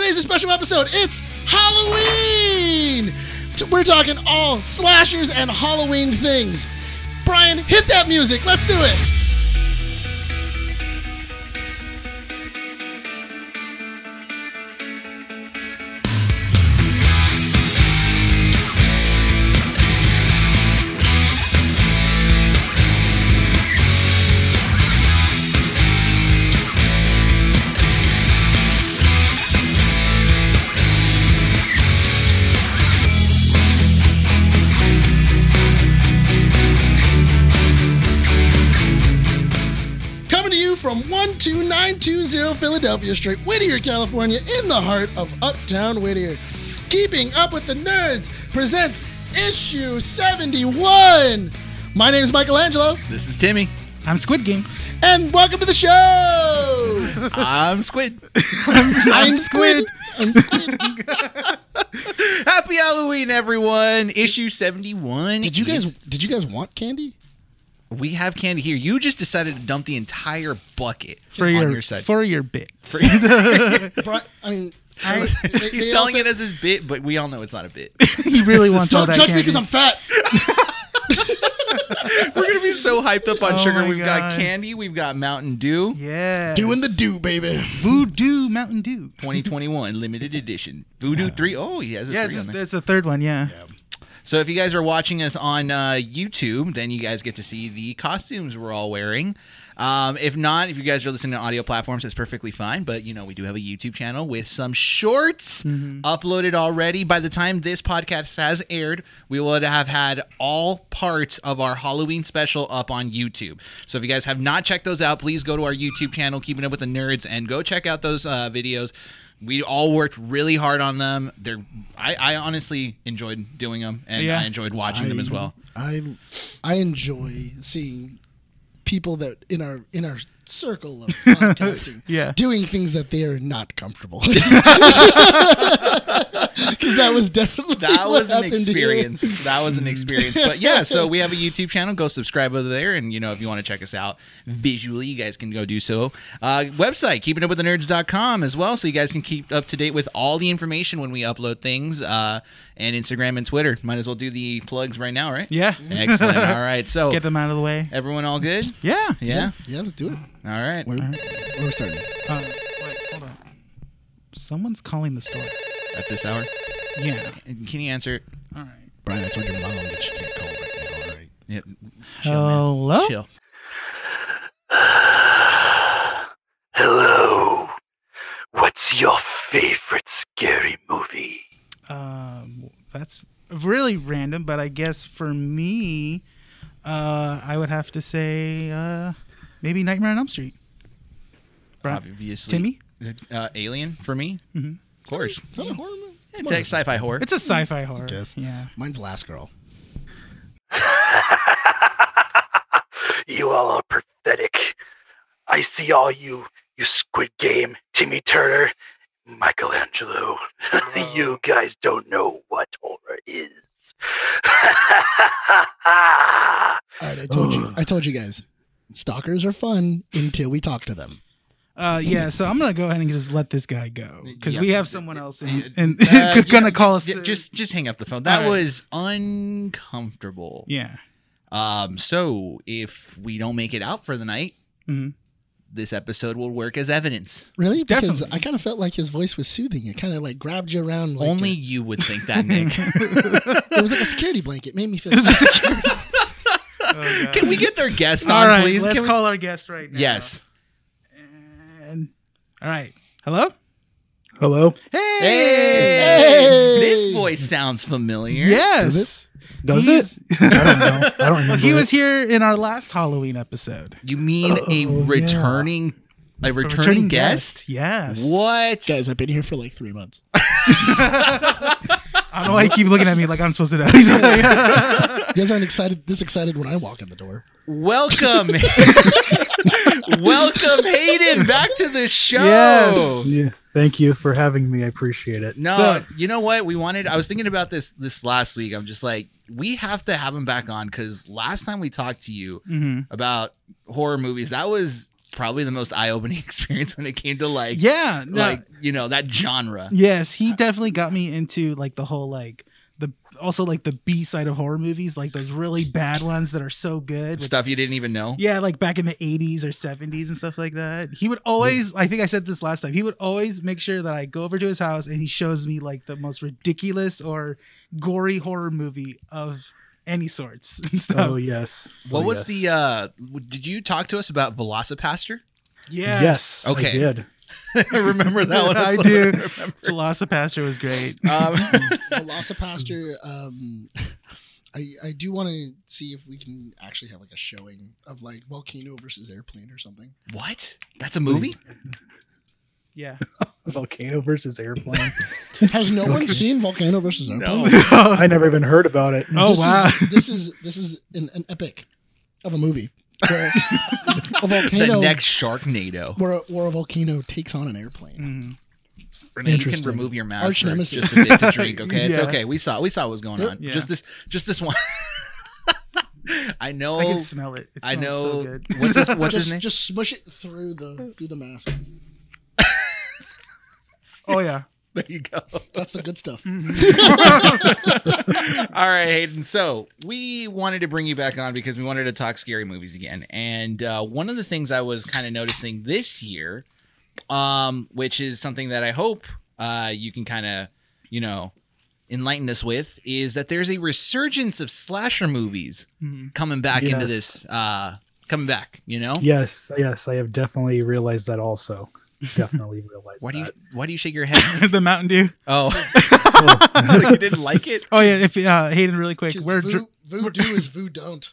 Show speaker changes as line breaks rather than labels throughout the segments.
special episode. It's Halloween! T- We're talking all slashers and Halloween things. Brian, hit that music. Let's do it. Coming to you from 12920 Philadelphia Street, Whittier, California, in the heart of Uptown Whittier. Keeping Up with the Nerds presents Issue 71. My name is Michelangelo,
This is Timmy.
I'm Squid Games.
and welcome to the show.
I'm Squid.
I'm Squid. I'm Squid.
Happy Halloween, everyone. Issue 71.
Did you guys
is-
did you guys want candy?
We have candy here. You just decided to dump the entire bucket
For
on
your,
your side.
for your bit.
Bri- I mean,
I-
they-
He's
they all
selling
said,
it as his bit, but we all know it's not a bit.
he really wants all
Don't
that
judge me
candy.
because I'm fat.
We're gonna be so hyped up on
Oh
sugar.
my
We've got
God.
candy. We've got Mountain Dew.
yeah.
Doing the do, baby.
Voodoo Mountain Dew.
2021 limited edition Voodoo three. Oh, he has a
Yeah,
three
it's,
on there.
it's the third one. Yeah.
So if you guys are watching us on uh, YouTube, then you guys get to see the costumes we're all wearing. Um, if not, if you guys are listening to audio platforms, it's perfectly fine. But you know, we do have a YouTube channel with some shorts uploaded already. By the time this podcast has aired, we will have had all parts of our Halloween special up on YouTube. So if you guys have not checked those out, please go to our YouTube channel, Keeping Up with the Nerds, and go check out those uh, videos we all worked really hard on them. They're I, I honestly enjoyed doing them and
Yeah.
I enjoyed watching them as well.
I I enjoy seeing people that in our in our circle of podcasting
Yeah.
doing things that they are not comfortable. Because that was definitely
That
what
was an
happened here.
experience. That was an experience. But yeah, so we have a YouTube channel. Go subscribe over there, and you know if you want to check us out visually, you guys can go do so. Uh, website keepingupwiththenerds.com as well, so you guys can keep up to date with all the information when we upload things. Uh, and Instagram and Twitter. Might as well do the plugs right now, right?
Yeah.
Excellent. All right. So
Get them out of the way.
everyone, all good?
Yeah.
Yeah. Uh-huh.
Yeah, let's do it.
All right.
Where, where we starting?
Uh, wait, hold on. Someone's calling the store.
At this hour.
Yeah.
Can you answer? it?
All right.
Brian, I told your mom that you can't call right now. All right.
Yeah.
Hello.
Chill.
Hello. What's your favorite scary movie?
Um, that's really random, but I guess for me, uh, I would have to say uh, maybe Nightmare on Elm Street. Bro,
Obviously.
Timmy?
Uh, Alien for me.
Mhm.
Of course.
Is that a horror movie?
It's like sci-fi horror.
It's a sci-fi horror.
guess.
Yeah.
Mine's Last Girl.
you all are pathetic. I see all you, you Squid Game, Timmy Turner, Michelangelo. you guys don't know what horror is.
Oh,
All right, I told you. I told you guys. Stalkers are fun until we talk to them.
Uh, yeah, so I'm gonna go ahead and just let this guy go because
Yeah.
we have someone else in, and
Uh,
gonna
yeah,
call us.
yeah, just just hang up the phone. That
All right.
was uncomfortable.
yeah,
Um. So if we don't make it out for the night,
Mhm.
this episode will work as evidence.
Really? Because
Definitely.
I kind of felt like his voice was soothing. It kind of like grabbed you around. Like
Only you would think that, Nick.
a- it was like a security blanket. It made me feel. safe.
Oh, Can we get their guest
All
on,
right,
please?
let's
Can we-
call our guest right now.
Yes.
And, all right. Hello.
Hello.
Hey.
Hey!
Hey!
This voice sounds familiar.
Yes.
Does it?
Does
He's-
I don't know. I don't remember.
he was
it.
here in our last Halloween episode.
You mean a
Oh, yeah.
returning, a
A
returning, guest?
Yes.
What?
Guys, I've been here for like three months.
I don't know why you keep looking at me like I'm supposed to know.
You guys aren't excited this excited when I walk in the door.
Welcome. Welcome, Hayden, back to the show.
Yes.
Yeah. Thank you for having me. I appreciate it.
No,
So-
you know what? We wanted I was thinking about this this last week. I'm just like, we have to have him back on because last time we talked to you
hmm
about horror movies, that was probably the most eye-opening experience when it came to like
yeah, no,
like you know that genre.
yes,
Uh,
he definitely got me into like the whole like the also like the B side of horror movies, like those really bad ones that are so good. with-
Stuff you didn't even know.
Yeah, like back in the 80s or 70s and stuff like that. He would always, I think I said this last time, he would always make sure that I go over to his house and he shows me like the most ridiculous or gory horror movie of any sorts and stuff.
Oh yes.
What
Oh,
was
yes.
the uh w- did you talk to us about Velocipaster?
yeah.
Yes.
Okay.
I did.
I remember that one.
I
That's
do.
what remember.
Velocipaster was great.
Um,
Velocipaster. Um, I I do want to see if we can actually have like a showing of like volcano versus airplane or something.
what? That's a movie?
Yeah.
Volcano versus airplane.
Has no one seen volcano versus airplane?
I never even heard about it.
Oh,
This is-
wow.
this is this is an, an epic of a movie where a
the
volcano
next Sharknado.
where, a, where a volcano takes on an airplane.
Mhm.
Renee, you can
Interesting.
remove your mouth
Arch
for
nemesis.
just a bit to drink. Okay, it's
Yeah.
okay. We saw we saw what was going on.
Yeah.
Just this just this one. I know.
I
Oh, I,
can smell it. It smells
know.
so good.
what's his What's
just,
his name?
Just smush it through the through the mask.
oh, yeah. Mm-hmm.
there you go.
That's the good stuff.
All right, Hayden. So we wanted to bring you back on because we wanted to talk scary movies again. And uh, one of the things I was kind of noticing this year, um, which is something that I hope uh, you can kind of, you know, enlighten us with, is that there's a resurgence of slasher movies
Mhm.
coming back into
Yes.
this. Uh, coming back, you know.
Yes, yes, I have definitely realized that also. Definitely realized
Why do you
that.
Why do you shake your head?
the Mountain Dew.
Oh, It's like you didn't like it.
Oh, yeah. If uh, Hayden, really quick,
Because
we're.
Voo,
dr-
voodoo is voo don't.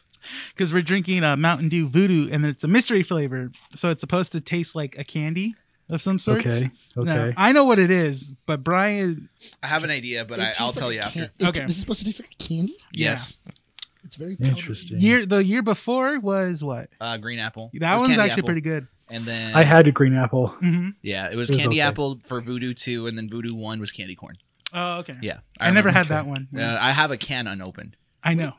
because we're drinking uh, Mountain Dew Voodoo, and it's a mystery flavor, so it's supposed to taste like a candy of some sort.
Okay.
Now,
Okay.
I know what it is, but Brian,
I have an idea, but
It
I,
tastes
I'll
like
tell
a
you
can-
after.
it-
Okay.
This is supposed to taste like candy.
Yeah.
Yes,
It's very powdery.
Interesting.
year the year before was what?
uh, green apple. It
That
was
one's
candy
actually
apple.
pretty good.
And then
I had a green apple.
hmm
Yeah, it was
It was
candy
okay.
apple for voodoo two, and then voodoo one was candy corn.
Oh, okay.
Yeah,
I, never
remember.
had that one.
Uh, I have a can unopened.
I know.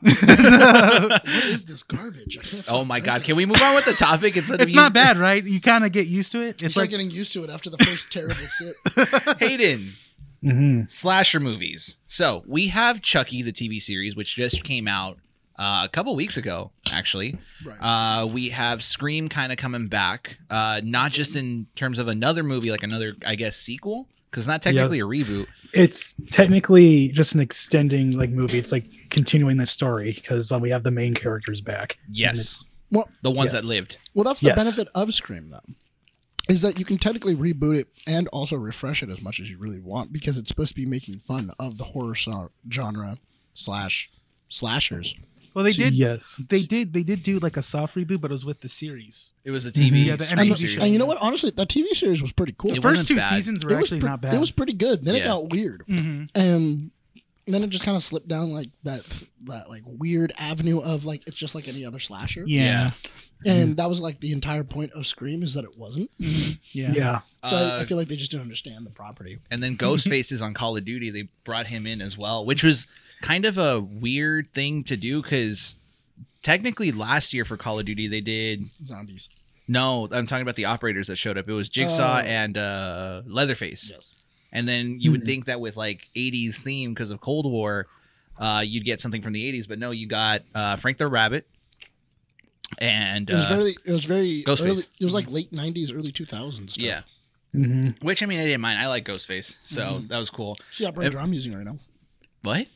What is this garbage? I can't.
oh my god! Can we move on with the topic instead of
it's
you,
not bad, right? You kind of get used to it.
It's
It's
start
like
like getting used to it after the first terrible sip.
Hayden?
hmm
Slasher movies. So we have Chucky the TV series, which just came out uh, a couple weeks ago, actually.
Right.
Uh, we have Scream kind of coming back, uh, not just in terms of another movie, like another, I guess, sequel, because not technically a reboot.
It's technically just an extending like movie. It's like continuing the story because we have the main characters back.
Yes,
Well-
the ones
Yes.
that lived.
well, that's the
Yes.
benefit of Scream, though, is that you can technically reboot it and also refresh it as much as you really want because it's supposed to be making fun of the horror so- genre slash slashers.
well, they did.
Yes.
They did. They did do like a soft reboot, but it was with the series.
It was a TV.
Mhm.
Mm-hmm. Yeah, the
Scream
And,
MTV
the-
series.
show.
and you know what? Honestly, that TV series was pretty cool.
It
The
It,
wasn't
first two
bad.
seasons were
was
actually
pre-
not bad.
It was pretty good. Then it
Yeah.
got weird,
Mhm.
and then it just kind of slipped down like that that like weird avenue of like it's just like any other slasher.
Yeah.
And that was like the entire point of Scream is that it wasn't.
Mhm.
Yeah.
Yeah.
So I, I
Uh,
feel like they just didn't understand the property.
and then Ghostface is on Call of Duty. They brought him in as well, which was kind of a weird thing to do because technically last year for Call of Duty they did
Zombies.
no. I'm talking about the operators that showed up. It was Jigsaw
Oh.
and uh, Leatherface,
Yes.
and then you
Hmm.
would
Mhm.
think that with like 80s theme because of Cold War, uh, you'd get something from the 80s, but no, you got uh, Frank the Rabbit and
It was
uh,
very. It was very.
Ghostface. Mm-hmm.
Early, it was like late '90s, early 2000s. Stuff.
yeah.
hmm
Which I mean, I didn't mind. I like Ghostface, so
Mhm.
that was cool.
See that brand I'm using right now.
What?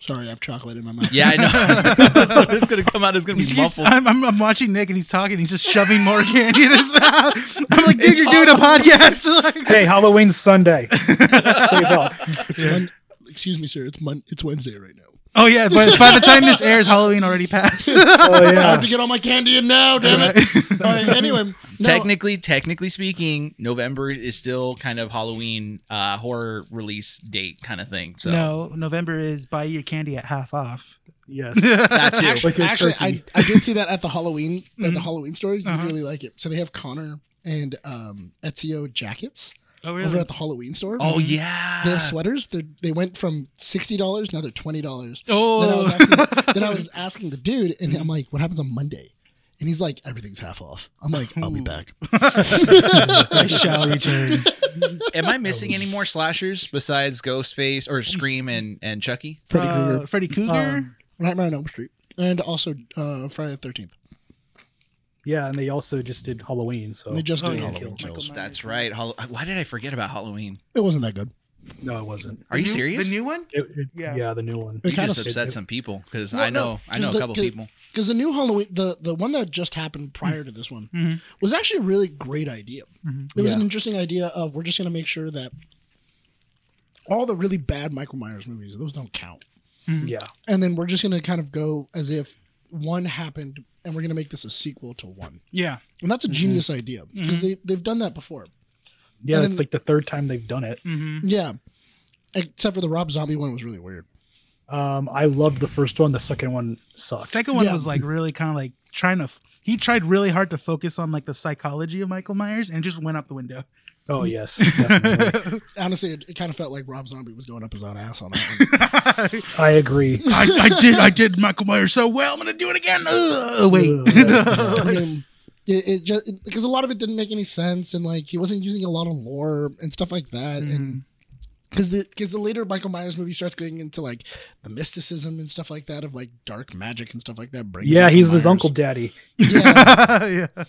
Sorry, I have chocolate in my mouth.
Yeah, I know. so it's gonna come out. It's gonna be
He's- he's-
muffled.
I'm, I'm, I'm watching Nick and he's talking. He's just shoving more candy in his mouth. I'm like, dude, you're doing a podcast. Like,
Hey, Halloween Sunday. Play ball.
It's
Yeah.
Mon- excuse me, sir. It's Mon- It's Wednesday right now.
Oh yeah, but by the time this airs, Halloween already passed.
Oh
I have
yeah.
to get all my candy in now. Damn it. All right, anyway, no,
technically, technically speaking, November is still kind of Halloween uh, horror release date kind of thing. So
No, November is buy your candy at half off.
Yes.
that too.
Actually,
Like a
actually, I,
turkey.
I did see that at the Halloween at the
Mhm.
Halloween store. You
Uh-huh.
really like it. So they have Connor and um, Ezio jackets
oh Mm-hmm.
over at the Halloween store.
oh yeah.
They have sweaters. They're, they went from sixty dollars now they're twenty dollars. Then I was
Oh, Mm-hmm.
asking, then I was asking the dude, and I'm like, "What happens on Monday?" And he's like, everything's half off. I'm like, I'll be
Ooh.
back.
I shall return.
Am I missing any more slashers besides Ghostface or Scream and, and Chucky?
Freddy Krueger,
Uh, Freddy Cougar.
Um,
Nightmare on Elm Street, and also uh, Friday the Thirteenth.
yeah, and they also just did Halloween. So
They just
Oh,
did
yeah,
Halloween
Michael
Kills.
Myers.
That's right. Hall- Why did I forget about Halloween?
It wasn't that good.
no, it wasn't.
Are
The
you
new-
serious?
The new one?
It- it-
Yeah.
yeah. the new one.
It
you
kind of
just upset some people because
Well,
I know
no,
I know
'cause
a
the-
couple
'cause-
people.
because the new Halloween, the the one that just happened prior to this one,
Mhm.
was actually a really great idea.
Mhm.
It was
Yeah.
an interesting idea of we're just going to make sure that all the really bad Michael Myers movies, those don't count,
Yeah,
and then we're just going to kind of go as if one happened, and we're going to make this a sequel to one.
Yeah.
And that's a
Mm-hmm.
Mhm.
genius idea because
Mhm.
they they've done that before.
Mm-hmm.
yeah.
And
It's
then-
like the third time they've done it.
hmm
Yeah, except for the Rob Zombie one was really weird.
Um, I loved the first one. The second one sucked.
Second one
Yeah.
was like really kind of like trying to. f- He tried really hard to focus on like the psychology of Michael Myers and it just went up the window.
oh yes, definitely.
Honestly, it, it kind of felt like Rob Zombie was going up his own ass on that. One.
I,
I agree.
I did. I did Michael Myers so well. I'm gonna do it again. Ugh, wait.
Ugh.
I mean, it, it just because a lot of it didn't make any sense, and like he wasn't using a lot of lore and stuff like that, and
Mhm.
Mm-hmm.
because the because the later Michael Myers movie starts going into like the mysticism and stuff like that of like dark magic and stuff like that. bringing
Yeah,
Michael
he's his
Myers.
uncle daddy.
Yeah,
Mm. yeah.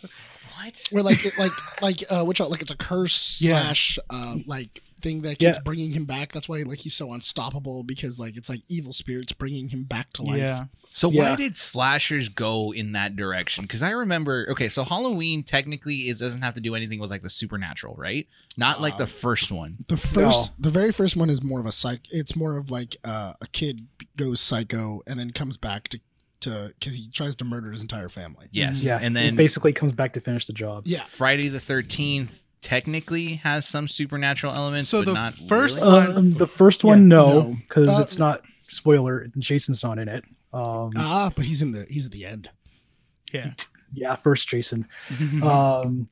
What?
where like it, like like uh, which like it's a curse
Yeah.
slash uh, like thing that keeps
Yeah.
bringing him back. That's why like he's so unstoppable because like it's like evil spirits bringing him back to life.
Yeah.
So why
Yeah.
did slashers go in that direction? Because I remember, okay, so Halloween technically it doesn't have to do anything with like the supernatural, right? Not like the
Um,
first one.
The first, the very first one is more of a psych. It's more of like uh, a kid goes psycho and then comes back to to because he tries to murder his entire family.
Yes,
Yeah,
and
he
then
basically comes back to finish the job.
Yeah,
Friday the Thirteenth technically has some supernatural elements,
So
but
the
not
first-
really.
Um, the first one, no,
no.
because
Uh,
it's not spoiler. Jason's not in it. Um,
ah, but he's in the he's at the end.
yeah, first Jason.
Mm-hmm.
um,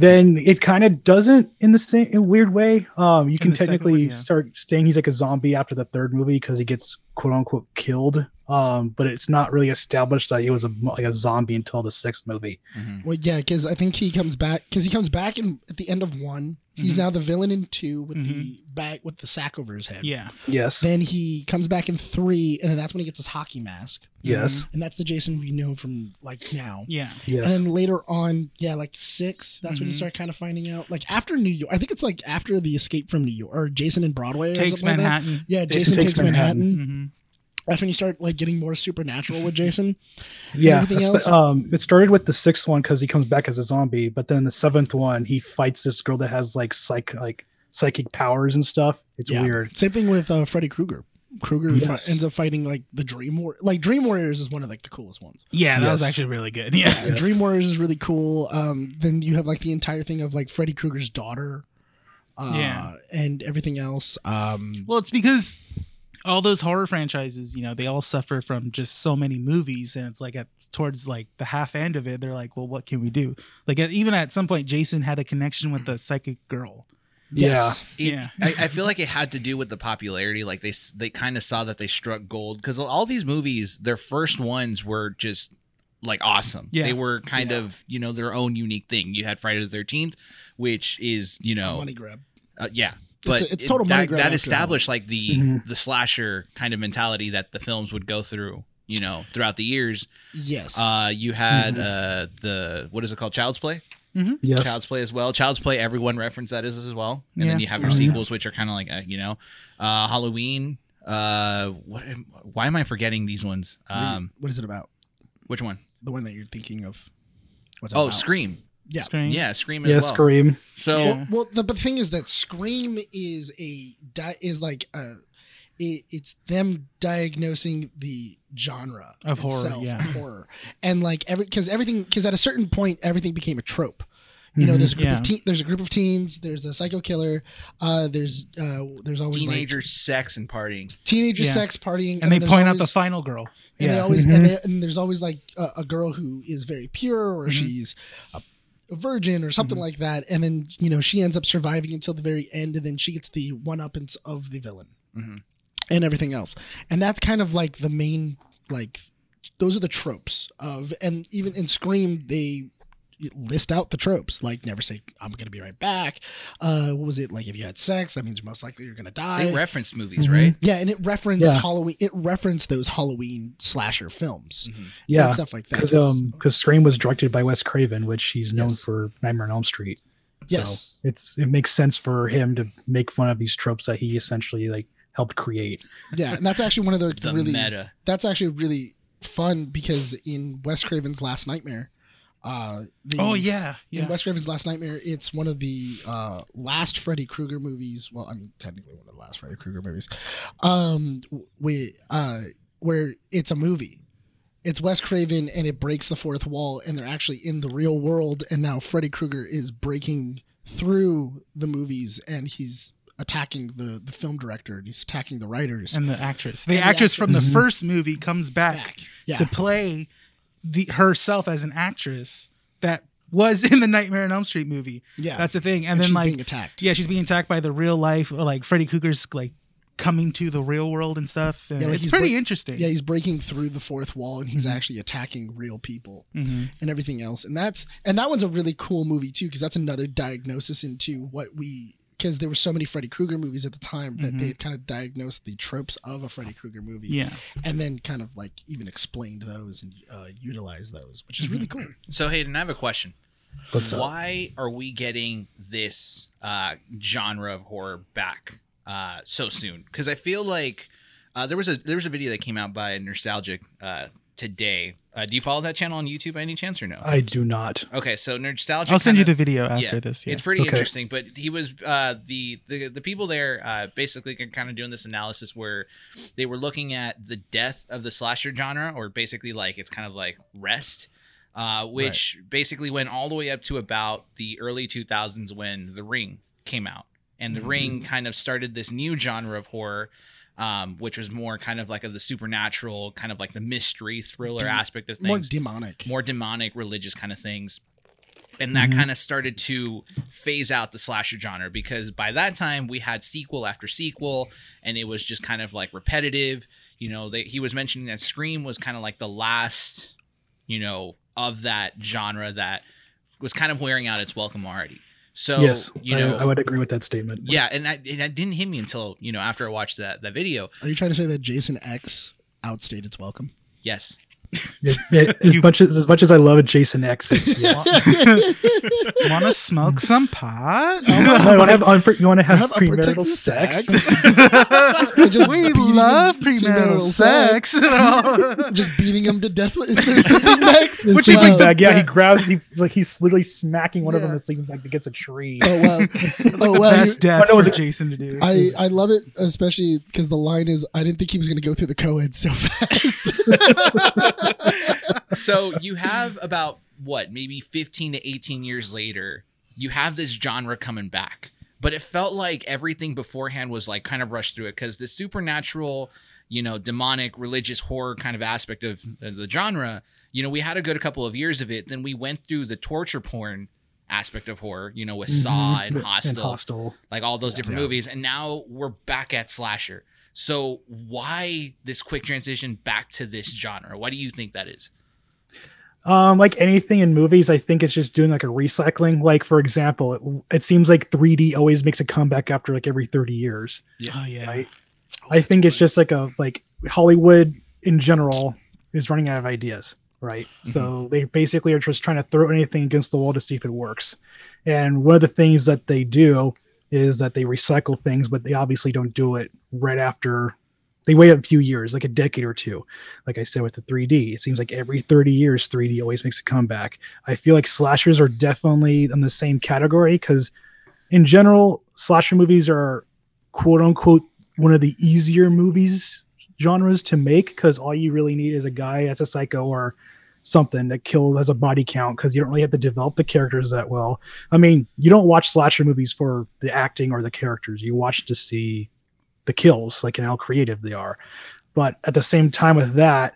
then it kind of doesn't in the same in a weird way. Um, you can
the second
technically
one, yeah.
start saying he's like a zombie after the third movie because he gets quote unquote killed. Um, but it's not really established that he was a, like a zombie until the sixth movie.
Mhm.
Well, yeah, because I think he comes back because he comes back in at the end of one. He's
Mhm.
now the villain in two with the back with the sack over his head.
Yeah.
Yes,
Then he comes back in three, and then that's when he gets his hockey mask,
yes,
and that's the Jason we know from like now.
Yeah.
yes.
And then later on, yeah, like six, that's when you
Mhm.
start kind of finding out. Like after New York, I think it's like after the escape from New York or Jason in Broadway or
Takes
something Like
Manhattan.
that. Yeah, Jason,
Jason
takes,
Takes
Manhattan.
Manhattan.
hmm
That's when you start like getting more supernatural with Jason.
yeah,
everything else?
that's- um, it started with the sixth one because he comes back as a zombie, but then the seventh one he fights this girl that has like psych like psychic powers and stuff. It's
Yeah.
weird.
Same thing with uh, Freddy Krueger. Krueger fi-
Yes.
ends up fighting like the Dream War. Like Dream Warriors is one of like the coolest ones.
Yeah, that was
Yes.
actually really good. Yeah.
Yes.
Dream Warriors is really cool. Um, then you have like the entire thing of like Freddy Krueger's daughter. Uh,
Yeah.
and everything else. Um,
Well, it's because all those horror franchises, you know, they all suffer from just so many movies, and it's like at towards like the half end of it, they're like, well, what can we do? Like at, even at some point, Jason had a connection with the psychic girl.
yes.
It-
yeah.
I, I feel like it had to do with the popularity. Like they s- they kind of saw that they struck gold because all these movies, their first ones were just like awesome.
Yeah.
They were kind
Yeah.
of you know their own unique thing. You had Friday the Thirteenth, which is you know
Money grab.
uh, yeah, but
it's
it's,
total
that,
money grab Mm-hmm.
that
after
established like the
Mhm.
the slasher kind of mentality that the films would go through. You know, throughout the years,
Yes.
uh, you had
Mm-hmm.
uh, the what is it called, Child's Play?
Yes,
Child's Play as well. Child's Play, everyone referenced that is as well. And
Yeah.
then you have your
Oh, yeah.
sequels, which are kind of like uh, you know, uh, Halloween. Uh, what? am- Why am I forgetting these ones? Um,
what is it about?
which one?
The one that you're thinking of. What's it
Oh,
about?
Scream.
Yeah.
Scream.
Yeah, Scream as
yeah,
well.
scream.
So
Yeah.
Well, well, the but the thing is that Scream is a di- is like a it, it's them diagnosing the genre
Of horror,
itself,
yeah.
of horror, and like every because everything because at a certain point everything became a trope. You know,
Mhm.
there's a group
Mm-hmm, Yeah.
of teen, there's a group of teens, there's a psycho killer, uh, there's uh, there's always like,
teenager sex and partying.
teenager
Yeah.
sex partying,
And, they
there's
point out the
always-
final girl.
and they
Yeah.
always
Mhm.
and, they, and there's always like a, a girl who is very pure or
Mhm.
she's a, a virgin or something
Mhm.
like that and then you know she ends up surviving until the very end and then she gets the one uppance of the villain
Mhm.
and everything else and that's kind of like the main like those are the tropes of and even in Scream they list out the tropes like never say I'm gonna be right back. Uh, what was it like? If you had sex, that means most likely you're gonna die.
They reference movies,
Mm-hmm.
Mhm.
right?
yeah, and it referenced
Yeah.
Halloween. It referenced those Halloween slasher films
Mm-hmm.
Yeah,
and stuff like that.
because um, because Scream was directed by Wes Craven, which he's known
Yes.
for Nightmare on Elm Street.
yes,
So it's it makes sense for him to make fun of these tropes that he essentially like helped create.
yeah, and that's actually one of the,
The
really
meta.
that's actually really fun because in Wes Craven's Last Nightmare, uh, the,
Oh yeah,
in
yeah.
Wes Craven's Last Nightmare, it's one of the uh, last Freddy Krueger movies. Well, I mean, technically one of the last Freddy Krueger movies. Um, we uh, where it's a movie. It's Wes Craven, and it breaks the fourth wall, and they're actually in the real world. And now Freddy Krueger is breaking through the movies, and he's attacking the the film director, and he's attacking the writers.
And the actress, the
And the
actress from the
actress. Mhm.
first movie, comes back
back, yeah,
to play the herself as an actress that was in the Nightmare on Elm Street movie.
yeah.
That's the thing. And,
and
then
she's
like
being attacked.
yeah, she's being attacked by the real life, or, like Freddy Krueger's like coming to the real world and stuff. And
Yeah, like,
it's
he's
pretty
br-
interesting.
Yeah, he's breaking through the fourth wall, and he's
Mhm.
actually attacking real people.
hmm
and everything else. And that's and that one's a really cool movie too because that's another diagnosis into what we because there were so many Freddy Krueger movies at the time that
Mhm.
they kind of diagnosed the tropes of a Freddy Krueger movie
yeah.
and then kind of like even explained those and uh, utilized those, which is really
Mm-hmm.
cool.
So Hayden, I have a question.
But uh,
Why are we getting this uh, genre of horror back uh, so soon? Because I feel like uh, there was a there was a video that came out by Nostalgic uh, today. Uh, do you follow that channel on YouTube by any chance or no?
I do not.
okay, so Nostalgic.
Uh, I'll send you
kinda-
the video after
yeah,
this. Yeah.
It's pretty
Okay.
interesting, but he was uh, the, the the people there uh, basically kind of doing this analysis where they were looking at the death of the slasher genre, or basically like it's kind of like rest, uh, which basically went all the way up to about the early 2000s when The Ring came out, and The Ring kind of started this new genre of horror. Um, which was more kind of like of the supernatural, kind of like the mystery thriller
Deep-
aspect of things
More demonic.
more demonic religious kind of things and that
Mhm.
kind of started to phase out the slasher genre because by that time we had sequel after sequel and it was just kind of like repetitive you know they, he was mentioning that scream was kind of like the last you know of that genre that was kind of wearing out its welcome already so
yes,
you
I-
know
I, would agree with that statement.
yeah and that, and that didn't hit me until you know after i watched that that video
Are you trying to say that Jason X outstayed its welcome?
yes
It- it- as
You-
much as as much as I love Jason X, it's- yes.
Wanna smoke some pot?
I want to have unpre- you want to have,
Have
premarital
unprotected
sex.
Just
we
beating
love
them to
premarital
marital
sex.
Just beating them to death with their sleeping bags.
Which
is like-
sleeping bag, yeah, he grabs, he like he's literally smacking one of them
Yeah.
in the sleeping bag against a tree.
Oh wow!
It's like
oh
the
wow!
best death
Oh, no,
for
is it-
Jason to do.
I, I love it, especially because the line is, I didn't think he was going to go through the co-ed so fast.
so you have about what maybe 15 to 18 years later you have this genre coming back but it felt like everything beforehand was like kind of rushed through it because the supernatural you know demonic religious horror kind of aspect of of the genre you know we had a good couple of years of it then we went through the torture porn aspect of horror you know with saw
Mhm.
Mm-hmm. and hostel
Hostel.
like all those different
Yeah.
movies and now we're back at slasher so why this quick transition back to this genre why do you think that is
Um, like anything in movies, I think it's just doing like a recycling. Like for example, it, it seems like 3D always makes a comeback after like every 30 years.
oh yeah.
Right? I think it's just like a like Hollywood in general is running out of ideas, right? So they basically are just trying to throw anything against the wall to see if it works. And one of the things that they do is that they recycle things, but they obviously don't do it right after. They wait a few years, like a decade or two. Like I said with the 3D, it seems like every 30 years 3D always makes a comeback. I feel like slashers are definitely in the same category because, in general, slasher movies are quote unquote one of the easier movies genres to make because all you really need is a guy that's a psycho or something that kills as a body count because you don't really have to develop the characters that well. I mean, you don't watch slasher movies for the acting or the characters. You watch to see the kills, like and how creative they are. But at the same time with that,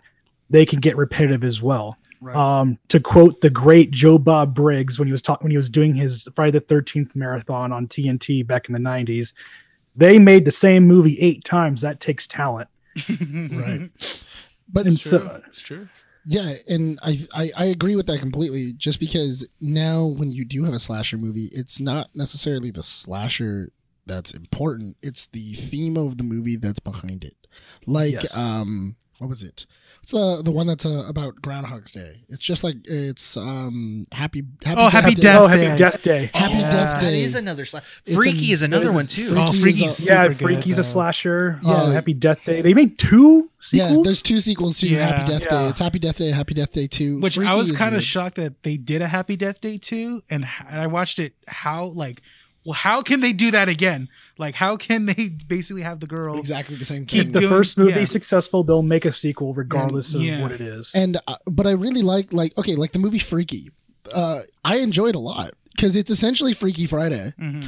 they can get repetitive as well.
Right.
Um, to quote the great Joe Bob Briggs when he was talking when he was doing his Friday the Thirteenth marathon on TNT back in the '90s, they made the same movie eight times. That takes talent.
Right. But
And
True.
so
It's true.
yeah, and I, I I agree with that completely. Just because now when you do have a slasher movie, it's not necessarily the slasher that's important. It's the theme of the movie that's behind it. Like
Yes.
um, what was it? It's uh, the one that's uh, about Groundhog's Day. It's just like it's um happy. happy
Oh, Happy Death
oh, happy
Day.
Death Day.
Happy
Yeah.
Death
That
Day.
is another slasher.
It's
Freaky
a-
is another
it is a
one too.
freak-
Oh,
Freaky's
Freaky's
a-
super
Yeah,
good,
Freaky's a
though.
slasher.
Yeah.
Oh, Happy Death Day. They made two
Yeah,
sequels.
there's two sequels to
Yeah.
Happy Death Day.
Yeah.
It's Happy Death Day, Happy Death Day Two.
Which I
Freaky
was
is
kind of
good.
shocked that they did a Happy Death Day too, and, h- and I watched it. How like, well, how can they do that again? Like, how can they basically have the girl?
exactly the same
Keep
thing.
the
doing-
first movie
yeah.
successful, they'll make a sequel regardless of
yeah.
what it is.
and uh, but I really like like okay like the movie Freaky. Uh, I enjoyed a lot because it's essentially Freaky Friday,
Mhm.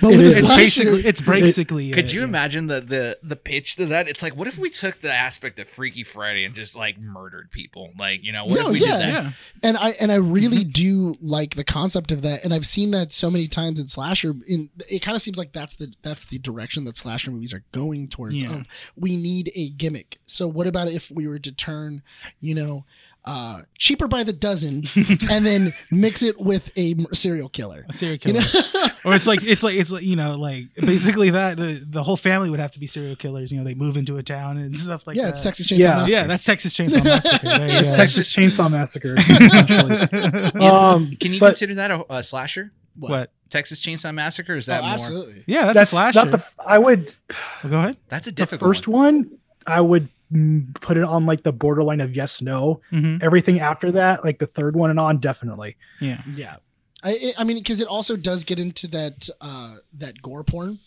but
It
with a
is.
It's
Slasher.
basically,
slasher.
it's basically. it,
Could you
yeah.
imagine the the the pitch to that? It's like, what if we took the aspect of Freaky Friday and just like murdered people? Like, you know, what
No,
if we
yeah.
did that?
Yeah.
And I and I really do like the concept of that, and I've seen that so many times in slasher. In it kind of seems like that's the that's the direction that slasher movies are going towards.
Yeah.
Of we need a gimmick. So what about if we were to turn, you know, uh, cheaper by the dozen, and then mix it with a m- serial killer.
A serial
You
killer.
know,
or it's like it's like it's like you know like basically that the, the whole family would have to be serial killers. You know, they move into a town and stuff like
yeah,
that.
it's Texas Chainsaw
Yeah.
Massacre.
Yeah, that's Texas Chainsaw Massacre. There you
It's
go.
Texas Chainsaw Massacre. essentially. um,
Can you
but
consider that a, a slasher?
what?
Texas Chainsaw Massacre? Is
Oh,
that more?
absolutely.
Yeah, that's,
that's
a slasher.
not the. f- I would
Well, go ahead.
That's a
the
difficult
first
one.
one. I would mm, put it on like the borderline of yes no.
hmm
Everything after that, like the third one and on, definitely.
Yeah.
Yeah. I, I- I mean, because it also does get into that uh, that gore porn.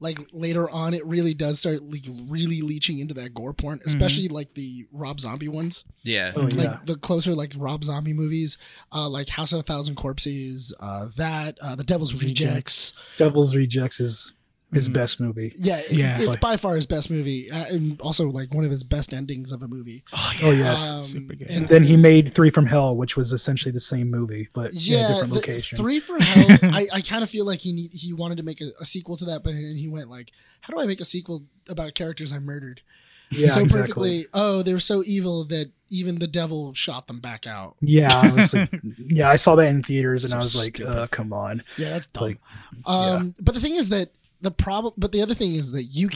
Like later on, it really does start like really leeching into that gore porn, especially like the Rob Zombie ones.
Yeah.
Oh yeah.
Like the closer like Rob Zombie movies, uh, like House of a Thousand Corpses, uh, that uh, The Devil's Rejects.
Rejects. Devil's Rejects is his
Mhm.
best movie.
Yeah, it-
Yeah.
it's by far his best movie, uh, and also like one of his best endings of a movie.
Oh,
Oh, yes.
super good.
And then he made Three from Hell, which was essentially the same movie, but in a
yeah,
different
the-
location.
three for hell. I, I kind of feel like he need, he wanted to make a, a sequel to that, but then he went like, "How do I make a sequel about characters I murdered
yeah,
so
exactly.
perfectly? Oh, they were so evil that even the devil shot them back out."
Yeah, I was like, yeah, I saw that in theaters, and
So
I was like,
stupid.
uh, "Come on!"
Yeah, that's dumb.
Like,
um, but the thing is that the problem. But the other thing is that you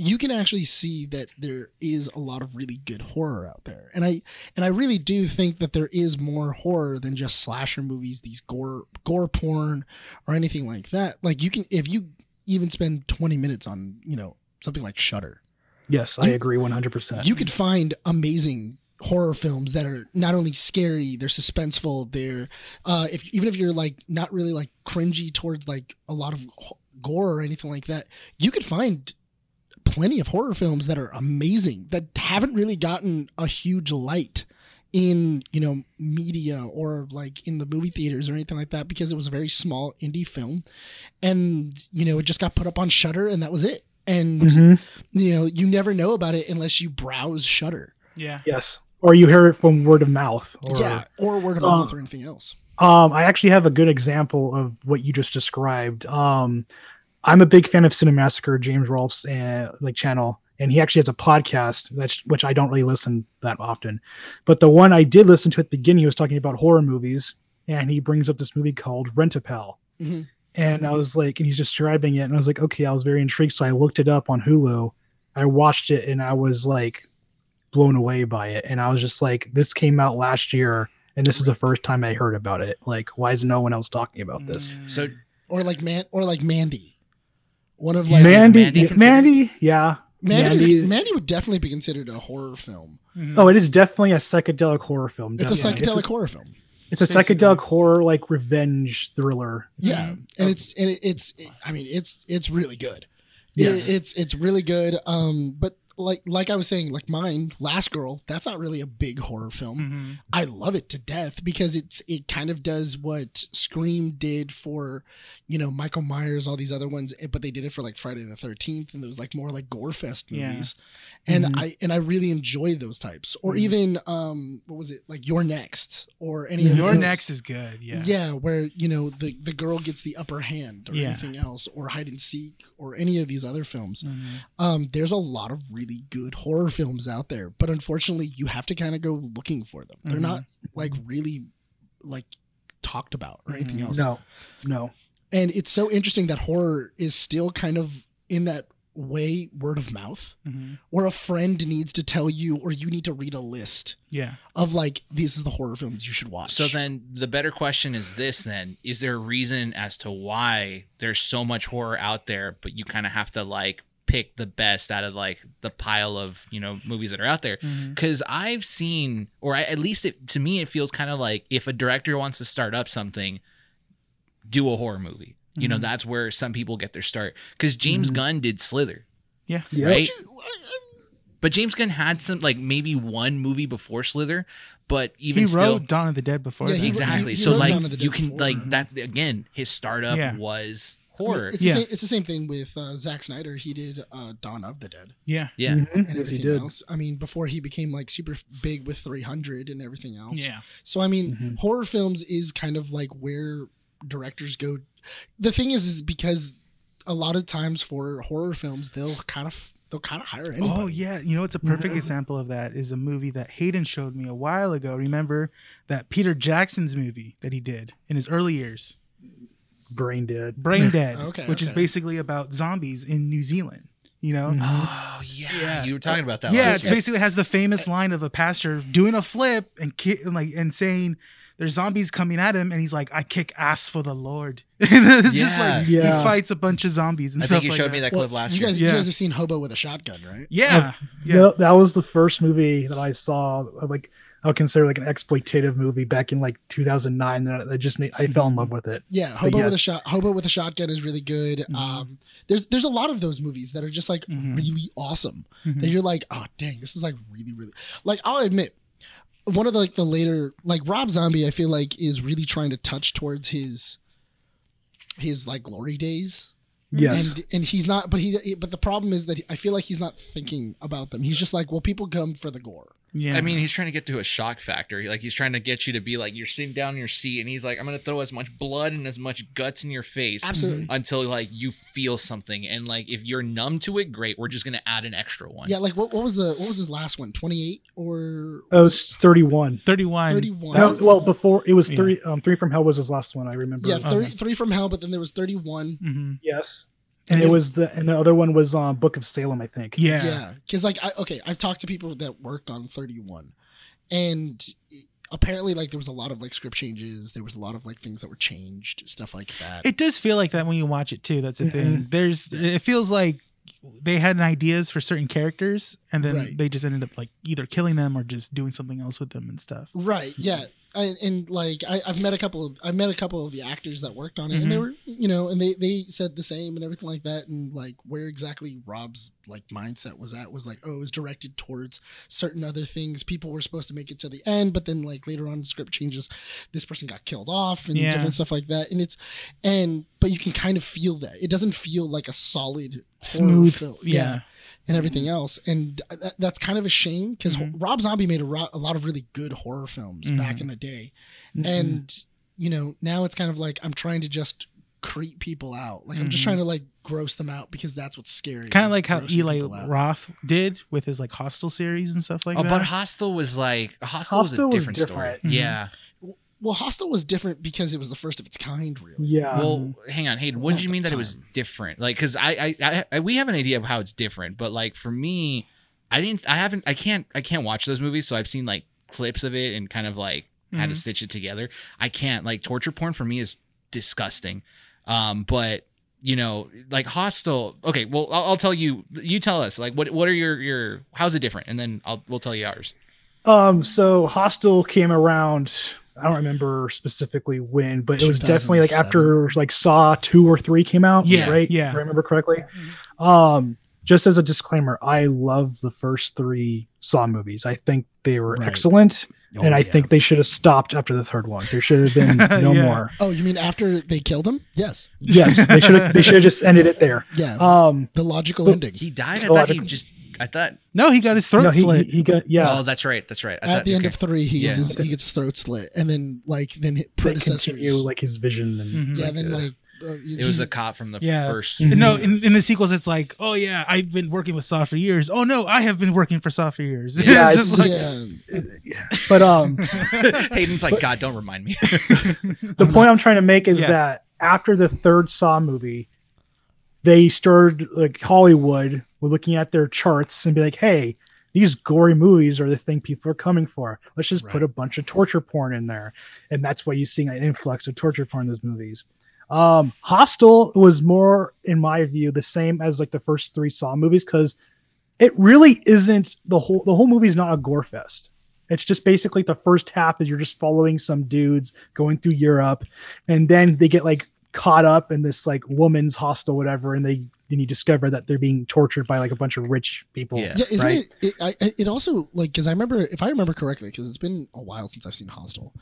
you can actually see that there is a lot of really good horror out there, and I and I really do think that there is more horror than just slasher movies, these gore gore porn, or anything like that. Like you can if you even spend twenty minutes on you know something like Shudder,
Yes, I
You-
agree one hundred percent.
you could find amazing horror films that are not only scary they're suspenseful they're uh if even if you're like not really like cringy towards like a lot of h- gore or anything like that you could find plenty of horror films that are amazing that haven't really gotten a huge light in you know media or like in the movie theaters or anything like that because it was a very small indie film and you know it just got put up on shutter and that was it and
Mm-hmm.
you know you never know about it unless you browse shutter
yeah.
Yes, or you hear it from word of mouth. Or,
yeah or word of
Uh,
mouth or anything else
Um, I actually have a good example of what you just described. Um, I'm a big fan of Cinemassacre, James Rolfe's uh, like channel, and he actually has a podcast which which I don't really listen that often, but the one I did listen to at the beginning, he was talking about horror movies, and he brings up this movie called Rent a Pal.
Mhm.
And I was like, and he's describing it, and I was like, okay, I was very intrigued, so I looked it up on Hulu. I watched it, and I was like, blown away by it, and I was just like, this came out last year, and this is the first time I heard about it. Like, why is no one else talking about this?
Mm.
So
or like man or like mandy one of like
Man-
Mandy,
Mandy
Mandy,
considered?
yeah.
mandy, is-
Mandy-
mandy would definitely be considered a horror film
Mhm.
Oh, it is definitely a psychedelic horror film.
it's a
definitely.
psychedelic horror film
It's a, it's a
Basically.
psychedelic horror like revenge thriller.
yeah
Mhm.
Oh.
and it's and it, it's i mean it's it's really good
Yes.
It- it's it's really good um but like like i was saying like mine last girl that's not really a big horror film
Mm-hmm.
Mhm.
I love it to death because it's it kind of does what Scream did for, you know, Michael Myers, all these other ones, eh, but they did it for like Friday the Thirteenth and those like more like gore fest
Yeah. Mm-hmm.
movies, and
Mhm.
I and I really enjoy those types. Or
Mhm.
even um, what was it like Your Next or any of
Your
those.
next is good. Yeah.
Yeah. where you know the the girl gets the upper hand or
Yeah.
anything else, or hide and seek, or any of these other films.
Mhm.
Um, there's a lot of really really good horror films out there, but unfortunately, you have to kind of go looking for them. They're
Mhm.
not
Mm-hmm.
like really like talked about or anything
Mhm.
Mm-hmm.
else.
No, no.
And it's so interesting that horror is still kind of in that way word of mouth,
Mm-hmm.
Mhm.
where a friend needs to tell you, or you need to read a list
Yeah.
of like this is the horror films you should watch.
So then the better question is this then is there a reason as to why there's so much horror out there but you kind of have to like pick the best out of like the pile of, you know, movies that are out there?
Mhm.
because I've seen, or I, at least it, to me, it feels kind of like if a director wants to start up something, do a horror movie. You know,
Mm-hmm.
Mhm.
that's where some people get their start. Because James
Mhm.
Gunn did Slither,
Yeah.
right? But James Gunn had some, like maybe one movie before Slither, but even
He
still,
wrote Dawn of the Dead before.
Yeah,
that.
he wrote-
exactly.
he
so
wrote
like
Dawn of the Dead
you can
before.
like that again. His startup
Yeah.
was
I mean,
horror.
It's,
Yeah.
the same, it's the same thing with uh, Zack Snyder. He did uh, Dawn of the Dead
yeah.
Yeah.
Mhm.
and
Yes, he
everything
did.
else. I mean, before he became like super f- big with 300 and everything else. So I mean,
Mhm.
horror films is kind of like where directors go. The thing is, is because a lot of times for horror films, they'll kind of they'll kind of hire anybody. Mm-hmm.
Oh yeah, you know what's a perfect
Mhm.
example of that is a movie that Hayden showed me a while ago. Remember that Peter Jackson's movie that he did in his early years,
Brain dead.
Brain Dead,
Okay,
which is
okay.
basically about zombies in New Zealand. You know,
Mhm.
Oh yeah.
Yeah.
you were talking about that.
yeah,
last
it
year.
basically has the famous line of a pastor doing a flip and ki- and like and saying there's zombies coming at him, and he's like, "I kick ass for the Lord." and it's just
Yeah.
like
Yeah.
he fights a bunch of zombies and
I
stuff
think you
like
showed me that
Well,
clip last
you
year.
guys,
Yeah.
you guys have seen Hobo with a Shotgun, right?
Yeah, yeah,
No, that was the first movie that I saw. uh, Like I would consider like an exploitative movie back in like 2009. That I just made, I fell in love with it.
Yeah, Hobo with a
yes. Mm-hmm.
shot. Hobo with a Shotgun is really good.
Mhm.
Um, there's there's a lot of those movies that are just like
Mhm.
really awesome.
Mhm.
That you're like, oh dang, this is like really really like I'll admit. One of the, like the later like Rob Zombie, I feel like is really trying to touch towards his his like glory days. Mm-hmm.
Yes.
and and he's not but he but the problem is that i feel like he's not thinking about them he's just like well people come for the gore
yeah.
I mean, he's trying to get to a shock factor. He- Like he's trying to get you to be like you're sitting down in your seat, and he's like, "I'm gonna throw as much blood and as much guts in your face
absolutely
until like you feel something." And like if you're numb to it, great. We're just gonna add an extra one.
yeah like what, what was the what was his last one 28 or
I was 31.
31.
31
That was- well, before it was
Yeah.
three. Um, three from Hell was his last one. I remember. Uh-huh.
yeah
Okay.
30, three from hell but then there was 31
hmm
Yes. And it was the and the other one was um Book of Salem, I think.
Yeah.
yeah because like I, okay i've talked to people that worked on 31 and apparently like there was a lot of like script changes there was a lot of like things that were changed stuff like that
It does feel like that when you watch it too. That's the thing. There's it feels like they had ideas for certain characters and then
Right.
they just ended up like either killing them or just doing something else with them and stuff.
Right. Yeah. And, and like I, I've met a couple of I met a couple of the actors that worked on it, and they
Mhm.
were you know, and they they said the same and everything like that, and like where exactly Rob's like mindset was at was like oh it was directed towards certain other things. People were supposed to make it to the end, but then like later on script changes, this person got killed off and
Yeah.
different stuff like that, and it's and but you can kind of feel that it doesn't feel like a solid horror
Smooth.
film.
Yeah.
and
Mm-hmm.
everything else. And that, that's kind of a shame because
Mhm.
Rob Zombie made a, ro- a lot of really good horror films back
Mhm.
Mm-hmm.
in the day.
Mhm.
And, you know, now it's kind of like I'm trying to just creep people out. Like I'm just
Mhm.
Mm-hmm.
trying to like gross them out because that's what's scary.
Kind of
is
like how
grossing
Eli
people out.
Roth did with his like Hostel series and stuff like
oh,
that.
but Hostel was like Hostel,
Hostel
was a
was
different,
different.
story.
Mhm.
Yeah.
Well, Hostel was different because it was the first of its kind, really.
Yeah.
Well, hang on, Hayden. What
At
did you
the
mean that it was
time.
different? Like, because I, I, I, I, we have an idea of how it's different, but like for me, I didn't. I haven't. I can't. I can't watch those movies. So I've seen like clips of it and kind of like how to
Mhm.
stitch it together. I can't like torture porn for me is disgusting. Um, but you know, like hostile. Okay, well, I'll, I'll tell you. You tell us. Like, what what are your your how's it different? And then I'll we'll tell you ours.
Um, so Hostel came around. I don't remember specifically when, but it was definitely like after like Saw two or three came out.
Yeah,
right.
yeah.
if I remember correctly.
Mm-hmm.
Um, just as a disclaimer, I love the first three Saw movies. I think they were
Right.
excellent,
Oh,
Mm-hmm. and I
yeah.
think they should have stopped after the third one. There should have been no
Yeah.
more.
Oh, you mean after they killed him? Yes.
Yes, they should have. They should have just ended it there.
Yeah.
Um,
the logical
but-
ending.
He died. I
Oh, I
thought he
think-
just. I thought.
no, he got his throat
no, he,
slit.
he, he got yeah.
Oh, that's right. That's right. I
At
thought,
the end
okay.
of three, he gets
Yeah.
his he gets his throat slit, and then like then his
they
predecessors.
continue like his vision and
Mhm.
yeah,
like,
then
uh,
like uh,
It was
he-
the cop from the
Yeah.
first.
Mhm.
No, in, in the sequels, it's like, oh yeah, I've been working with Saw for years. Oh no, I have been working for Saw for years.
Yeah,
It's just
it's-
like-
yeah.
But um,
Hayden's like, God, don't remind me.
the point I'm trying to make is
Yeah.
that after the third Saw movie, they started like Hollywood were looking at their charts and be like, hey, these gory movies are the thing people are coming for. Let's just put
Right.
a bunch of torture porn in there. And that's why you're seeing an influx of torture porn in those movies. Um, Hostel was more, in my view, the same as like the first three Saw movies because it really isn't the whole the whole movie's not a gore fest. It's just basically the first half is you're just following some dudes going through Europe, and then they get like caught up in this like woman's hostel, whatever, and they and you discover that they're being tortured by like a bunch of rich people.
Yeah.
Yeah, isn't
right?
it? It, I, I- it also like because I remember if I remember correctly because it's been a while since I've seen Hostel.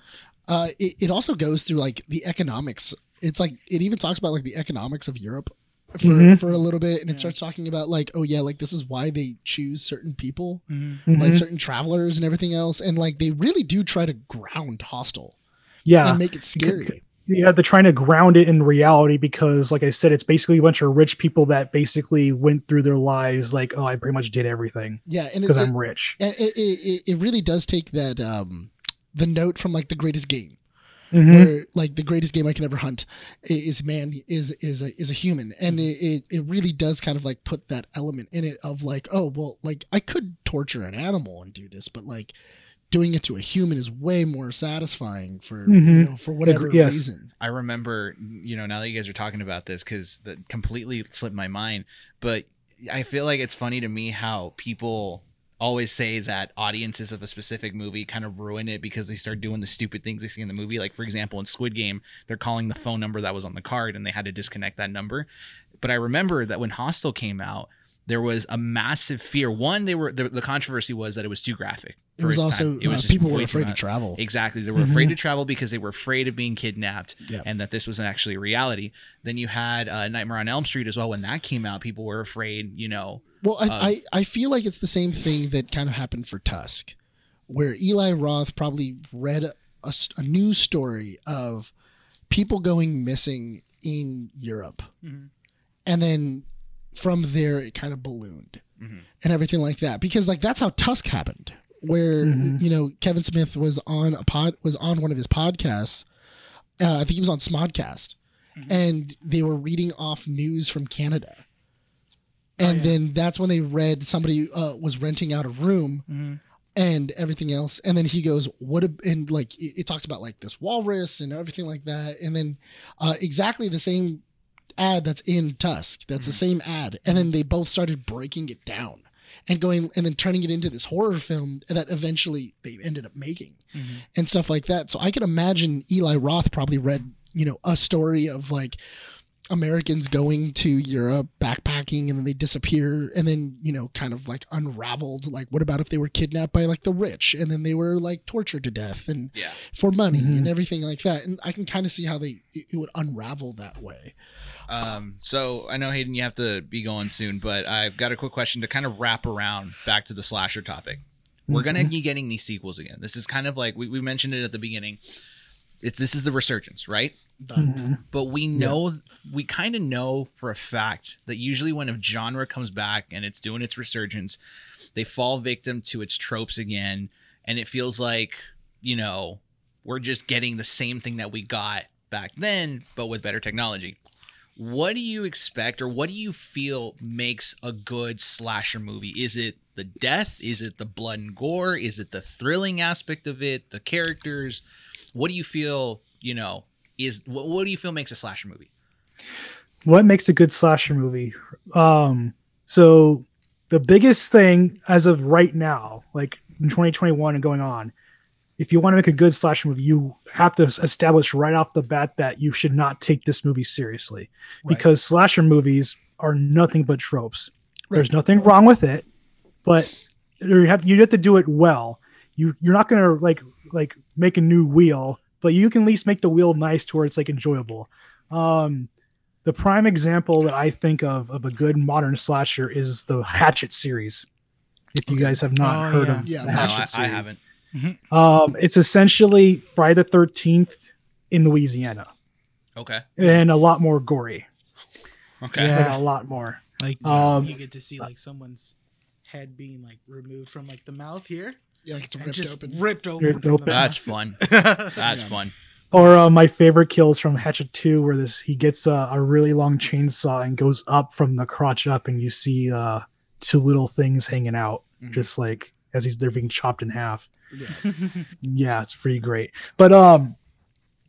Uh, it, it also goes through like the economics. It's like it even talks about like the economics of Europe for
Mhm.
for a little bit, and it
Yeah.
starts talking about like oh yeah, like this is why they choose certain people,
Mhm.
Mhm.
like certain travelers and everything else, and like they really do try to ground Hostel
yeah.
and make it scary.
Yeah, they're trying to ground it in reality because, like I said, it's basically a bunch of rich people that basically went through their lives like, oh, I pretty much did everything
Yeah, and it,
because
it,
I'm rich.
it, it, it, it really does take that um the note from like the greatest game.
Mm-hmm.
Mhm.
where like the greatest game I can ever hunt i- is man is is a is a human, and it,
Mm-hmm.
it it really does kind of like put that element in it of like oh well like I could torture an animal and do this, but like doing it to a human is way more satisfying for
Mm-hmm.
you
Mhm.
know for whatever
Agre- yes.
reason.
I remember, you know, now that you guys are talking about this, because that completely slipped my mind. But I feel like it's funny to me how people always say that audiences of a specific movie kind of ruin it because they start doing the stupid things they see in the movie. Like, for example, in Squid Game, they're calling the phone number that was on the card and they had to disconnect that number. But I remember that when Hostel came out, there was a massive fear. One, they were the, the controversy was that it was too graphic.
It
for
was
its
also
time. It was
uh,
just
people were
way too
afraid to
much.
travel.
Exactly. They were afraid to travel because they were afraid of being kidnapped
Yeah.
and that this was actually a reality. Then you had uh, Nightmare on Elm Street as well. When that came out, people were afraid, you know.
Well, I,
Uh,
I, I feel like it's the same thing that kind of happened for Tusk, where Eli Roth probably read a, a s- a news story of people going missing in Europe.
Mhm.
And then from there, it kind of ballooned
Mhm.
and everything like that. Because, like, that's how Tusk happened, where,
Mhm.
you know, Kevin Smith was on a pod, was on one of his podcasts. Uh, I think he was on Smodcast.
Mhm.
And they were reading off news from Canada
Oh,
and
yeah.
then that's when they read somebody uh, was renting out a room
Mhm.
and everything else and then he goes what a, and like it, it talks about like this walrus and everything like that and then uh, exactly the same ad that's in tusk that's the same ad and then they both started breaking it down and going and then turning it into this horror film that eventually they ended up making
Mhm.
and stuff like that so i could imagine eli roth probably read you know a story of like americans going to europe backpacking and then they disappear and then you know kind of like unraveled like what about if they were kidnapped by like the rich and then they were like tortured to death and
Yeah.
for money
Mhm.
and everything like that and i can kind of see how they it it would unravel that way
Um, so I know, Hayden, you have to be going soon, but I've got a quick question to kind of wrap around back to the slasher topic. We're going to
Mm-hmm.
be getting these sequels again. This is kind of like we, we mentioned it at the beginning. It's this is the resurgence, right?
Done.
Mhm.
but we know we kind of know for a fact that usually when a genre comes back and it's doing its resurgence they fall victim to its tropes again and it feels like you know we're just getting the same thing that we got back then but with better technology what do you expect or what do you feel makes a good slasher movie is it the death is it the blood and gore is it the thrilling aspect of it the characters what do you feel you know is what, what do you feel makes a slasher movie?
what makes a good slasher movie um so the biggest thing as of right now like in 2021 and going on if you want to make a good slasher movie you have to establish right off the bat that you should not take this movie seriously
Right.
because slasher movies are nothing but tropes
Right.
there's nothing wrong with it but you have you have to do it well you you're not going to like like make a new wheel but you can at least make the wheel nice to where it's like enjoyable um the prime example that I think of of a good modern slasher is the Hatchet series. If you guys have not
Oh,
heard
yeah.
of
Yeah.
the
No,
No,
Hatchet
I, I
series,
haven't.
Um, it's essentially Friday the Thirteenth in Louisiana.
Okay.
and a lot more gory.
Okay.
Like,
Yeah.
a lot more.
Like
Um,
you get to see like someone's head being like removed from like the mouth here,
Yeah, like it's
and
ripped
just
open.
ripped open.
Ripped
from
open.
The
That's fun.
mouth.
That's
Yeah.
fun.
Or uh, my favorite kills from Hatchet 2, where this he gets a, a really long chainsaw and goes up from the crotch up, and you see uh, two little things hanging out,
Mhm.
just like as he's they're being chopped in half.
Yeah.
Yeah, it's pretty great. But um,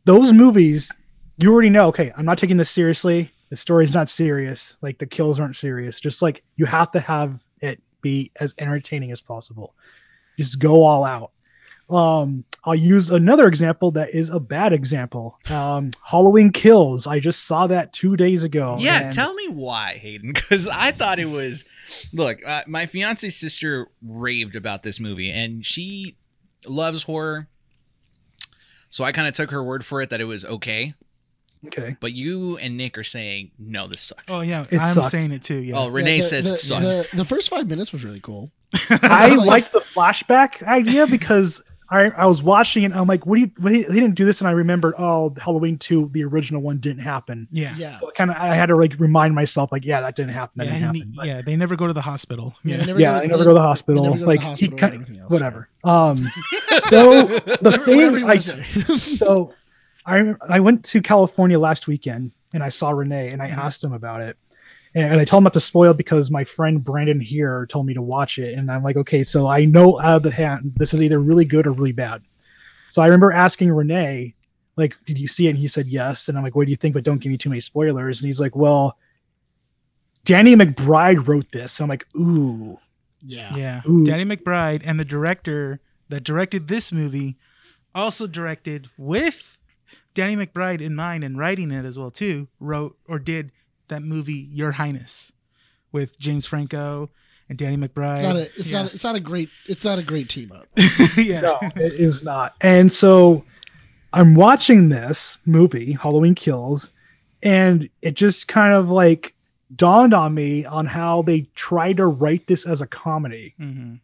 those movies, you already know. Okay, I'm not taking this seriously. The story's not serious. Like the kills aren't serious. Just like you have to have it be as entertaining as possible. Just go all out. Um, I'll use another example that is a bad example. Um, Halloween Kills. I just saw that two days ago.
Mm-hmm. yeah,
and-
tell me why, Hayden, because I thought it was. Look, uh, my fiance's sister raved about this movie, and she loves horror. So I kind of took her word for it that it was okay.
Okay.
But you and Nick are saying no, this sucked.
oh yeah,
It
I'm
sucked.
saying it too. Yeah.
Oh, Renee
Yeah, the-
says
the,
it sucked.
The, the first five minutes was really cool.
I
Like-
like the flashback idea because I, I was watching it. I'm like, what do you? What, he didn't do this, and I remembered, oh, Halloween two, the original one didn't happen.
yeah.
Yeah.
So kind of, I had to like remind myself, like, yeah, that didn't happen. That
Yeah,
didn't
and he-
happen. But-
yeah, they never go to the hospital.
Yeah, they never
yeah,
go
I never go to the hospital.
never go to the
like
hospital
he
or
kind
anything else.
whatever. Um, so the
Whatever
thing
you
I
wanna say.
so I remember I went to California last weekend and I saw Renee and I asked him about it. And, and I told him not to spoil because my friend Brandon here told me to watch it. And I'm like, okay, so I know out of the hand, this is either really good or really bad. So I remember asking Renee, like, did you see it? And he said, yes. And I'm like, what do you think? But don't give me too many spoilers. And he's like, well, Danny McBride wrote this. And I'm like, ooh,
yeah.
Yeah.
Ooh.
Danny McBride and the director that directed this movie also directed with Danny McBride in mind and writing it as well too, wrote or did that movie Your Highness with James Franco and Danny McBride.
It's not a. It's
yeah.
not. A, it's not a great. It's not a great team up.
yeah.
no, it is not. And so I'm watching this movie, Halloween Kills, and it just kind of like dawned on me on how they tried to write this as a comedy.
Mm-hmm.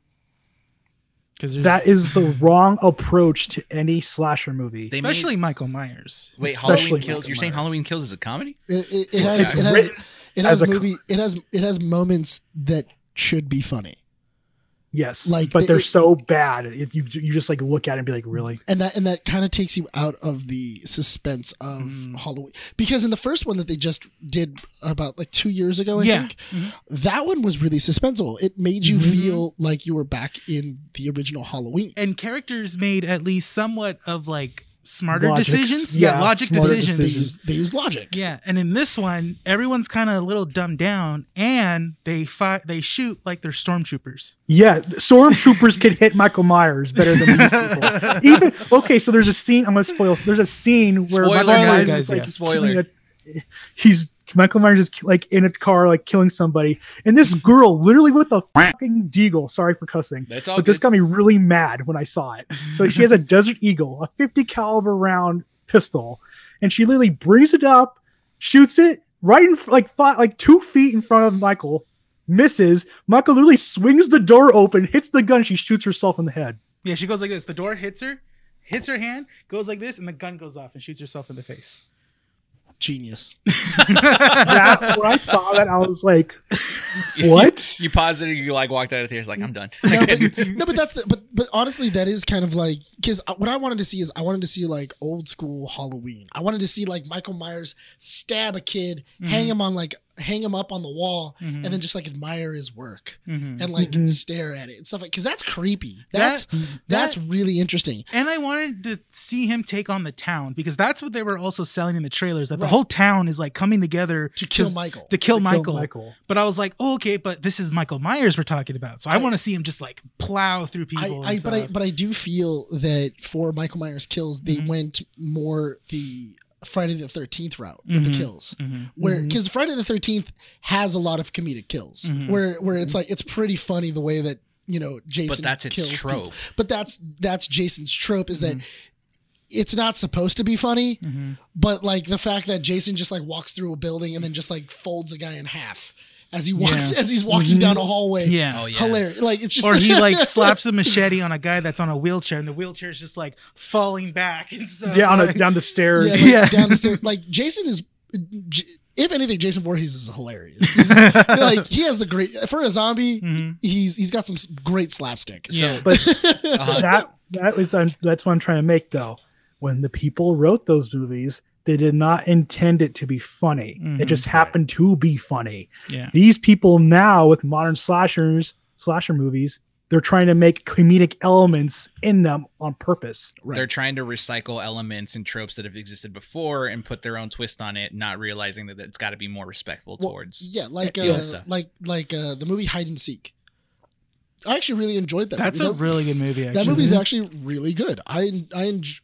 Cuz
That is the wrong approach to any slasher movie.
They made-
especially Michael Myers.
wait,
especially
Halloween Kills.
Michael
You're saying
Myers.
Halloween Kills is a comedy?
It, it, it
It's
has. It has.
written-
It has
as a co-
movie. It has. It has moments that should be funny,
yes,
like,
but they're
it-
so bad. It, you you just like look at it and be like, really?
and that and that kind of takes you out of the suspense of
Mm.
Halloween. Because in the first one that they just did about like two years ago, I
Yeah.
think
Mm-hmm.
Mhm.
that one was really suspenseful. It made you
Mhm.
feel like you were back in the original Halloween.
and characters made at least somewhat of like smarter
Logics.
decisions. Yeah,
Yeah,
logic
smarter
decisions.
They
decisions.
use, they use logic.
Yeah, and in this one, everyone's kind of a little dumbed down, and they fight, they shoot like they're stormtroopers.
Yeah, stormtroopers could hit Michael Myers better than these people. even okay so there's a scene i'm gonna spoil there's a scene where
Spoiler,
michael myers
guys,
is, like,
yeah. Spoiler.
killing a- he's michael myers is like in a car like killing somebody and this girl literally with a fucking deagle sorry for cussing
That's all.
but this
good.
got me really mad when i saw it so she has a desert eagle a 50 caliber round pistol and she literally brings it up shoots it right in fr- like five, like two feet in front of michael misses michael literally swings the door open hits the gun she shoots herself in the head
yeah, she goes like this. The door hits her, hits her hand, goes like this, and the gun goes off and shoots herself in the face.
Genius.
that when I saw that, I was like, "What?"
You paused it and you like walked out of theaters like I'm done.
No, but, no, but that's the, but but honestly, that is kind of like because what I wanted to see is I wanted to see like old school Halloween. I wanted to see like Michael Myers stab a kid, hang
Mhm.
him on like hang him up on the wall,
Mhm,
and then just like admire his work
mhm.
and like
Mhm.
stare at it and stuff like because that's creepy.
That-
That's that's
that-
really interesting.
and I wanted to see him take on the town because that's what they were also selling in the trailers that the
Right.
whole town is like coming together
To kill
Michael.
Michael.
To kill, Michael.
Michael.
but I was like, oh, okay, but this is Michael Myers we're talking about, so I,
I-
want to see him just like plow through
I,
people.
I
and
but I
stuff.
but I do feel that for Michael Myers kills, they
Mhm.
went more the Friday the Thirteenth route with
Mhm.
the kills.
Mhm.
where
Mhm.
because Friday the Thirteenth has a lot of comedic kills,
Mhm.
where where it's like it's pretty funny the way that you know Jason
but that's its
kills
trope.
people. But that's that's Jason's trope is that
Mm-hmm.
it's not supposed to be funny,
Mhm.
but like the fact that Jason just like walks through a building and then just like folds a guy in half. as he walks
Yeah. Mm-hmm.
as he's walking
Mhm.
down a hallway.
yeah.
Oh yeah.
Hilarious. Like it's just
Or he like slaps a machete on a guy that's on a wheelchair, and the wheelchair's just like falling back and stuff.
yeah, on a,
like-
down the stairs.
yeah, like,
Yeah.
down the stairs. Like Jason is, J- if anything, Jason Voorhees is hilarious. He's- like he has the great for a zombie.
Mhm.
He's he's got some s- great slapstick. So
Yeah.
But
Uh-huh. Uh,
that that is um, that's what I'm trying to make though. When the people wrote those movies, they did not intend it to be funny. It
Mhm.
just happened to be funny.
Yeah.
These people now with modern slashers, slasher movies, they're trying to make comedic elements in them on purpose.
right.
They're trying to recycle elements and tropes that have existed before and put their own twist on it, not realizing that it's got to be more respectful
Well,
towards.
yeah, like
Yeah,
uh,
stuff.
like like uh, the movie Hide and Seek. I actually really enjoyed that.
That's
movie.
a
that,
really good movie. Actually.
that movie's actually really good. I I enj-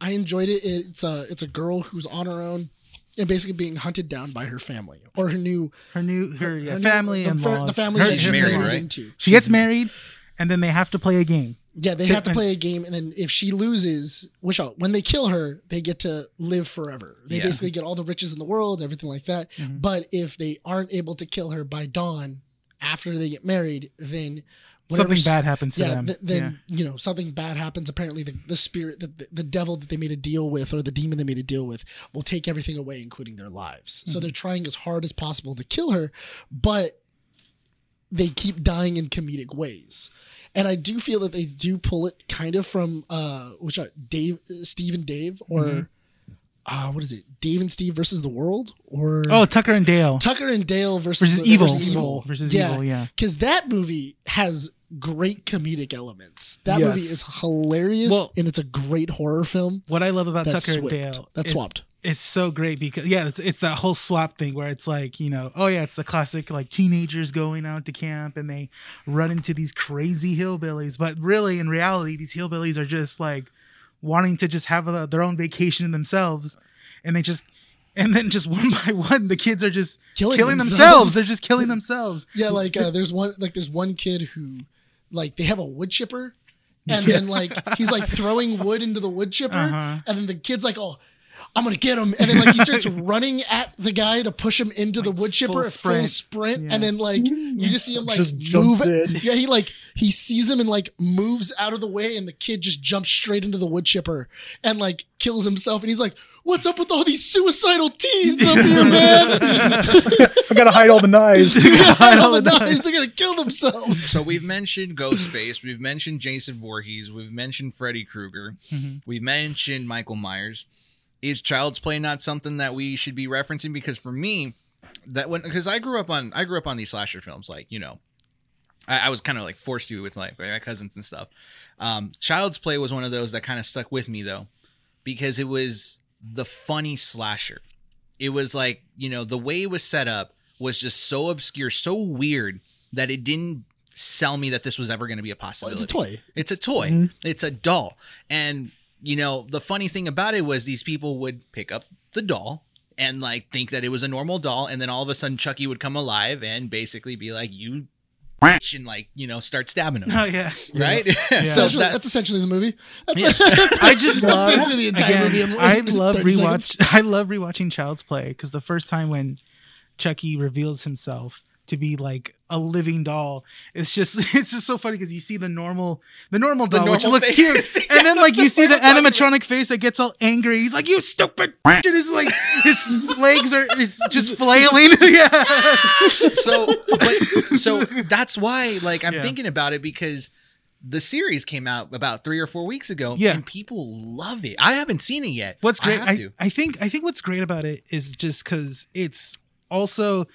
I enjoyed it. It's a it's a girl who's on her own and basically being hunted down by her family or her new
her new her, yeah,
new-
family
the,
and
fir-
laws.
the family
Her-
that
She's
she
her
married,
family.
marries
right?
into.
She gets married, and then they have to play a game.
Yeah, they
Take
have to
my-
play a game, and then if she loses, which I'll- when they kill her, they get to live forever. They
Yeah.
basically get all the riches in the world, everything like that.
Mhm.
But if they aren't able to kill her by dawn, after they get married, then whatever
Something
s-
bad happens to
Yeah,
them.
th- then you know something bad happens. Apparently, the, the spirit, that the, the devil that they made a deal with, or the demon they made a deal with, will take everything away, including their lives. So
Mhm.
they're trying as hard as possible to kill her, but they keep dying in comedic ways. And I do feel that they do pull it kind of from uh, which are Dave, uh, Steve and Dave, or
Mhm.
uh, what is it, Dave and Steve versus the world, or
yeah. Oh, Tucker and Dale
Tucker and Dale versus,
versus
the-
evil.
versus evil,
versus
yeah,
evil. Yeah.
because that movie has great comedic elements. That
Yes.
movie is hilarious,
Well-
and it's a great horror film.
What I love about
That's
Tucker
swapped.
and Dale.
That's
is-
swapped.
it's so great because yeah, it's it's that whole swap thing where it's like you know oh yeah, it's the classic like teenagers going out to camp and they run into these crazy hillbillies, but really in reality these hillbillies are just like wanting to just have a, their own vacation themselves, and they just and then just one by one the kids are just
Killing,
killing themselves. They're just killing themselves.
yeah. Like uh, there's one like there's one kid who like they have a wood chipper, and then
Yes.
like he's like throwing wood into the wood chipper,
Uh-huh.
and then the kid's like, oh. I'm gonna get him, and then like he starts running at the guy to push him into the
Like,
wood chipper,
full
at full
sprint.
sprint,
Yeah.
and then like you just see him like
just
move,
jumps in.
Yeah, he like he sees him and like moves out of the way, and the kid just jumps straight into the wood chipper and like kills himself. And he's like, "What's up with all these suicidal teens up here, man?
I gotta hide all the knives.
You gotta hide all
All
the
the
knives. They're gonna kill themselves."
So we've mentioned Ghostface, we've mentioned Jason Voorhees, we've mentioned Freddy Krueger,
Mhm.
we've mentioned Michael Myers. Is Child's Play not something that we should be referencing? Because for me, that when because I grew up on I grew up on these slasher films, like you know, I, I was kind of like forced to with my my cousins and stuff. Um, Child's Play was one of those that kind of stuck with me though, because it was the funny slasher. It was like you know the way it was set up was just so obscure, so weird that it didn't sell me that this was ever going to be a
Well, it's
possibility.
a toy.
It's a toy.
Mhm.
It's a doll. And you know, the funny thing about it was these people would pick up the doll and like think that it was a normal doll, and then all of a sudden Chucky would come alive and basically be like, "You," bitch," and like you know start stabbing him,
Oh yeah,
right?
Yeah.
so
Essentially-
that,
that's essentially the movie. That's,
Yeah.
that's-
I just
that's
love-
basically the entire movie.
Again,
in
I love
30 seconds.
rewatch. I love rewatching Child's Play because the first time when Chucky reveals himself to be like a living doll, it's just it's just so funny because you see the normal the normal
The
doll which
normal
looks
face.
cute,
Yeah,
and then
that's
like
the
you see
part
the
I'm talking about.
animatronic face that gets all angry. He's like, "You stupid!" And his like his legs are is just flailing. yeah.
so but, so that's why like I'm
Yeah.
thinking about it because the series came out about three or four weeks ago,
Yeah.
and people love it. I haven't seen it yet.
What's
I
great,
have
I,
to.
I, think, I think what's great about it is just because it's also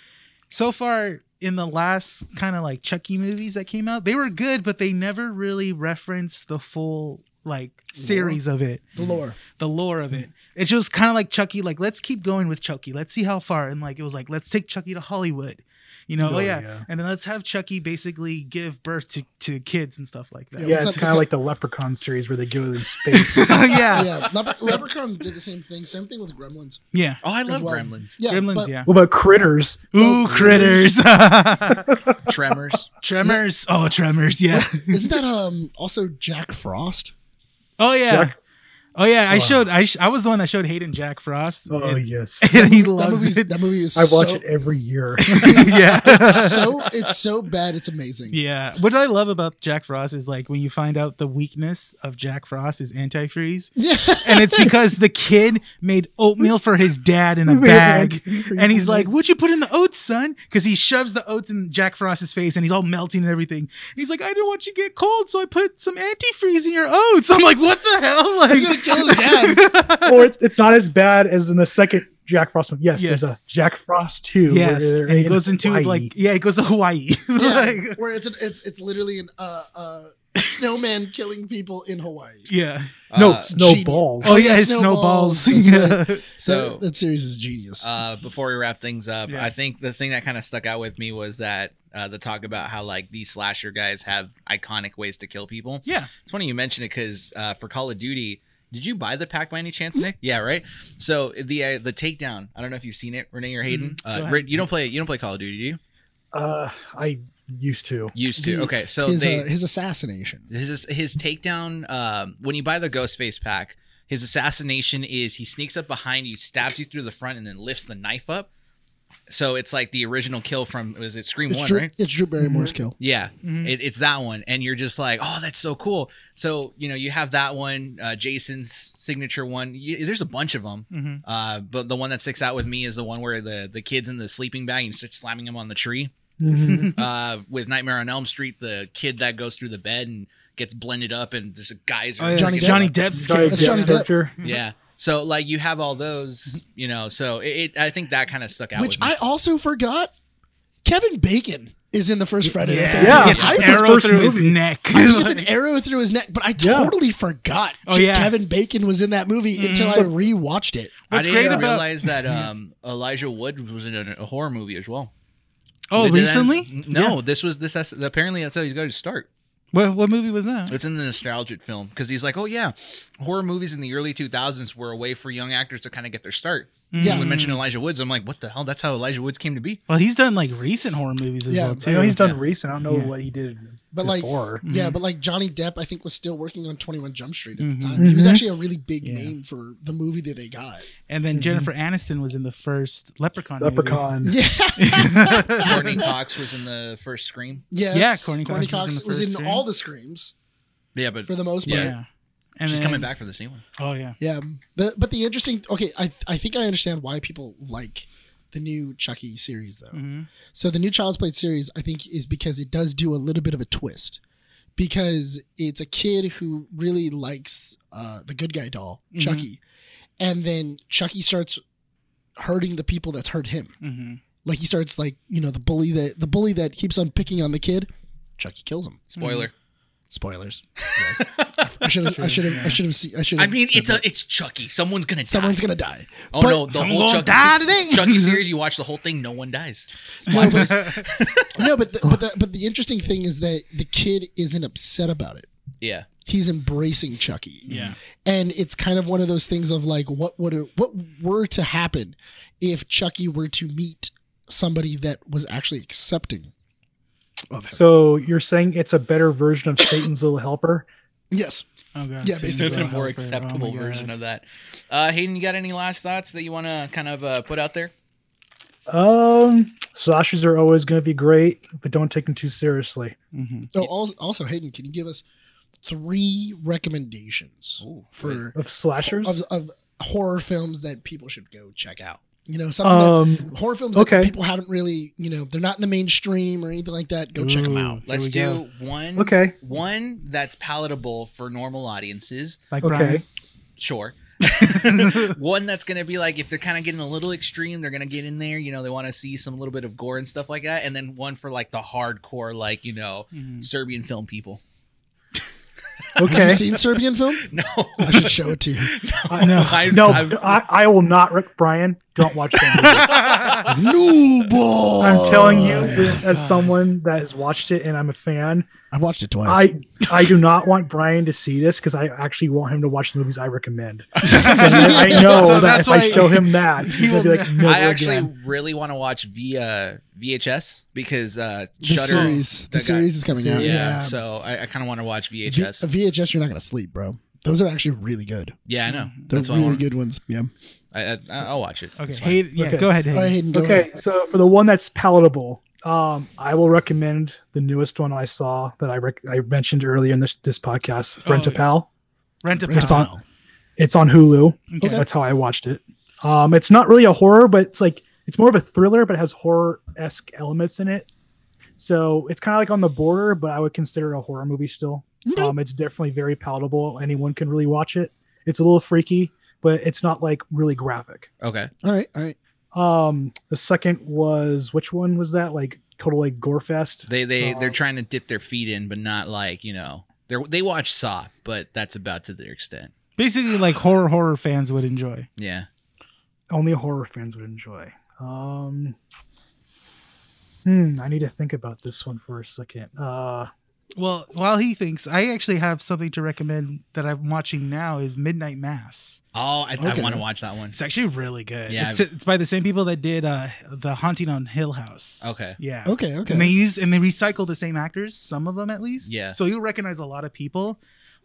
so far in the last kind of like Chucky movies that came out, they were good, but they never really referenced the full like series of it,
the lore.
the lore of it.
Hmm.
It's just kind of like Chucky, like let's keep going with Chucky, let's see how far, and like it was like let's take Chucky to Hollywood, you know? Oh,
Oh,
yeah.
yeah.
and then let's have Chucky basically give birth to to kids and stuff like that.
Yeah,
It's
it's,
like-
kind
it's
of
like-
like the Leprechaun series where they go in space.
yeah,
Yeah, Lep- Leprechaun did the same thing. Same thing with Gremlins.
yeah.
Oh, I love
well.
Gremlins,
Yeah,
Gremlins,
but-
yeah.
what about critters?
Ooh, critters.
Tremors.
Tremors. Oh, Tremors. Yeah.
Isn't that um also Jack Frost?
Oh yeah.
Jack-
Oh yeah, I
Wow.
showed. I sh- I was the one that showed Hayden Jack Frost.
Oh
and,
yes,
and he
That
loves
movie,
it.
that movie is
I watch
so,
it every year.
yeah.
It's so it's so bad. It's amazing.
Yeah. What I love about Jack Frost is like when you find out the weakness of Jack Frost is antifreeze,
Yeah.
and it's because the kid made oatmeal for his dad in a bag. And he's like, "What'd you put in the oats, son?" Because he shoves the oats in Jack Frost's face, and he's all melting and everything. And he's like, "I didn't want you to get cold, so I put some antifreeze in your oats." I'm like, "What the hell?" Like,
He's gonna kill his dad.
or it's, it's not as bad as in the second Jack Frost one. Yes,
Yeah.
there's a Jack Frost two.
yes,
they're
and he
in
goes into
Hawaii.
like, yeah, he goes to Hawaii.
Yeah,
like,
where it's an, it's it's literally an uh uh snowman killing people in Hawaii.
yeah.
no
Uh,
snowballs.
Oh yeah, his
snowballs.
snowballs.
That's
Yeah.
so
that, that series is genius.
uh, before we wrap things up,
Yeah.
I think the thing that kind of stuck out with me was that uh, the talk about how like these slasher guys have iconic ways to kill people.
Yeah.
it's funny you mentioned it because uh, for Call of Duty, did you buy the pack by any chance,
Hmm?
Nick? Yeah, right. So the uh, the takedown. I don't know if you've seen it, Renee or Hayden.
Mhm. Go
Uh,
ahead.
Ray- you don't play you don't play Call of Duty, do you?
Uh, I used to.
Used to.
The-
Okay, so
his
they
uh, his assassination.
his his takedown um, when you buy the ghost face pack his assassination is he sneaks up behind you stabs you through the front and then lifts the knife up so it's like the original kill from was it scream
It's
one
Drew,
right
it's Drew Barrymore's kill.
yeah
Mhm.
it, it's that one and you're just like oh that's so cool so you know you have that one uh, jason's signature one you, there's a bunch of them
Mhm.
uh, but the one that sticks out with me is the one where the the kids in the sleeping bag and you start slamming them on the tree
Mm-hmm.
uh, with Nightmare on Elm Street, the kid that goes through the bed and gets blended up, and there's a geyser.
Oh, yeah,
Johnny
Johnny,
Depp.
Johnny Depp's
Sorry,
character.
That's Johnny
Jack
Depp.
Reacher.
Yeah. So like you have all those, you know. So it, it I think that kind of stuck out.
Which
with me.
I also forgot.13th. Kevin Bacon is in the first Friday
Yeah,
the 13th.
Yeah.
he gets
I,
an
for-
It's his
arrow
first
through
movie.
his neck.
I think it's an arrow through his neck, but I
Yeah.
totally forgot
Oh, yeah.
Kevin Bacon was in that movie
Mhm.
until I rewatched it.
I
What's
didn't
great about
realize that um, Elijah Wood was in a, a horror movie as well.
oh
They did that-
recently?
N- no, this was this. Has, apparently, that's how he's got to start.
What what movie was that?
It's in the nostalgic film because he's like, oh yeah, horror movies in the early 2000s were a way for young actors to kind of get their start.
Yeah.
When we
Mm.
mentioned Elijah Woods, I'm like, what the hell? That's how Elijah Woods came to be.
Well, he's done like recent horror movies as
Yeah,
well.
I
Too.
know he's done
Yeah.
recent. I don't know
Yeah.
what he did
But like,
before.
Mhm.
yeah, but like Johnny Depp, I think was still working on 21 Jump Street at
Mhm.
the time. He was
Mhm.
actually a really big
Yeah.
name for the movie that they got.
And then
Mhm.
Jennifer Aniston was in the first Leprechaun. movie.
Leprechaun.
Yeah,
Courtney Cox was in the first Scream.
yes.
Yeah, Courtney Cox
Cox was in,
the first
all
Scream.
the screams
Yeah, but
for the most part.
Yeah.
yeah. And
she's
then-
coming back for this new one.
Oh yeah.
Yeah. The, but the interesting, okay, I, I think I understand why people like the new Chucky series, though.
Mhm.
So the new Child's Play series, I think, is because it does do a little bit of a twist. Because it's a kid who really likes uh, the good guy doll,
Mm-hmm.
Mhm.
Chucky. And then Chucky starts hurting the people that's hurt him.
Mhm.
Like he starts like, you know, the bully that the bully that keeps on picking on the kid, Chucky kills him.
Spoiler.
Spoilers. Yes. I should have I should have I should have seen I should
I mean, it's a it's Chucky. Someone's gonna
someone's
die.
gonna die.
Oh
but-
no, the
Someone
whole
gonna
Chucky,
die today.
Chucky series. You watch the whole thing, no one dies.
No, but, no, but the, but the, but the interesting thing is that the kid isn't upset about it.
Yeah,
He's embracing Chucky.
yeah.
and it's kind of one of those things of like what would what were to happen if Chucky were to meet somebody that was actually accepting of him.
So you're saying it's a better version of Satan's Little Helper?
yes,
Oh god.
Yeah,
Satan's
basically.
it's
Little
a more
Helper. Oh, my
acceptable
God.
version of that. Uh, Hayden, you got any last thoughts that you want to kind of uh, put out there?
Um, slashers are always going to be great, but don't take them too seriously.
Mhm.
oh, also, also Hayden, can you give us three recommendations
Ooh,
for
Of slashers,
of, of horror films that people should go check out? You know, something
um,
that horror films that
okay.
people haven't really, you know, they're not in the mainstream or anything like that. Go check 'em check them
Ooh,
out.
here
let's
we
do
go.
one.
okay,
One that's palatable for normal audiences.
like Mm-hmm.
okay,
Sure. one that's gonna be like if they're kind of getting a little extreme, they're gonna get in there. You know, they want to see some little bit of gore and stuff like that. And then one for like the hardcore, like you know,
Brian. Mhm.
Serbian film people.
Have you
okay.
seen Serbian film?
No,
I should show it to you.
No.
I,
No,
I-
I, I will not. Rick Brian, don't watch that. Movie.
no, boy.
I'm telling you
Oh,
this as
God.
someone that has watched it and I'm a fan.
I've watched it twice.
I I do not want Brian to see this because I actually want him to watch the movies I recommend. And I
So
know that
that's
if
why-
I show him that,
He
he's gonna be
will
like,
not-
"Never
I actually
again."
really want to watch via VHS because uh,
the
Shutter.
series. The
that got-
series is coming out.
Yeah,
Yeah.
so I, I kind of want to watch
V-
VHS.
VHS, you're not gonna sleep, bro. Those are actually really good.
Yeah, I know.
Mm-hmm. They're
That's why I
really
want.
good ones. Yeah.
I, I, I'll watch it.
Okay,
It's fine.
Hayden, yeah,
Okay.
go ahead.
All
Hayden.
right, Hayden. Go
okay,
ahead.
so for the one that's palatable, um, I will recommend the newest one I saw that I rec- I mentioned earlier in this this podcast,
Oh,
Rent a
yeah.
Pal.
Rent a
It's
Pal.
on it's on Hulu.
Okay.
That's how I watched it. Um, it's not really a horror, but it's like it's more of a thriller, but it has horror esque elements in it. So it's kind of like on the border, but I would consider it a horror movie still.
Okay.
Um, it's definitely very palatable. Anyone can really watch it. It's a little freaky, but it's not like really graphic.
Okay.
All right. All right.
Um, the second was which one was that? Like total like gore fest.
They they they're
Um,
trying to dip their feet in, but not like you know they they watch Saw, but that's about to their extent.
Basically, like horror horror fans would enjoy.
Yeah.
Only horror fans would enjoy. Um, hmm, I need to think about this one for a second. Uh,
Well, while he thinks, I actually have something to recommend that I'm watching now is Midnight Mass.
Oh, I,
Okay.
I want to watch that one.
It's actually really good.
Yeah,
it's, it's by the same people that did uh, the Haunting on Hill House.
Oh. Okay.
Yeah.
Okay. Okay.
And they use and they recycle the same actors, some of them at least.
Yeah.
So you'll recognize a lot of people,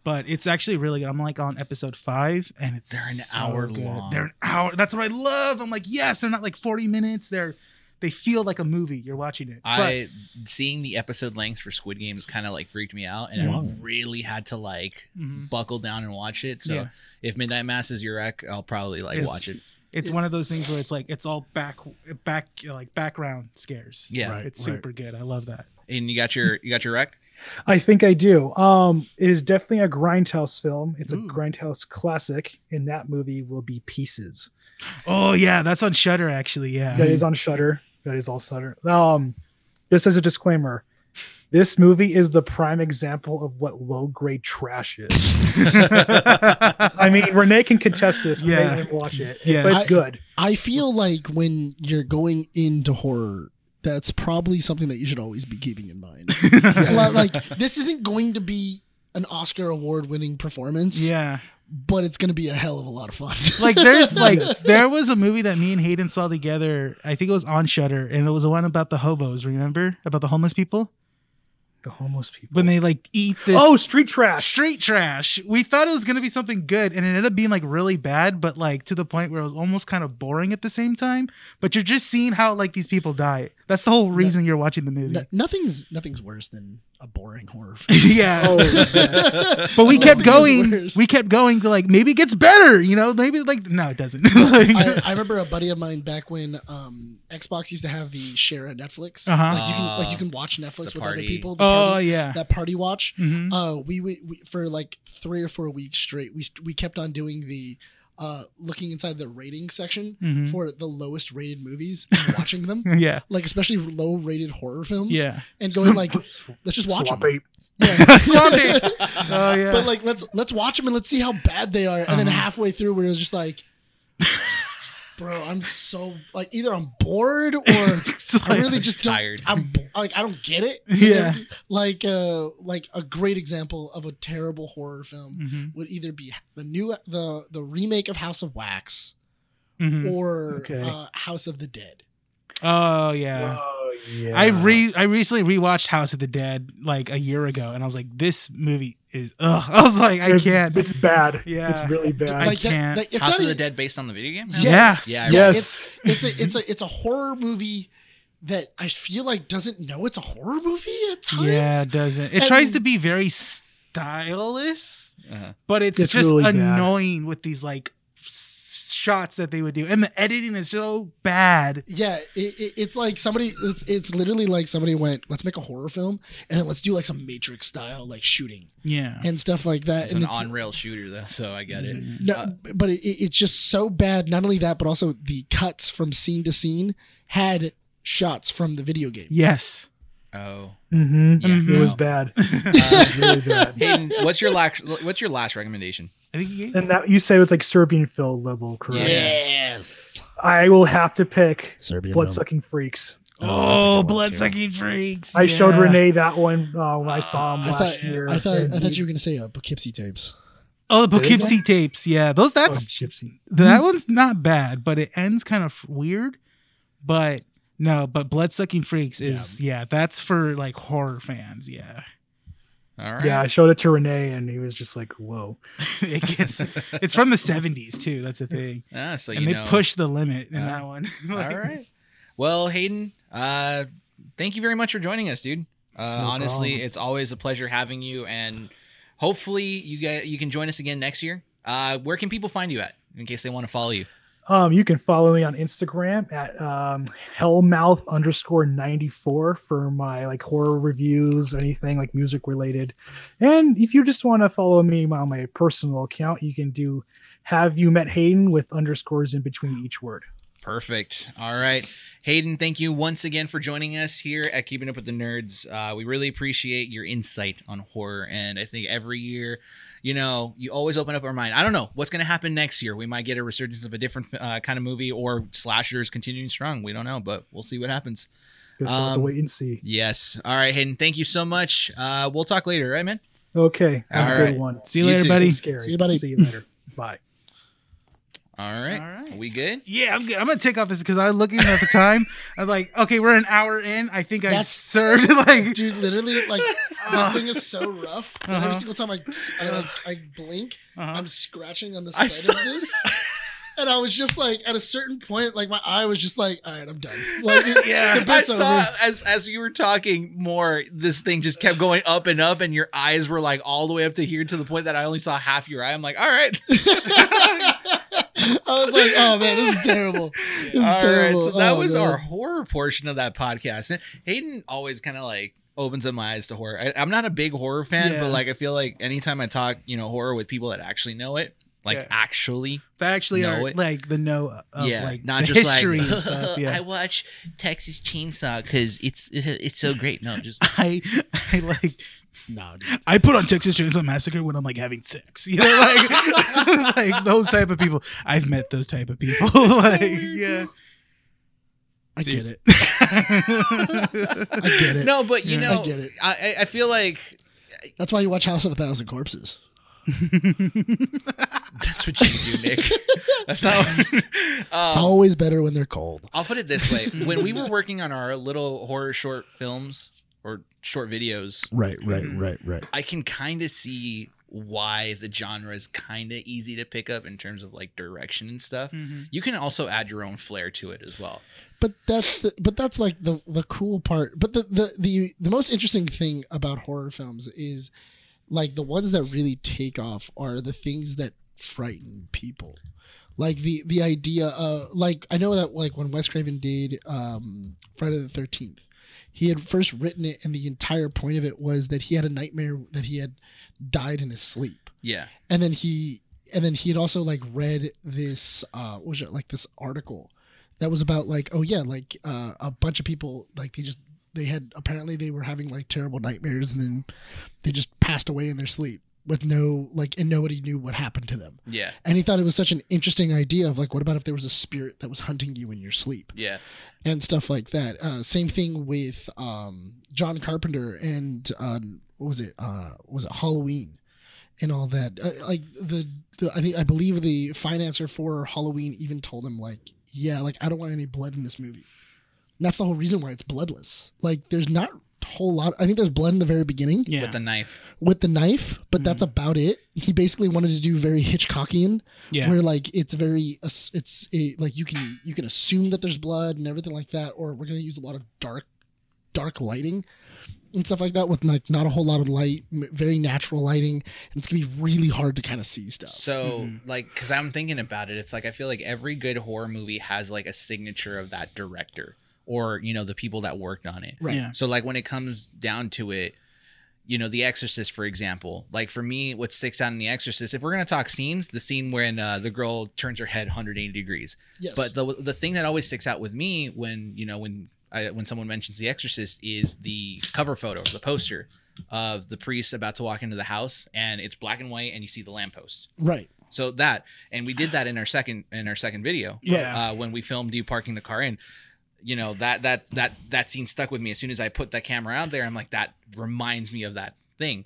but it's actually really good. I'm like on episode five, and it's
They're an
so
hour
good.
long.
They're an hour. That's what I love. I'm like, yes, they're not like 40 minutes. They're they feel like a movie. You're watching it.
I seeing the episode lengths for Squid Games kind of like freaked me out, and
Wow.
I really had to like
But, mhm.
buckle down and watch it. So
Yeah.
if Midnight Mass is your rec, I'll probably like
It's-
watch it.
it's one of those things where it's like it's all back back like background scares.
Yeah.
Right,
It's
right.
super good. I love that.
And you got your you got your rec.
I think I do. Um, it is definitely a grindhouse film. It's
Ooh.
a grindhouse classic, and that movie will be Pieces.
Oh yeah, that's on Shutter actually. Yeah.
That is on Shutter. That is all Shutter. Um, just as a disclaimer, this movie is the prime example of what low grade trash is. I mean, Renee can contest this.
Yeah.
Yeah, I didn't watch it.
Yes.
but it's
I-
good.
I feel like when you're going into horror, that's probably something that you should always be keeping in mind. Li- like this isn't going to be an Oscar award winning performance,
yeah.
but it's going to be a hell of a lot of fun.
like there's like there was a movie that me and Hayden saw together. I think it was on Shutter, and it was the one about the hobos. Remember about the homeless people
The homeless people.
when they like eat this
oh, street trash.
street trash. We thought it was gonna be something good, and it ended up being like really bad, but like to the point where it was almost kind of boring at the same time. But you're just seeing how like these people die. That's the whole reason you're watching the movie.
No- nothing's nothing's worse than a boring horror film.
yeah.
Oh,
But we
Oh,
kept
it's
going.
worse.
We kept going to like maybe it gets better, you know? Maybe like no, it doesn't.
I, I remember a buddy of mine back when um, Xbox used to have the share on Netflix.
Uh-huh.
Like you can like you
Uh,
can watch Netflix
the
with other
party.
people. the
oh
party-
yeah.
that party watch.
Mhm.
Uh, we, we we for like three or four weeks straight. We st- we kept on doing the uh, looking inside the rating section
Mhm.
for the lowest rated movies, and watching them
Yeah.
like especially low rated horror films.
Yeah.
and going like let's just watch
Swamp
them.
ape.
Yeah.
Swampy. Oh yeah.
But like let's let's watch them and let's see how bad they are. And then
Uh-huh.
halfway through, we're just like, bro, I'm so like either I'm bored or
It's
I
like-
really just don't.
tired.
I'm bo- like I don't get it.
Yeah.
know? Like uh like a great example of a terrible horror film
Mhm,
would either be the new the the remake of House of Wax
mhm.
or
Okay.
uh, House of the Dead.
Oh yeah.
Oh, yeah.
I re I recently rewatched House of the Dead like a year ago, and I was like, this movie is ugh. I was like, I
It's-
can't.
It's bad.
Yeah.
It's really bad.
I
like
can't.
That, that, it's
House
not
of the
e-
Dead based on the video game.
Yeah.
Yes.
Yeah,
yeah.
yes.
It's, it's a it's a it's a horror movie that I feel like doesn't know it's a horror movie at times.
Yeah, it doesn't. It
I
tries
mean-
to be very stylish,
Uh,
Uh-huh.
but it's,
It's
just
really bad.
annoying with these like s- shots that they would do, and the editing is so bad.
Yeah, it, it, it's like somebody. It's it's literally like somebody went, let's make a horror film, and then let's do like some Matrix style like shooting
Yeah.
and stuff like that.
It's
and Mm,
an on rail shooter though, so I get it.
No,
Uh,
but it, it- it's just so bad. Not only that, but also the cuts from scene to scene had shots from the video game.
Yes.
Oh.
hmm
Yeah.
Mhm.
It was
no.
bad.
Uh,
really bad.
Hayden, what's your last what's your last recommendation?
I think you
And that you say it was like Serbian film level, correct?
Yeah.
Yes,
I will have to pick
Serbian.
Blood Sucking Freaks.
Oh, bloodsucking freaks!
I showed
yeah.
Renee that one uh, when I saw him
I
last
thought,
year.
I thought
and
I thought
he-
you were gonna say uh, Poughkeepsie tapes.
Oh, the
Say it again?
Poughkeepsie tapes. Yeah, those.
Oh,
That's
gypsy.
Hmm.
that one's not bad, but it ends kind of weird. But no, but bloodsucking freaks is yeah. That's for like horror fans. Yeah.
All right.
Yeah, I showed it to Renee, and he was just like, "Whoa!"
it gets, it's from the 70s too. That's the thing.
Ah, so
and
you
they
know.
push the limit in
Yeah.
that one.
All
Like,
right. Well, Hayden, uh, thank you very much for joining us, dude. Uh, honestly,
problem.
it's always a pleasure having you, and hopefully, you guys you can join us again next year. Uh, where can people find you at in case they want to follow you?
Um, you can follow me on Instagram at um, hellmouth underscore ninety four for my like horror reviews, anything like music related. And if you just want to follow me on my personal account, you can do "Have you met Hayden?" with underscores in between each word.
Perfect. All right. Hayden, thank you once again for joining us here at Keeping Up with the Nerds. Uh, we really appreciate your insight on horror. And I think every year, you know, you always open up our mind. I don't know what's going to happen next year. We might get a resurgence of a different uh, kind of movie or slashers continuing strong. We don't know, but we'll see what happens.
Just we'll have
Um,
to wait and see.
Yes. All right, Hayden, thank you so much. Uh, we'll talk later, right, man?
Okay, have a
alright.
good one.
See you,
You
later,
too.
buddy.
Scary.
See you, buddy.
See you later. Bye.
All right.
All right.
We good?
Yeah, I'm good. I'm gonna take off this because I was looking at the time. I'm like, okay, we're an hour in. I think I
That's-
served like
Dude, literally, like this
uh,
thing is so rough. And
Uh-huh.
Every single time I, I like I blink,
uh-huh.
I'm scratching on the
I
side of this. And I was just like, at a certain point, like my eye was just like, all right, I'm done. Like, it-
Yeah.
the bit's
I
over.
saw as as you were talking more, this thing just kept going up and up, and your eyes were like all the way up to here to the point that I only saw half your eye. I'm like, all right,
I was like, oh man, this is terrible. This is
all right.
terrible.
So that
Oh,
was
God.
our horror portion of that podcast. And Hayden always kind of like opens up my eyes to horror. I, I'm not a big horror fan,
Yeah.
but like I feel like anytime I talk, you know, horror with people that actually know it, like
Yeah.
actually,
That actually
Know
are
it.
like the know of
yeah,
like
not
the
just
history
like
and stuff.
I
Yeah.
watch Texas Chainsaw because it's it's so great. No, just
I, I like
no, dude.
I put on Texas Chainsaw Massacre when I'm like having sex, you know, like, like those type of people. I've met those type of people. like, yeah,
I
See-
get it.
I
I get it.
no, but you
Yeah.
know,
I get it.
I, I- I feel like
That's why you watch House of a Thousand Corpses.
that's what you do, Nick. That's not. What,
It's
um,
always better when they're cold.
I'll put it this way: when we were working on our little horror short films or short videos,
Right, right,
Mm-hmm.
Mhm.
right, right.
I can kind of see why the genre is kind of easy to pick up in terms of like direction and
Hmm.
stuff. You can also add your own flair to it as well.
But that's the but that's like the the cool part. But the the the, the most interesting thing about horror films is like the ones that really take off are the things that frighten people. Like the the idea of like I know that like when Wes Craven did um Friday the thirteenth, he had first written it and the entire point of it was that he had a nightmare that he had died in his sleep.
Yeah,
and then he and then he had also like read this uh what was it like this article that was about like oh yeah like uh, a bunch of people like they just they had apparently they were having like terrible nightmares and then they just passed away in their sleep with no like and nobody knew what happened to them
yeah,
and he thought it was such an interesting idea of like what about if there was a spirit that was hunting you in your sleep
yeah.
and stuff like that uh same thing with um john carpenter and um what was it uh was it halloween and all that. Uh, like the, the, I think I believe the financer for Halloween even told him like, yeah, like I don't want any blood in this movie. And that's the whole reason why it's bloodless. Like there's not a whole lot. I think there's blood in the very beginning
yeah.
With the knife,
with the knife, but that's
Mm-hmm.
about it. He basically wanted to do very Hitchcockian,
Yeah.
where like it's very, ass- it's a, like you can you can assume that there's blood and everything like that, or we're gonna use a lot of dark, dark lighting and stuff like that with like not a whole lot of light, m- very natural lighting, and it's gonna be really hard to kind of see stuff.
So,
Mhm.
like, because I'm thinking about it, it's like I feel like every good horror movie has like a signature of that director or, you know, the people that worked on it.
Right.
Yeah.
So, like, when it comes down to it, you know, The Exorcist, for example, like for me, what sticks out in The Exorcist, if we're going to talk scenes, the scene when uh, the girl turns her head 180 degrees.
Yes.
But the, the thing that always sticks out with me when, you know, when I, when someone mentions The Exorcist is the cover photo, the poster of the priest about to walk into the house and it's black and white and you see the lamppost.
right.
So that, and we did that in our second in our second video
Yeah.
uh, when we filmed you parking the car in. You know that that that that scene stuck with me. As soon as I put that camera out there, I'm like, that reminds me of that thing.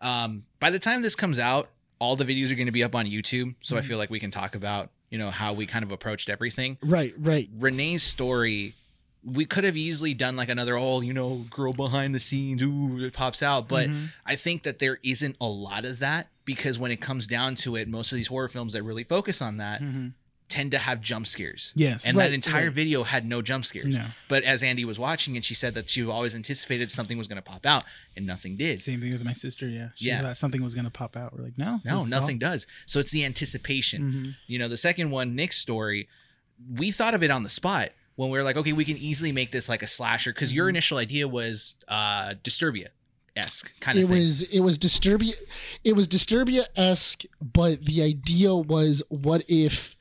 Um, by the time this comes out, all the videos are going to be up on YouTube, so I
Mhm.
feel like we can talk about you know how we kind of approached everything.
Right. Right.
Renee's story we could have easily done like another oh you know girl behind the scenes ooh it pops out but
Mhm.
I think that there isn't a lot of that because when it comes down to it most of these horror films that really focus on that
Mhm.
tend to have jump scares
yes,
and
Right,
that entire
right.
video had no jump scares
no,
but as Andy was watching it she said that she always anticipated something was going to pop out and nothing did
same thing with my sister. Yeah, She
Yeah.
thought something was gonna pop out. We're like, no,
no
this is
nothing does so it's the anticipation
all-
Mm.
Mhm.
you know, the second one, Nick's story, we thought of it on the spot when we were like, okay, we can easily make this like a slasher because your
Mm-hmm.
initial idea was uh Disturbia esque kind of
it
thing.
was it was disturbia it was disturbia esque but the idea was what if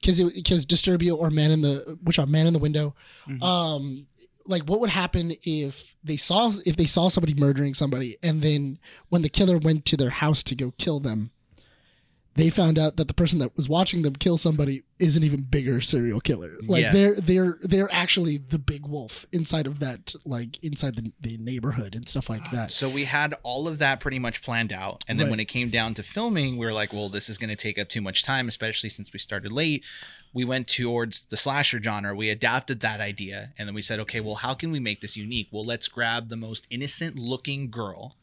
because because disturbia or man in the which are man in the window
Mm-hmm.
Mhm.
um like what would happen if they saw if they saw somebody murdering somebody and then when the killer went to their house to go kill them they found out that the person that was watching them kill somebody is an even bigger serial killer like
Yeah.
they're they're they're actually the big wolf inside of that like inside the, the neighborhood and stuff like that
so we had all of that pretty much planned out. And then
Right.
when it came down to filming, we were like, well, this is going to take up too much time, especially since we started late. We went towards the slasher genre. We adapted that idea. And then we said, okay, well, how can we make this unique? Well, let's grab the most innocent looking girl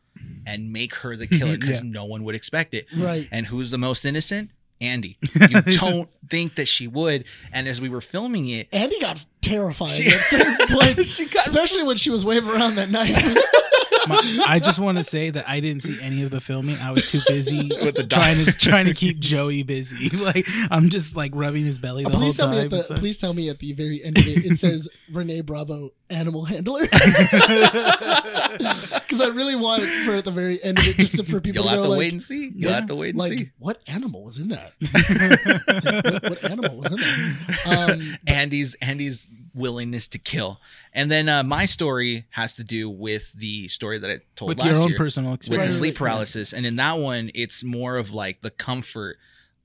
and make her the killer because
Yeah.
no one would expect it.
right
And who's the most innocent? Andy. You don't think that she would. And as we were filming it,
Andy got terrified
She-
at certain points,
She got-
especially when she was waving around that knife.
My- I just want to say that I didn't see any of the filming. I was too busy
With the
trying to
dog.
trying to keep Joey busy. Like I'm just like rubbing his belly the
please tell
whole
me at
time.
the
It's like-
please tell me at the very end of it, it says Renee Bravo animal handler. Because I really want it for at the very end of it just to, for people to
you'll have
go
to
like,
wait and see. You'll
yeah,
have to wait and
like
see.
what animal was in that? What, what animal was in that? Um,
Andy's Andy's willingness to kill. And then uh, my story has to do with the story that I told
with
last
your own
year
personal
with
experience.
the
Right,
sleep
right.
paralysis. And in that one, it's more of like the comfort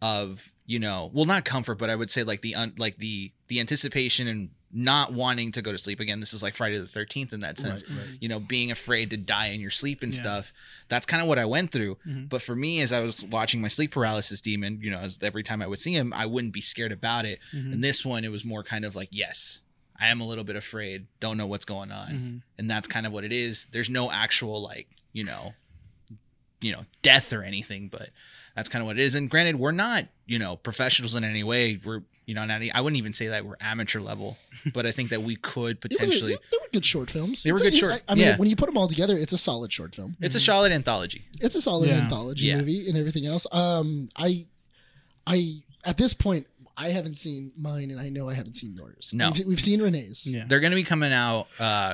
of, you know, well not comfort, but I would say like the un- like the the anticipation and not wanting to go to sleep again. This is like Friday the 13th in that sense. you know, being afraid to die in your sleep and
Yeah.
stuff. That's kind of what I went through.
Mhm.
But for me, as I was watching my sleep paralysis demon, you know, as every time I would see him, I wouldn't be scared about it.
Mhm.
And this one, it was more kind of like, yes, I am a little bit afraid, don't know what's going on.
Mhm.
And that's kind of what it is. There's no actual like, you know, you know, death or anything, but that's kind of what it is. And granted, we're not, you know, professionals in any way. We're, you know, not, e, I wouldn't even say that we're amateur level, but I think that we could
it was a-
potentially.
they were good short films.
They were
It's a-
good short-
I, I mean,
yeah.
when you put them all together, it's a solid short film.
It's a solid anthology.
it's a solid
Yeah.
anthology
Yeah.
movie and everything else. Um, I, I at this point, I haven't seen mine, and I know I haven't seen yours.
No.
we've, we've seen Renee's.
Yeah.
They're going to be coming out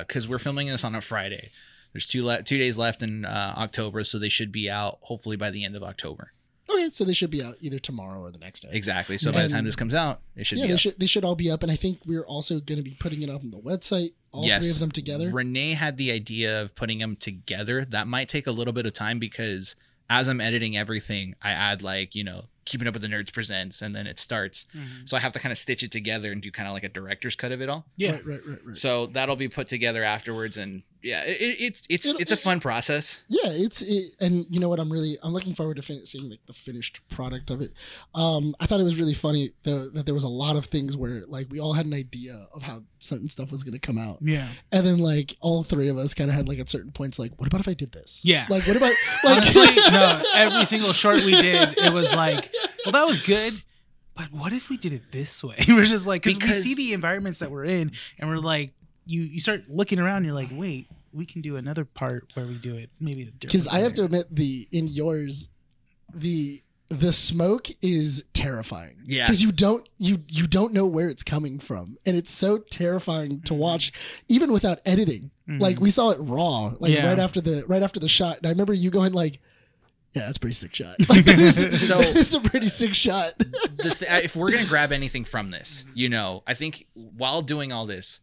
because we're filming this on a Friday. There's two le- two days left in uh, October, so they should be out hopefully by the end of October.
Okay, so they should be out either tomorrow or the next day.
Exactly. So by the time
And-
this comes out, it should
yeah,
be.
they
out.
should they should all be up, and I think we're also going to be putting it up on the website. All three of them together.
Renee had the idea of putting them together. That might take a little bit of time because as I'm editing everything, I add like you know keeping up with the nerds presents, and then it starts.
Mhm.
So I have to kind of stitch it together and do kind of like a director's cut of it all.
Yeah.
Right, right, right, right.
So that'll be put together afterwards, and yeah, it, it, it's it's
It'll-
it's a fun process.
yeah it's it, and you know what i'm really i'm looking forward to fin- seeing like the finished product of it um i thought it was really funny though that there was a lot of things where like we all had an idea of how certain stuff was going to come out
Yeah.
and then like all three of us kind of had like at certain points like what about if i did this
Yeah.
like what about like
Honestly, no. Every single short we did, it was like, well, that was good. But what if we did it this way? we're just like, because we
Because-
see the environments that we're in, and we're like, you you start looking around, and you're like, wait, we can do another part where we do it maybe a different.
because i have to
way.
admit the in yours the the smoke is terrifying
Yeah.
because you don't you you don't know where it's coming from and it's so terrifying to watch even without editing
Mhm.
like we saw it raw like
Yeah.
right after the right after the shot and i remember you going like yeah that's a pretty sick shot like this,
So-
it's a pretty sick shot
the th- if we're gonna grab anything from this, you know, I think while doing all this,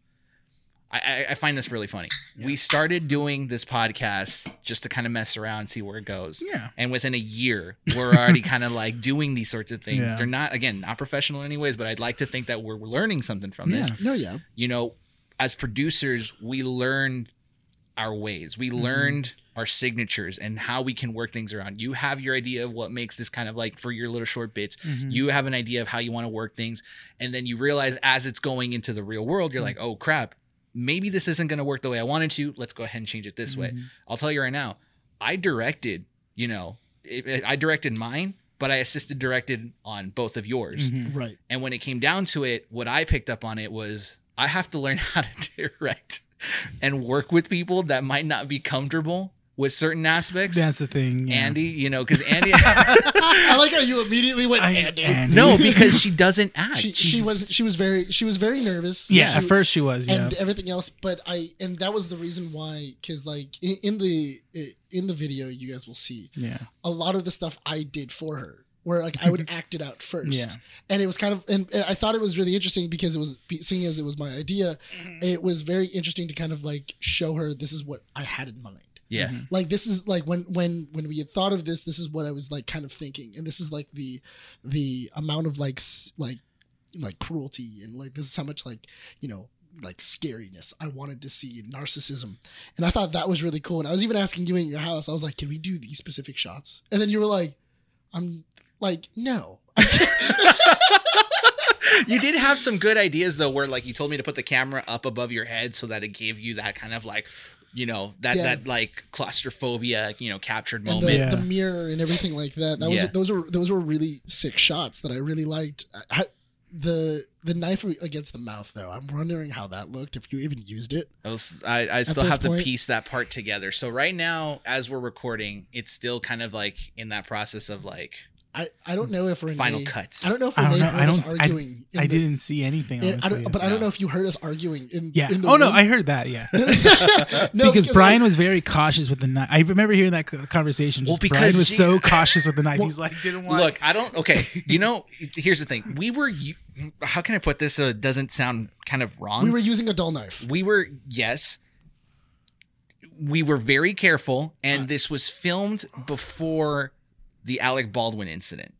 I, I, I find this really funny. We started doing this podcast just to kind of mess around, and see where it goes.
yeah.
And within a year, we're already kind of like doing these sorts of things.
Yeah.
They're not, again, not professional in any ways, but I'd like to think that we're learning something from
Yeah.
this.
no yeah
You know, as producers, we learned our ways.
Mm-hmm.
We learned our signatures and how we can work things around. You have your idea of what makes this kind of like for your little short bits
Mhm.
you have an
Mm-hmm.
idea of how you want to work things and then you realize as it's going into the real world you're like oh crap
maybe this isn't going to work the way I wanted to. Let's go ahead and change it
Mm-hmm.
this way. I'll tell you right now, I directed, you know, it, it- I directed mine, but I assisted directed on both of yours.
Mhm.
Right.
And when it came down to it, what I picked up on it was I have to learn how to direct and work with people that might not be comfortable with certain aspects.
That's the thing. yeah.
Andy, you know, because Andy.
I like how you immediately went.
I-
Andy.
Andy.
no, because she doesn't act.
She,
She's-
she was she was very she was very nervous.
Yeah,
She-
at first she was. Yeah.
and everything else. But I and that was the reason why, because like in, in the in the video, you guys will see
yeah.
a lot of the stuff I did for her, where like I would act it out first,
Yeah.
and it was kind of and, and I thought it was really interesting because it was be- seeing as it was my idea, it was very interesting to kind of like show her this is what I had in mind.
yeah.
Like this is like when when when we had thought of this, this is what I was like kind of thinking, and this is like the the amount of like s- like like cruelty and like this is how much like you know like scariness I wanted to see and narcissism. And I thought that was really cool. And I was even asking you in your house, I was like, can we do these specific shots? And then you were like, I'm like, no.
you did have some good ideas though, where like you told me to put the camera up above your head so that it gave you that kind of like, you know, that
Yeah.
that like claustrophobia, you know, captured
And
moment.
the,
Yeah.
the mirror and everything like that. That
Yeah.
was those were those were really sick shots that I really liked. I, I- the the knife against the mouth though. I'm wondering how that looked if you even used it.
I, was, I, I still
this
have to
point-
piece that part together. So right now, as we're recording, it's still kind of like in that process of like
I, I don't know if Renee.
final cuts.
I don't know if
I don't
Renee
know.
heard
I
us
don't- I-
arguing. in
I
the-
didn't see anything.
in- I
Honestly.
don't, but I don't
no.
know if you heard us arguing in.
yeah.
In the
Oh no,
room.
I heard that. Yeah.
no,
because,
I-
Brian was very cautious with the knife. I remember hearing that co- conversation.
Well,
just Brian
because
was
she-
so cautious with the knife.
Well,
He's like, didn't want.
Look, I don't. Okay, you know, here's the thing. We were. u- How can I put this so it doesn't sound kind of wrong?
we were using a dull knife.
we were yes we were very careful and this was filmed before the alec baldwin incident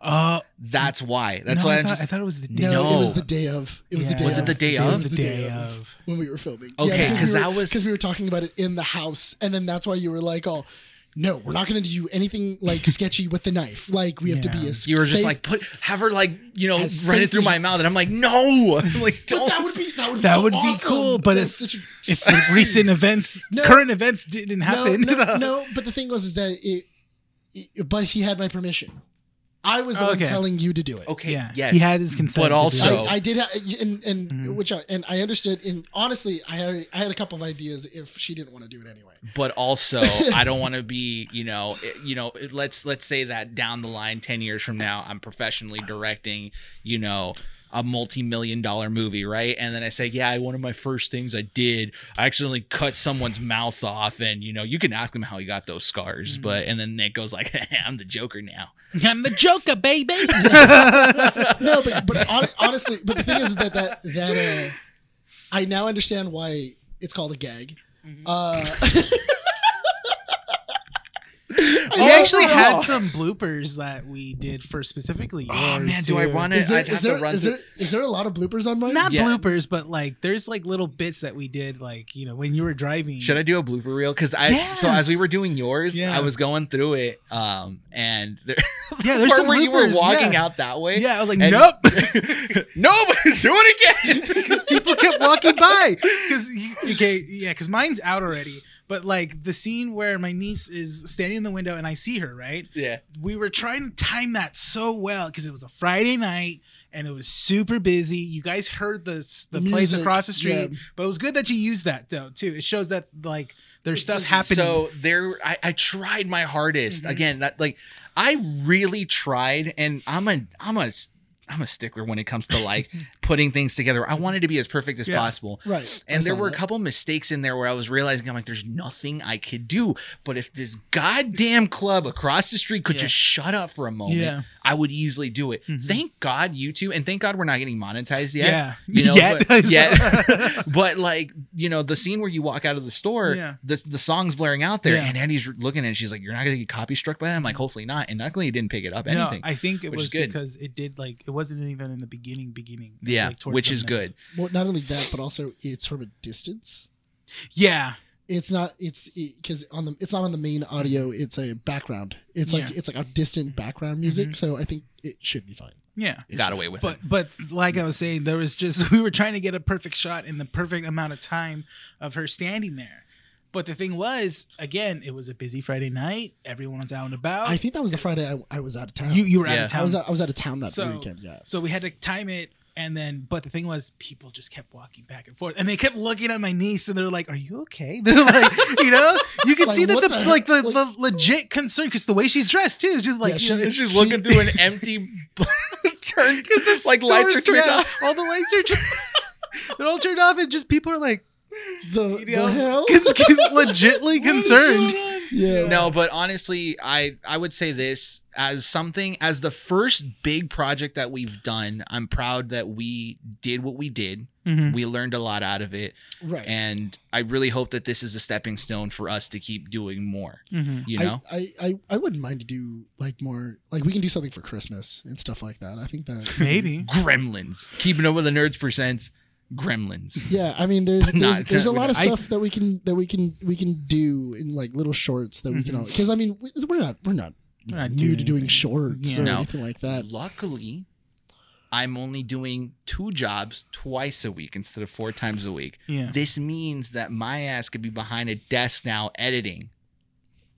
oh,
that's why that's
no,
why
I
i'm
thought,
just
I thought it was the day.
No, it was
No.
the day of. It was the
Yeah.
day.
Was it
of.
the day
It
of?
was the day of.
when we were filming.
Okay, 'cause
we were-
that was-
because we were talking about it in the house, and then that's why you were like, "Oh, no, we're not going to do anything like sketchy with the knife. Like we have to be
Yeah.
as
you were just
safe-
like put have her like you know
As
run
safe
it through
as-
my mouth and i'm like no I'm like
But
don't
that would be that would be,
That
so
would be
awesome.
cool, but
That's such a-
It's like
Sexy.
recent events.
No.
Current events didn't
no,
happen.
no, no, but the thing was is that it, it- But he had my permission. I was the
Okay.
one telling you to do it.
okay
Yeah.
yes
He had his consent. to do
also-
it.
So-
I, I did, ha- and and
Mhm.
which I, and I understood. And honestly, I had I had a couple of ideas if she didn't want to do it anyway.
but also i don't want to be you know it- you know it- let's let's say that down the line 10 years from now i'm professionally directing you know a multi-million dollar movie right and then i say yeah one of my first things i did i accidentally cut someone's mouth off and you know you can ask him how he got those scars
Mm-hmm.
but and then it goes like i'm the joker now
I'm the Joker, baby.
no, but but hon- honestly, but the thing is that that that uh, I now understand why it's called a gag.
Mm-hmm.
Uh,
we actually had
Overall.
some bloopers that we did for specifically yours.
oh man do i
too.
run it
is there
i'd have
is there,
to run
is
through-
there is there a lot of bloopers on mine?
Not
Yeah.
bloopers, but like there's like little bits that we did, like you know when you were driving.
Should I do a blooper reel? Because I so as we
Yes.
were doing yours,
Yeah.
I was going through it, um, and there,
Yeah,
the
there's
part
some
where you were
bloopers,
walking
yeah.
out that way.
Yeah, I was like,
and-
nope.
nope, do it again.
because people kept walking by. Because okay, yeah, because mine's out already. But like the scene where my niece is standing in the window and I see her, right?
yeah,
We were trying to time that so well because it was a Friday night and it was super busy. You guys heard the the place
Music,
across the street,
yeah.
but it was good that you used that though too. It shows that like there's stuff happening.
so there, I, I tried my hardest
Mhm.
again. That, like, I really tried, and I'm a, I'm a, I'm a stickler when it comes to like putting things together. I wanted to be as perfect as
Yeah.
possible.
Right. I
And there
saw
were a
that.
couple mistakes in there where I was realizing I'm like, there's nothing I could do. But if this goddamn club across the street could
Yeah.
just shut up for a moment,
yeah,
I would easily do it.
Mhm.
Thank God YouTube, and thank God we're not getting monetized yet.
yeah,
You know,
yet,
But, yet. but like, you know, the scene where you walk out of the store,
Yeah.
the, the song's blaring out there,
Yeah.
and Andy's looking and she's like, You're not gonna get copy struck by that? I'm like, hopefully not. And luckily it didn't pick it up anything.
No, I think it
which is
was
good.
because it did like it wasn't even in the beginning. Beginning, It was,
yeah,
like, towards
which
the
is
middle.
good.
Well, not only that, but also it's from a distance.
Yeah,
it's not it's because on the it's not on the main audio. It's a background. It's like it's like a distant background music.
Mm-hmm.
So I think it should be fine.
Yeah.
Got away with
But
it.
but like I was saying, there was just we were trying to get a perfect shot in the perfect amount of time of her standing there. But the thing was, again, it was a busy Friday night. Everyone was out and about.
I think that was the Friday I, I was out of town.
you you were out
Yeah.
of
I
town.
was out, I was out of town that
So-
weekend. Yeah.
So we had to time it. And then, but the thing was, people just kept walking back and forth, and they kept looking at my niece, and they're like, "Are you okay?" They're like, you know, you can
Like,
see that
what
the,
the heck?
like the,
Like-
the legit concern because the way she's dressed too, is just like
Yeah,
you know,
she-
it's just
she-
Looking through an empty turn because like lights are
stores-
turned
yeah,
off.
All the lights are turned. They're all turned off, and just people are like
The,
you
the
know,
hell? Oh
con- con- legitly concerned.
yeah.
No, but honestly, I I would say this as something as the first big project that we've done. I'm proud that we did what we did.
Mm-hmm.
We learned a lot out of it,
Right.
and I really hope that this is a stepping stone for us to keep doing more. You
I-
know,
I, I, I, wouldn't mind to do like more like we can do something for Christmas and stuff like that. I think that
Maybe.
Mm-hmm. Gremlins. Keeping up with the nerds percents. Gremlins.
Yeah, I mean, there's
But
there's,
not-
there's a
we
lot of
don't- I-
stuff that we can that we can we can do in like little shorts that we can all because I mean we- we're not we're not
Mm-hmm. We're not
new
doing
to doing
anything.
shorts
Yeah.
or
No.
anything like that.
Uh, Luckily, I'm only doing two jobs twice a week instead of four times a week.
Yeah.
This means that my ass could be behind a desk now editing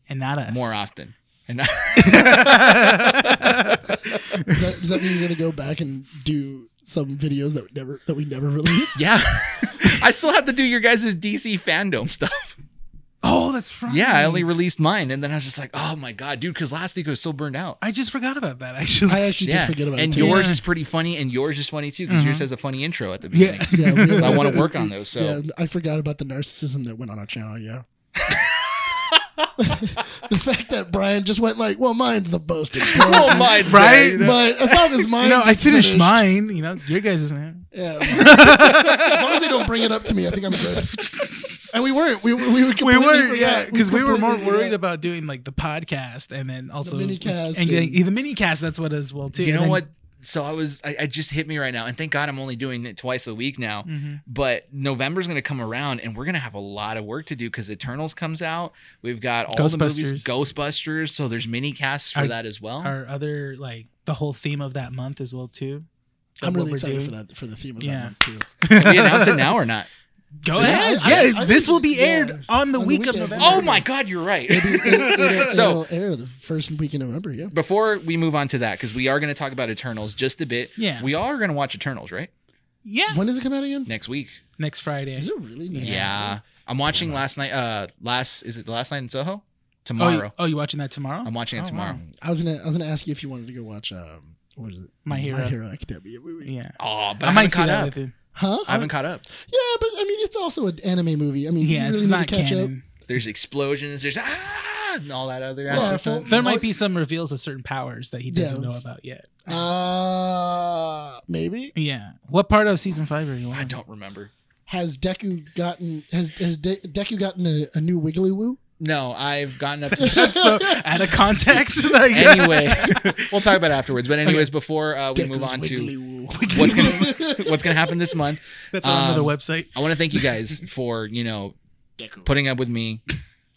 And not us.
more often. And I,
Does that, does that mean you're gonna go back and do some videos that we never that we never released?
yeah, I still have to do your guys' DC fandom stuff.
Oh, that's right.
Yeah, I only released mine, and then I was just like, oh my god, dude, because last week I was so burned out.
I just forgot about that actually.
I actually
yeah, Mm-hmm.
did forget about
and
it. Too.
yours
Yeah.
is pretty funny, and yours is funny too, because yours has a funny intro at the beginning.
yeah.
Yeah, we-
So I want to work on those. So
Yeah, I forgot about the narcissism that went on our channel. Yeah. the fact that Brian just went like, well, mine's the boasted.
oh my,
Right?
But as long as mine,
You know, I
gets
finished, mine. You know, your guys is
Yeah. as long as they don't bring it up to me, I think I'm good. And we weren't. We were. We were.
We
completely
were,
forgot.
yeah, because we were more
completely
worried
forgot.
about doing like the podcast and then also
minicast
and, getting-
and-
the mini cast. That's what as well too.
you
And
know
then-
what? So I was, I, I just hit me right now, and thank God I'm only doing it twice a week now.
Mhm.
But November's gonna come around, and we're gonna have a lot of work to do because Eternals comes out. We've got all the movies, Ghostbusters. So there's mini casts for
Our-
that as well.
Our other like the whole theme of that month as well too.
I'm
What
really
we're
excited for
doing.
that for the theme of
Yeah.
that one too.
Can we announce it now or not?
Go
Yeah,
ahead.
I- I-
yeah,
I
this
think-
will be aired
yeah, on
on the
the
week of
weekend.
November.
Oh my God, you're right. so
it'll air the first week in November. Yeah.
before we move on to that, because we are gonna talk about Eternals just a bit.
Yeah.
we all are gonna watch Eternals right
Yeah.
When does it come out again?
next week.
Next Friday.
Is it really?
Yeah,
next week?
I'm watching last night. Uh, last is it the last night in Soho?
Oh,
Tomorrow.
you, oh, you watching that tomorrow?
I'm watching it
Oh, wow.
tomorrow.
I was gonna. I was gonna ask you if you wanted to go watch. Um, what is it?
My Hero.
My Hero Academia movie.
Yeah.
Oh, but
I,
I,
might
haven't
see
caught
that
up.
with you.
Huh?
I haven't caught up.
Yeah, but I mean, it's also an anime movie. I mean,
Yeah,
you really
it's
need to
not
catch up.
canon.
There's explosions. There's ah, and all that other
Yeah,
ass.
for-
There might be some reveals of certain powers that he
Yeah.
doesn't know about yet.
Uh, maybe
Yeah. What part of season five are you on?
I don't remember.
has Deku gotten has has De- Deku gotten a, a new Wiggly Woo?
No, I've gotten up to.
That's so out of context. like-
anyway, we'll talk about it afterwards. But anyways, before uh, we move on to what's gonna what's gonna happen this month,
that's on another
Um,
website.
I want to thank you guys for you know putting up with me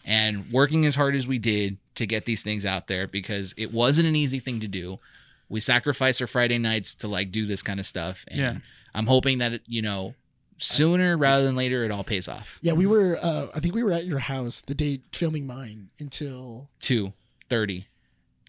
and working as hard as we did to get these things out there because it wasn't an easy thing to do. We sacrificed our Friday nights to like do this kind of stuff, and
Yeah.
I'm hoping that it, you know sooner rather than later it all pays off.
Yeah, we were. Uh, I think we were at your house the day filming mine until
Two thirty.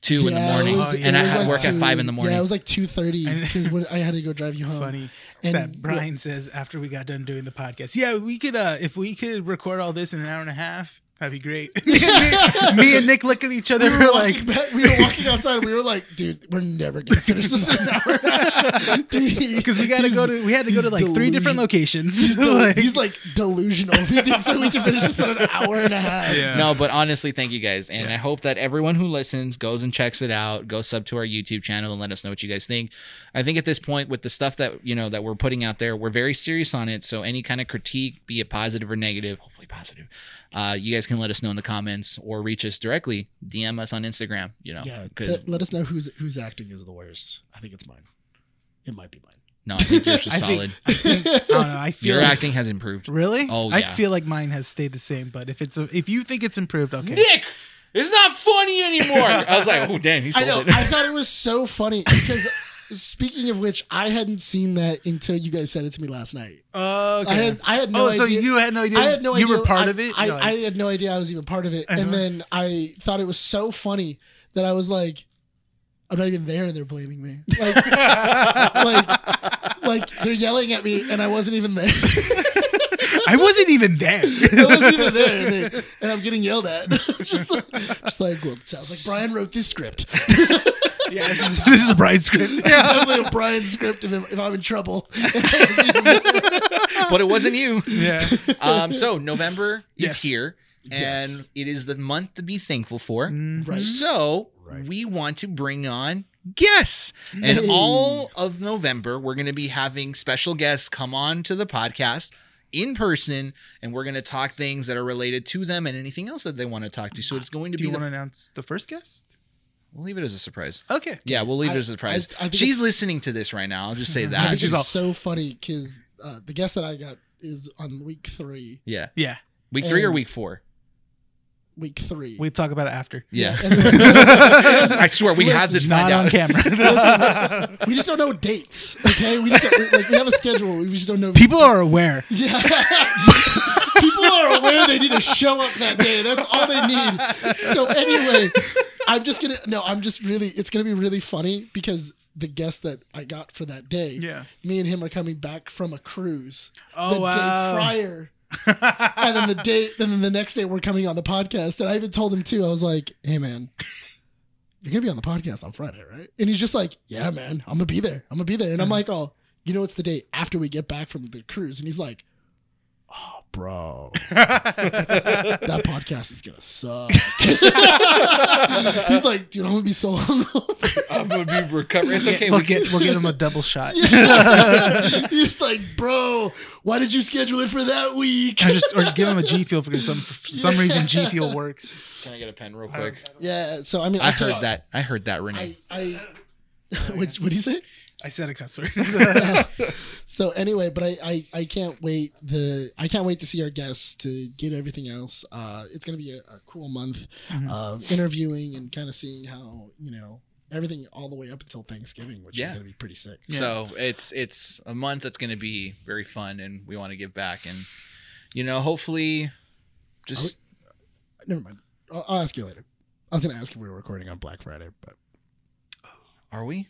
Two in the
Yeah, it
morning,
was-
Oh, yeah.
and I
it was
had
like
work at
two-
five in the morning.
Yeah, it was like two thirty
And-
because I had to go drive you home.
Funny
And
that Brian says after we got done doing the podcast. Yeah, we could uh if we could record all this in an hour and a half, that'd be great. me, and Nick- me and Nick look at each other
we were
like
like, we were walking outside. and We were like, dude, we're never gonna finish this in an hour.
because we gotta go to we had to go
he's
to like three different
delusion-
locations.
He's, del-
Like-
he's like delusional. He thinks that we can finish this in an hour and a half.
yeah.
No, but honestly, thank you guys. And I hope that everyone who listens goes and checks it out, go sub to our YouTube channel and let us know what you guys think. I think at this point with the stuff that, you know, that we're putting out there, we're very serious on it. So any kind of critique, be it positive or negative, hopefully positive, uh, you guys can let us know in the comments or reach us directly, DM us on Instagram, you know.
Yeah,
'cause-
let- let us know who's who's acting is the worst. I think it's mine. It might be mine.
No, I think yours was
I think-
solid.
I think- I don't know. I feel
Your
like-
acting has improved.
really.
Oh,
I
yeah.
feel like mine has stayed the same. But if it's a, if you think it's improved, okay.
Nick, it's not funny anymore. I was like, oh damn, he
I
sold
know.
it.
I thought it was so funny because speaking of which, I hadn't seen that until you guys said it to me last night.
Okay.
I had I had no
oh,
idea.
so you had no idea.
I had no
you
idea.
were part
I-
of it.
I,
You're like,
I had no idea I was even part of it.
Uh-huh.
And then I thought it was so funny that I was like, I'm not even there and they're blaming me. Like, like, like they're yelling at me and I wasn't even there.
I wasn't even there.
I wasn't even there, and, they- and I'm getting yelled at. just, like, just like, well, it sounds like Brian wrote this script.
yeah, this is, this is a bride script.
It's definitely a Brian script if, I'm- if I'm in trouble. I
but it wasn't you.
yeah.
Um, so November is
Yes.
here, and
Yes. Mm,
it is the month to be thankful for.
Mhm.
Right.
So we want to bring on guests. And
Yay.
all of November, we're going to be having special guests come on to the podcast in person, and we're going to talk things that are related to them and anything else that they want to talk to. So it's going to
Do
be.
you
the-
want to announce the first guest?
we'll leave it as a surprise.
Okay.
Yeah, we'll leave it
I-
as a surprise.
I- I think
She's
it's-
listening to this right now. I'll just say
Mhm. I
that.
think
she's
it's
all-
so funny because uh, the guest that I got is on week three.
yeah.
Yeah.
Week three or
And-
week four?
Week three.
We talk about it after.
Yeah.
And then-
I swear we had this
not
planned
on
out.
camera.
we just don't know dates. Okay, we just don't, like we have a schedule. We just don't know.
People are aware.
Yeah. People are aware they need to show up that day. That's all they need. So anyway, I'm just gonna no, I'm just really it's gonna be really funny because the guest that I got for that day,
Yeah.
me and him are coming back from a cruise
Oh
the day
wow.
prior. And then the day then the next day we're coming on the podcast. And I even told him too, I was like, Hey man, you're gonna be on the podcast on Friday, right? And he's just like, Yeah, man, I'm gonna be there. I'm gonna be there. And I'm like, Oh, you know it's the day after we get back from the cruise. And he's like, Oh, bro that podcast is gonna suck. He's like, dude, I'm gonna be so hungover.
I'm going to be recovering. It's okay.
we'll
we can-
get we'll get him a double shot.
He's like, bro, why did you schedule it for that week?
Or just or just give him a G fuel because some for some reason G fuel works.
Can I get a pen real quick?
Yeah, so I mean, I,
I
can't-
heard that. I heard that, Renee.
I, I what what do you say?
I said a cuss word.
So anyway, but I, I I can't wait the I can't wait to see our guests to get everything else. Uh, it's gonna be a, a cool month
Mhm.
of interviewing and kind of seeing how you know everything all the way up until Thanksgiving, which
Yeah.
is gonna be pretty sick.
Yeah.
So it's it's a month that's going to be very fun, and we want to give back, and you know, hopefully, just
Never mind. I'll, I'll ask you later. I was gonna ask if we were recording on Black Friday, but
are we?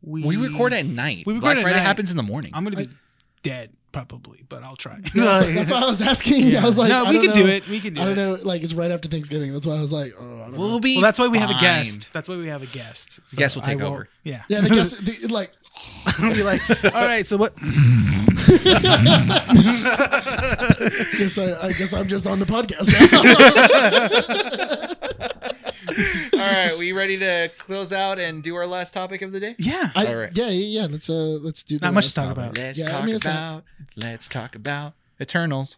We record at night.
we record
Black
at
Friday
night.
happens in the morning.
I'm gonna be
I-
dead probably, but I'll try.
that's, that's why I was asking. I was like,
no,
I
we
don't
can
know.
do it. We can do
I don't
it.
know. Like it's right after Thanksgiving. That's why I was like, oh, I don't
we'll
know.
be.
Well, that's why we have a
fine.
guest. That's why we have a guest.
The guest will
I
take
won't-
over.
Yeah.
Yeah, the guess the, like
I'll be like, all right. So what?
guess I, I guess I'm just on the podcast. now.
All right, we ready to close out and do our last topic of the day?
Yeah.
I,
All right.
Yeah, yeah, yeah. Let's uh, let's do. the
Not much to
last
talk
topic.
about.
Let's
Yeah, I
talk
mean, it's not-
about. Let's talk about Eternals.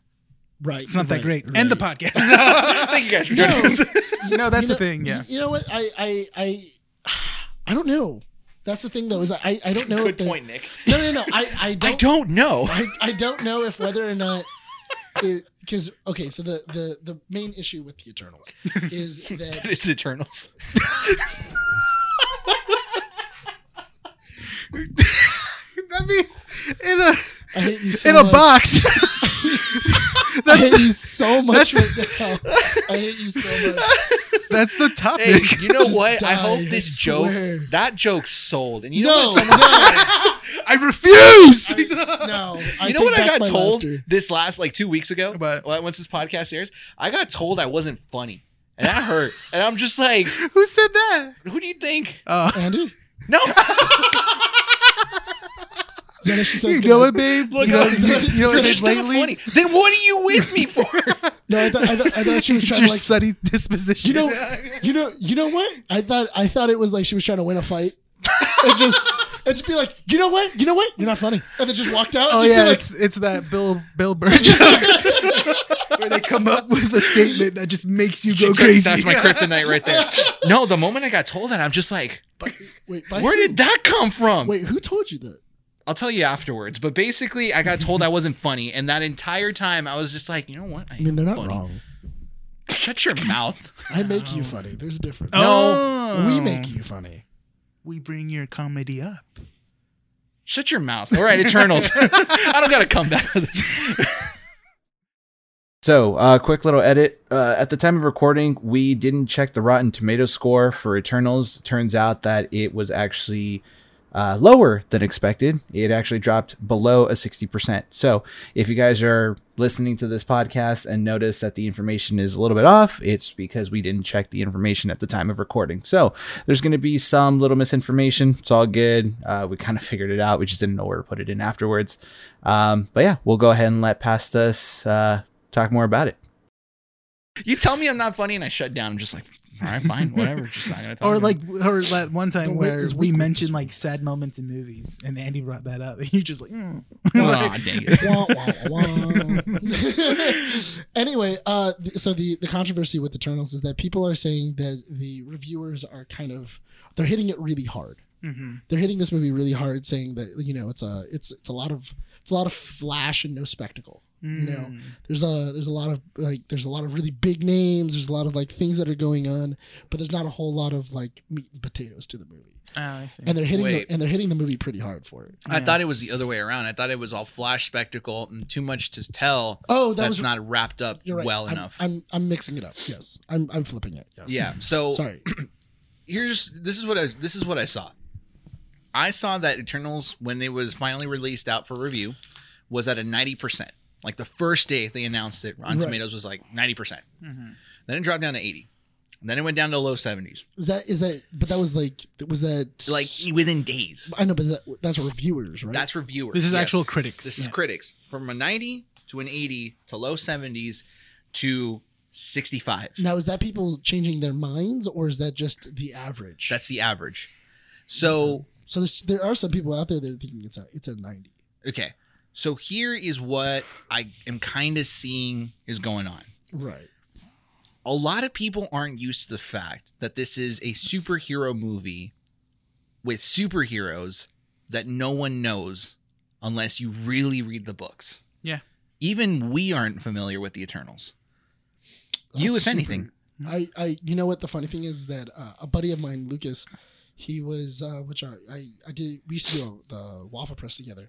Right.
It's not that
right,
great.
right.
End the podcast. Thank you guys for joining
No.
us. no, that's
You
the
know-
thing. Yeah.
You know what? I I I I don't know. That's the thing though. Is I I don't know. if
Good
the-
point, Nick.
No, no, no. I I don't.
I don't know.
I, I don't know if whether or not because okay so the, the the main issue with the eternals is that
It's Eternals.
I mean, in a
i hate you so
in a
much.
box.
i
that's,
hate you so much
that's-
right now i hate you so much
that's the topic.
Hey, you know
Just
what?
die,
I hope
I
this
swear.
joke, that joke sold. And you know
no
what?
no
Someone,
I refuse.
no
you know what
take
I
back
got
my
told
laughter.
this last like two weeks ago.
What?
Well, Once this podcast airs, I got told I wasn't funny, and that hurt. and I'm just like,
Who said that?
who do you think?
Oh,
andy is
No,
that what she says
you
good
know
night?
what, babe?
Look,
you know,
I'm-
you, you know
you're
what it is
just not
lately?
funny. Then what are you with me for?
no I thought, I, thought, I thought she was
It's
trying
your
to like
sunny disposition.
you know you know you know what i thought i thought it was like she was trying to win a fight and just and just be like you know what you know what you're not funny and then just walked out
Oh
and just be
yeah,
like,
it's it's that Bill Bill Burr joke where they come up with a statement that just makes you go crazy.
That's my kryptonite right there. No, the moment I got told that, I'm just like,
But, wait, by
where
who?
did that come from?
Wait, who told you that?
I'll tell you afterwards. But basically, I got told I wasn't funny, and that entire time I was just like, you know what?
I mean,
am
they're not
funny.
wrong.
Shut your mouth.
I make you funny. There's a difference.
Oh.
No.
We make you funny.
Oh. We bring your comedy up.
Shut your mouth. All right, Eternals. I don't got to come back for this.
So, uh, quick little edit. Uh, at the time of recording, we didn't check the Rotten Tomato score for Eternals. Turns out that it was actually uh, lower than expected. It actually dropped below a 60%. So, if you guys are listening to this podcast and notice that the information is a little bit off, it's because we didn't check the information at the time of recording. So, there's going to be some little misinformation. It's all good. Uh, we kind of figured it out. We just didn't know where to put it in afterwards. Um, but yeah, we'll go ahead and let past us. Uh, talk more about it.
you tell me I'm not funny, and I shut down. I'm just like, all right, fine, whatever. Just not gonna talk.
Or
anymore.
like, or that one
The
time
wit
where
is
we
weak
mentioned
weakness.
like sad moments in movies, and Andy brought that up, and you're just like, mm.
Aw, dang it.
Wah, wah, wah. anyway, uh, th- so the, the controversy with Eternals is that people are saying that the reviewers are kind of they're hitting it really hard.
Mhm.
They're hitting this movie really hard, saying that you know it's a it's it's a lot of it's a lot of flash and no spectacle. know,
Mm.
There's a there's a lot of like there's a lot of really big names. There's a lot of like things that are going on, but there's not a whole lot of like meat and potatoes to the movie.
Oh, I see.
And they're hitting
Wait.
the, and they're hitting the movie pretty hard for it.
I
Yeah.
thought it was the other way around. I thought it was all flash spectacle and too much to tell.
Oh, that
that's
was
not wrapped up
you're right.
well
I'm-
enough.
I'm I'm mixing it up. Yes, I'm I'm flipping it. Yes.
yeah. So
Sorry.
here's this is what I this is what I saw. I saw that Eternals when it was finally released out for review was at a ninety percent. Like the first day they announced it, Rotten
Right.
Tomatoes was like ninety percent.
Mhm.
Then it dropped down to eighty. And then it went down to low seventies,
Is that is that? But that was like was that
like within days.
I know, but that, that's reviewers, right?
That's reviewers.
This is
yes.
actual critics.
This is critics from a ninety to an eighty to low seventies to sixty-five.
now is that people changing their minds or is that just the average?
That's the average. So,
so there's, there are some people out there that are thinking it's a it's a ninety.
okay. So here is what I am kind of seeing is going on.
Right.
A lot of people aren't used to the fact that this is a superhero movie with superheroes that no one knows unless you really read the books.
Yeah.
Even we aren't familiar with the Eternals. You, if
super.
anything.
I I you know what the funny thing is that uh, a buddy of mine, Lucas, he was uh, which I, I I did we used to do a, the waffle press together,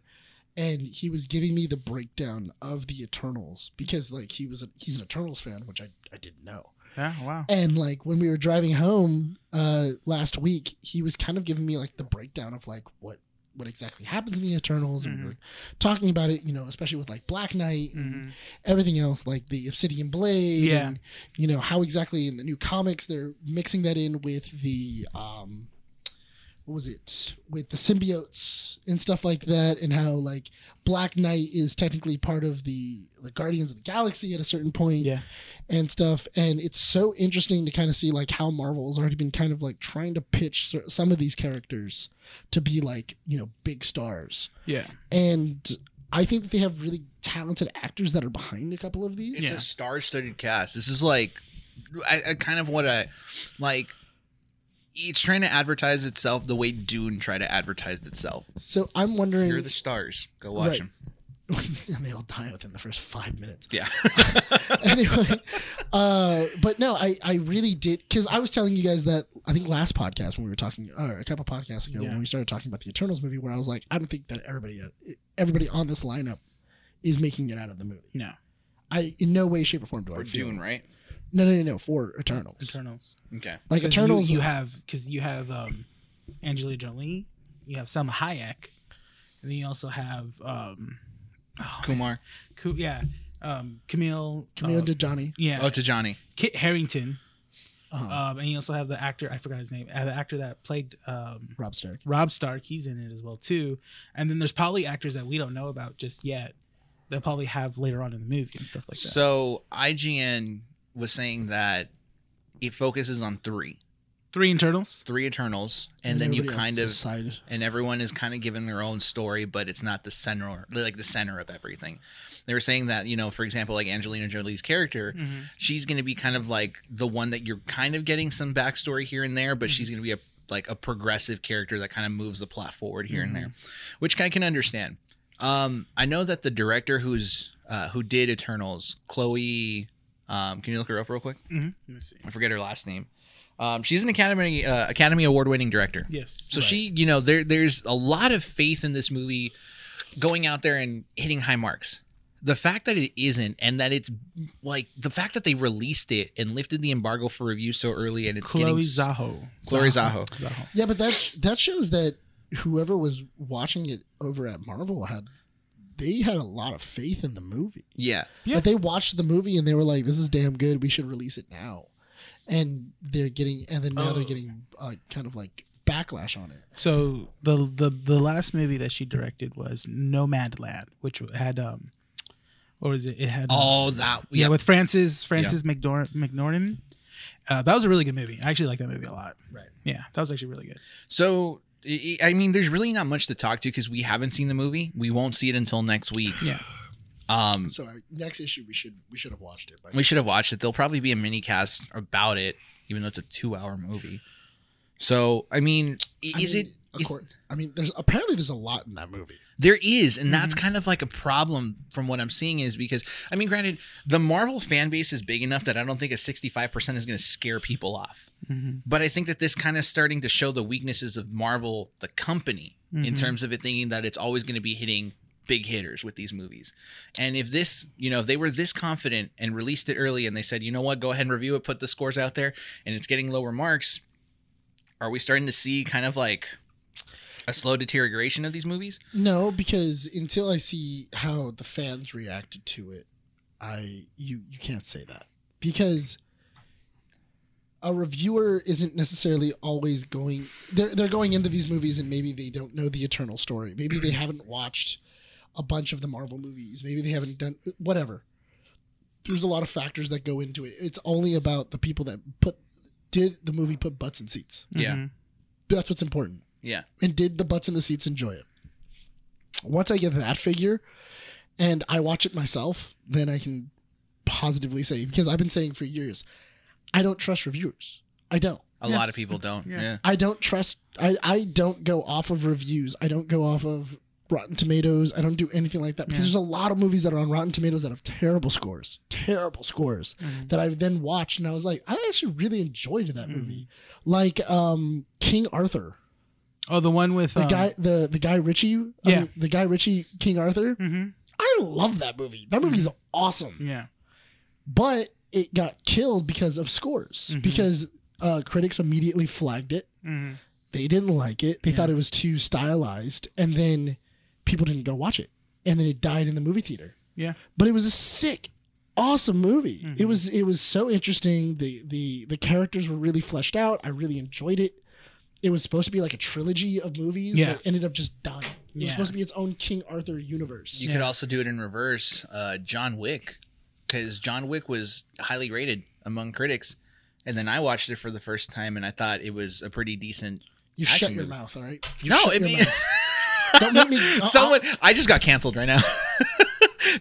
and he was giving me the breakdown of the Eternals because like he was a, he's an Eternals fan, which I I didn't know.
Yeah. ah, Wow.
And like when we were driving home uh last week, he was kind of giving me like the breakdown of like what what exactly happens in the Eternals, and we were talking about it, you know, especially with like Black Knight and
Mhm.
everything else, like the Obsidian Blade,
Yeah.
and you know how exactly in the new comics they're mixing that in with the um, what was it with the symbiotes and stuff like that, and how like Black Knight is technically part of the the Guardians of the Galaxy at a certain point,
Yeah.
and stuff. And it's so interesting to kind of see like how Marvel has already been kind of like trying to pitch cer- some of these characters to be like you know big stars,
Yeah.
and I think that they have really talented actors that are behind a couple of these.
It's
Yeah.
a star-studded cast. This is like, I, I kind of what I like. It's trying to advertise itself the way Dune tried to advertise itself.
So I'm wondering,
Here are the stars. Go watch
Right.
them.
and they all die within the first five minutes.
Yeah.
anyway, uh, but no, I, I really did because I was telling you guys that I think last podcast when we were talking, or a couple podcasts ago
Yeah.
when we started talking about the Eternals movie, where I was like, I don't think that everybody uh, everybody on this lineup is making it out of the movie.
No.
I in no way, shape, or form do
For
I feel.
Dune, right?
No, no, no, no, for Eternals.
Eternals.
Okay.
Like
'Cause
Eternals,
You, you have because you have um, Angelina Jolie, you have Selma Hayek, and then you also have um, oh,
Kumar.
Coo- yeah, um, Camille.
Camille
uh,
Johnny.
yeah,
Oh, to Johnny.
Kit Harrington,
uh
um, and you also have the actor. I forgot his name. Uh, the actor that played um,
Rob Stark.
Rob Stark. He's in it as well too. And then there's probably actors that we don't know about just yet. They'll probably have later on in the movie and stuff like that.
So IGN was saying that it focuses on three,
Three Eternals.
three Eternals, and, then you
everybody else
kind
is
of
aside.
and everyone is kind of given their own story, but it's not the center, like the center of everything. They were saying that you know, for example, like Angelina Jolie's character,
Mm-hmm.
she's going to be kind of like the one that you're kind of getting some backstory here and there, but she's going to be a like a progressive character that kind of moves the plot forward here and there, which I can understand. Um, I know that the director who's uh, who did Eternals, Chloe, um, can you look her up real quick?
Mhm. Let me see.
I forget her last name. Um, she's an Academy uh, Academy Award winning director.
Yes.
So she, you know, there there's a lot of faith in this movie going out there and hitting high marks. The fact that it isn't, and that it's like the fact that they released it and lifted the embargo for review so early, and it's getting
Chloe
s-
Zaho.
Chloe Zaho.
Zaho.
Yeah, but that sh- that shows that whoever was watching it over at Marvel had they had a lot of faith in the movie.
yeah,
Yeah.
But they watched the movie and they were like, "This is damn good. We should release it now." And they're getting, and then now they're
Oh.
getting uh, kind of like backlash on it.
So the the the last movie that she directed was Nomad Lad, which had um, what was it? It had uh,
all Oh, that
yeah,
yeah,
with Francis Francis McDor- McNorton. Uh, that was a really good movie. I actually like that movie a lot.
Right.
Yeah, that was actually really good.
So, I I mean, there's really not much to talk to because we haven't seen the movie. We won't see it until next week.
Yeah.
Um,
So uh, next issue, we should we should have watched it. By
we should have watched it. There'll probably be a mini cast about it, even though it's a two-hour movie. So, I mean, i-
I
is
mean,
it?
Of
is-
course. I mean, there's apparently there's a lot in that movie.
There is, and that's kind of like a problem from what I'm seeing is because I mean, granted, the Marvel fan base is big enough that I don't think a 65% is going to scare people off.
Mhm.
But I think that this kind of starting to show the weaknesses of Marvel, the company, in
Mhm.
terms of it thinking that it's always going to be hitting big hitters with these movies. And if this, you know, if they were this confident and released it early and they said, you know what, go ahead and review it, put the scores out there, and it's getting lower marks, are we starting to see kind of like a slow deterioration of these movies?
No, because until I see how the fans reacted to it, I you you can't say that because a reviewer isn't necessarily always going. They're they're going into these movies and maybe they don't know the eternal story. Maybe they haven't watched a bunch of the Marvel movies. Maybe they haven't done whatever. There's a lot of factors that go into it. It's only about the people that put did the movie put butts in seats.
Yeah.
Mhm.
That's what's important.
Yeah.
And did the butts in the seats enjoy it? Once I get that figure and I watch it myself, then I can positively say, because I've been saying for years, I don't trust reviewers. I don't.
A
Yes.
lot of people don't.
Yeah.
Yeah.
I don't trust, I, I don't go off of reviews. I don't go off of Rotten Tomatoes. I don't do anything like that because
Yeah.
there's a lot of movies that are on Rotten Tomatoes that have terrible scores, terrible scores
Mhm.
that I then watched and I was like, I actually really enjoyed that movie. Like um King Arthur.
Oh, the one with
The
um,
guy the the guy Ritchie, I
Yeah.
mean, the guy Ritchie King Arthur.
Mhm.
I love that movie. That movie's awesome.
Mm-hmm. Yeah.
But it got killed because of scores.
Mhm.
Because uh critics immediately flagged it.
Mhm.
They didn't like it. They
Yeah.
thought it was too stylized and then people didn't go watch it. And then it died in the movie theater.
Yeah.
But it was a sick awesome movie. It
Mhm.
was it was so interesting. The the the characters were really fleshed out. I really enjoyed it. It was supposed to be like a trilogy of movies
Yeah.
that ended up just dying. It was
Yeah.
supposed to be its own King Arthur universe.
You could also do it in reverse. Uh, John Wick, because John Wick was highly rated among critics, and then I watched it for the first time, and I thought it was a pretty decent.
You
action
shut your
movie.
mouth, all right? You
no,
shut
it
your
mean
mouth. Don't make me- uh-uh.
Someone, I just got canceled right now.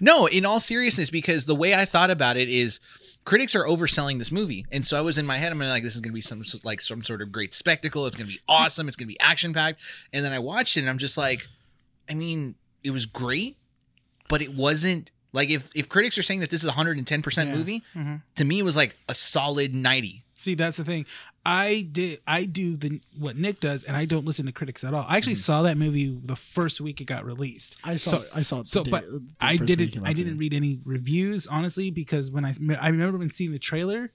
no, in all seriousness, because the way I thought about it is. Critics are overselling this movie, and so I was in my head. I'm like, "This is going to be some s- like some sort of great spectacle. It's going to be awesome. It's going to be action packed." And then I watched it, and I'm just like, I mean, it was great, but it wasn't like if if critics are saying that this is a 110%
Yeah.
movie,
Mhm.
to me it was like a solid 90.
See, that's the thing. I did. I do the what Nick does, and I don't listen to critics at all. I
Mm-hmm.
actually saw that movie the first week it got released.
I saw
So-
it. I saw it.
so,
the
but
the
I
first week it
didn't.
came
I
out
didn't
today.
read any reviews honestly because when I I remember when seeing the trailer,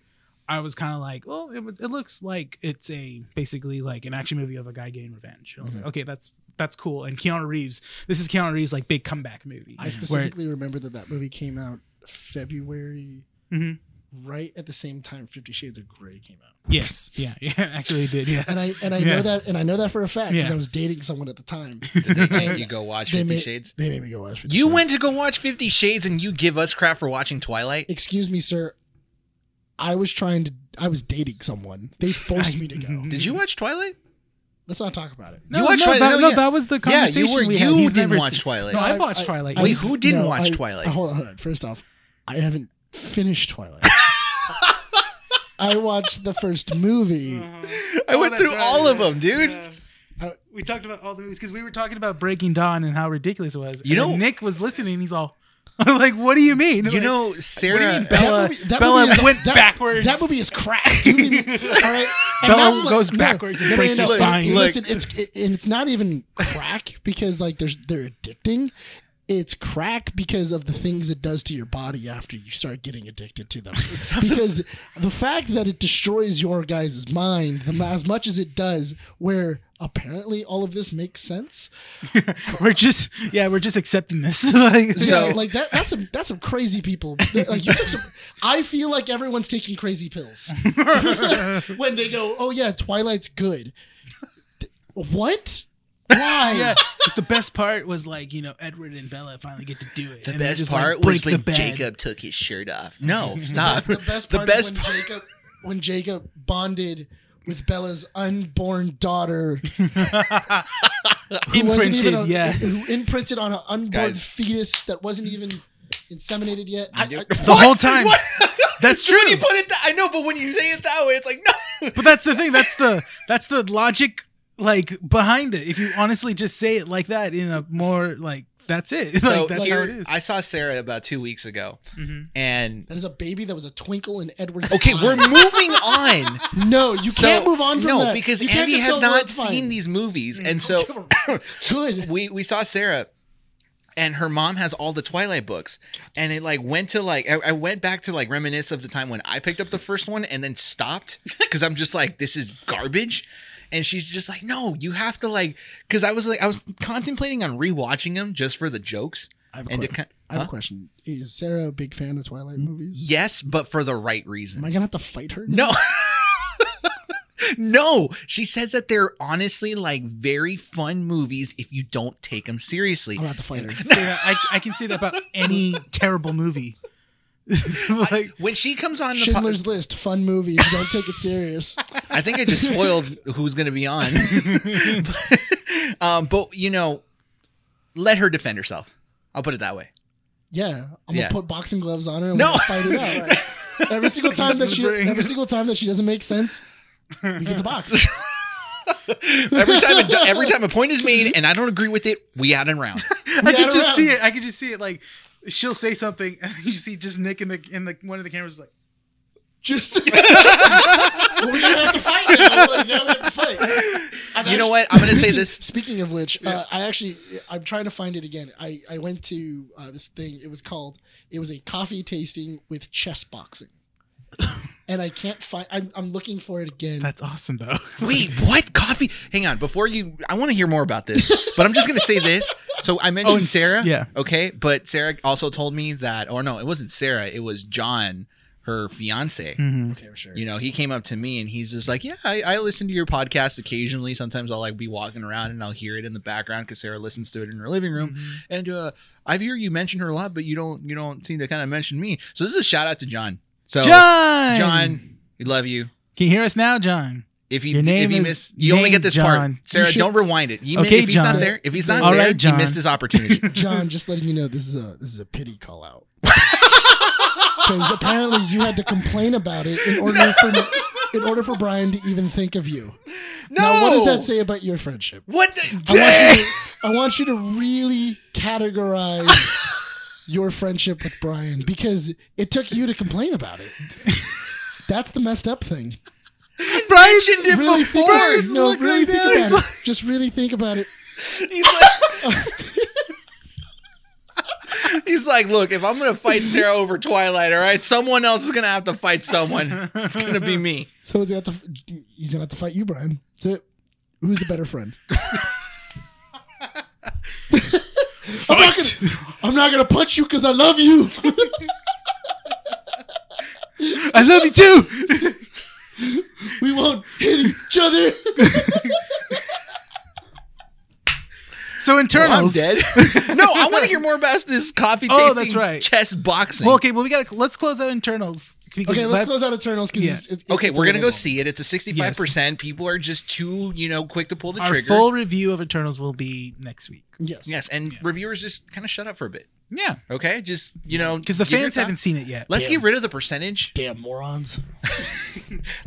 I was kind of like, well, it, was- it looks like it's a basically like an action movie of a guy getting revenge. And I was
Mm-hmm.
like, okay, that's that's cool. And Keanu Reeves. This is Keanu Reeves' like big comeback movie.
I specifically remember that that movie came out February,
Mhm.
Mm-hmm.
right at the same time Fifty Shades of Grey came out.
Yes. Yeah. Yeah. Actually, it did. Yeah.
and I and I
Yeah.
know that and I know that for a fact because
Yeah.
I was dating someone at the time.
Did they
Yeah.
make you go watch
They
Fifty
made-
Shades?
They made me go watch. 50
You
Shades.
went to go watch Fifty Shades, and you give us crap for watching Twilight.
Excuse me, sir. I was trying to. I was dating someone. They forced me to go.
Did you watch Twilight?
Let's not talk about it.
Mm-hmm. You watched
no,
Twilight-
that,
no,
no,
yeah.
that was the
Yeah,
conversation
you were.
we had.
You
He's
didn't
never
watch
seen-
Twilight.
No,
I-
I've watched Twilight.
Wait,
I've-
who didn't
no,
watch
I-
Twilight?
Hold on, hold on. First off, I haven't finished Twilight. I watched the first movie.
I
Oh,
went
that's
through
right,
all of
yeah.
them, dude.
Yeah. we talked about all the movies because we were talking about Breaking Dawn and how ridiculous it was.
You
And
know-
Nick was listening. He's all, "I'm like, what do you mean?
You
Like,
know, Sarah. uh,
Bella-
movie- that
Bella
movie is-
went
that-
backwards.
That movie is crap. You leave me- all right? And
Bella
not like-
goes
no,
backwards and
no, no,
breaks
no,
her
no.
spine.
Look, Listen, it's it, and it's not even crack because like there's they're addicting. It's crack because of the things it does to your body after you start getting addicted to them. because the fact that it destroys your guys' mind the, as much as it does, where apparently all of this makes sense.
we're just yeah, we're just accepting this. like,
So
So-
like that that's some that's some crazy people. Like you took some I feel like everyone's taking crazy pills. when they go, "Oh yeah, Twilight's good." What? Why?
yeah, 'Cause the best part was like you know Edward and Bella finally get to do it.
The
and they
best
just, like,
part
break
was
the
when
bed.
Jacob took his shirt off. No,
The,
stop.
the best
The
part
best
is when Jacob when Jacob bonded with Bella's unborn daughter who wasn't
imprinted.
even a,
yeah,
who imprinted on an unborn
Guys.
fetus that wasn't even inseminated yet. I- I-
the whole time. That's true.
When you put it, that, I know, but when you say it that way, it's like no.
But that's the thing. That's the that's the logic like behind it. If you honestly just say it like that in a more like that's it. It's
So
like that's
here,
how it is.
I saw Sarah about two weeks ago,
Mhm.
and
that is a baby that was a twinkle in Edward's
okay,
eye.
we're moving on.
No, you
So-
can't move on from
no,
that.
because
You can't
Andy
just
has
go, "Well,
not
it's
seen
fine."
these movies,
Mm.
and so
good.
we we saw Sarah and her mom has all the Twilight books. And it like went to like I, I went back to like reminisce of the time when I picked up the first one and then stopped because I'm just like, this is garbage. And she's just like, no, you have to like because I was like I was contemplating on rewatching them just for the jokes.
I have, a
And to
que-
kind
I have
huh?
a question. Is Sarah a big fan of Twilight movies?
yes, but for the right
Am
reason.
I gonna have to fight her?
No. no, she says that they're honestly like very fun movies if you don't take them seriously.
I'm gonna have to fight her.
Sarah, I, I can say that about any terrible movie. like,
When she comes on the po-
Schindler's List, fun movies. Don't take it serious.
I think I just spoiled who's going to be on. but, um, but you know, let her defend herself. I'll put it that way.
Yeah, I'm
Yeah.
gonna put boxing gloves on her and
No.
we'll fight it out. Every single time that she, every single time that she doesn't make sense, we get to box.
every time, a, every time a point is made and I don't agree with it, we out and round.
I
Yeah,
can just
around.
see it. I can just see it. Like she'll say something, and you see just Nick in the in the one of the cameras like.
Just Well, we don't have to fight now. Like, now we have to fight. I've
You know what? I'm gonna say
speaking-
this-
Speaking of which, uh, I actually I'm trying to find it again. I I went to uh, this thing. It was called. It was a coffee tasting with chess boxing. And I can't find. I'm, I'm looking for it again.
That's awesome though.
Wait, what? Coffee? Hang on. Before you, I want to hear more about this, but I'm just going to say this. So I mentioned Sarah.
yeah.
Okay. But Sarah also told me that, or no, it wasn't Sarah. It was John, her fiance.
Mm-hmm.
okay, sure.
You know, he came up to me and he's just like, "Yeah, I, I listen to your podcast occasionally. Sometimes I'll like be walking around and I'll hear it in the background because Sarah listens to it in her living room.
Mm-hmm.
And uh, I hear you mention her a lot, but you don't you don't seem to kind of mention me. So this is a shout out to John. So
John,
John, we love you.
can you hear us now, John?
If you
Your name
if you
is
miss, you only get
named
this part.
John.
Sarah,
You should-
don't rewind it. You mi-
Okay,
if he's not
John.
there, if he's not
All
there,
right,
you
John.
missed his opportunity.
John, just letting you know, this is a this is a pity call out. Because apparently you had to complain about it in order for in order for Brian to even think of you.
no,
Now, what does that say about your friendship?
What? The,
I want, you to, I want you to really categorize your friendship with Brian because it took you to complain about it. That's the messed up thing.
Brian mentioned it
Really think
before.
about it. No, really think about it. Just really think about it.
He's like, he's like, look, if I'm gonna fight Sarah over Twilight, all right, someone else is gonna have to fight someone. It's gonna be me.
So he's gonna have to, he's gonna have to fight you, Brian. That's it. Who's the better friend? I'm, not gonna, I'm not gonna punch you because I love you.
I love you too.
we won't hit each other.
So internals.
no, I want to hear more about this coffee tasting
Oh, that's right.
chess boxing.
Well, okay, well we gotta let's close out internals. because
okay, let's
that's-
close out Eternals because
Yeah.
it's, it's,
Okay,
it's
we're gonna go
available.
see it. It's a sixty-five percent. People are just too, you know, quick to pull the
Our
trigger.
full review of Eternals will be next week.
Yes.
yes, and reviewers just kind of shut up for a bit. Yeah. Okay. Just you know,
because the
give your
fans
thought-
haven't seen it yet.
Let's
Damn.
get rid of the percentage.
Damn morons.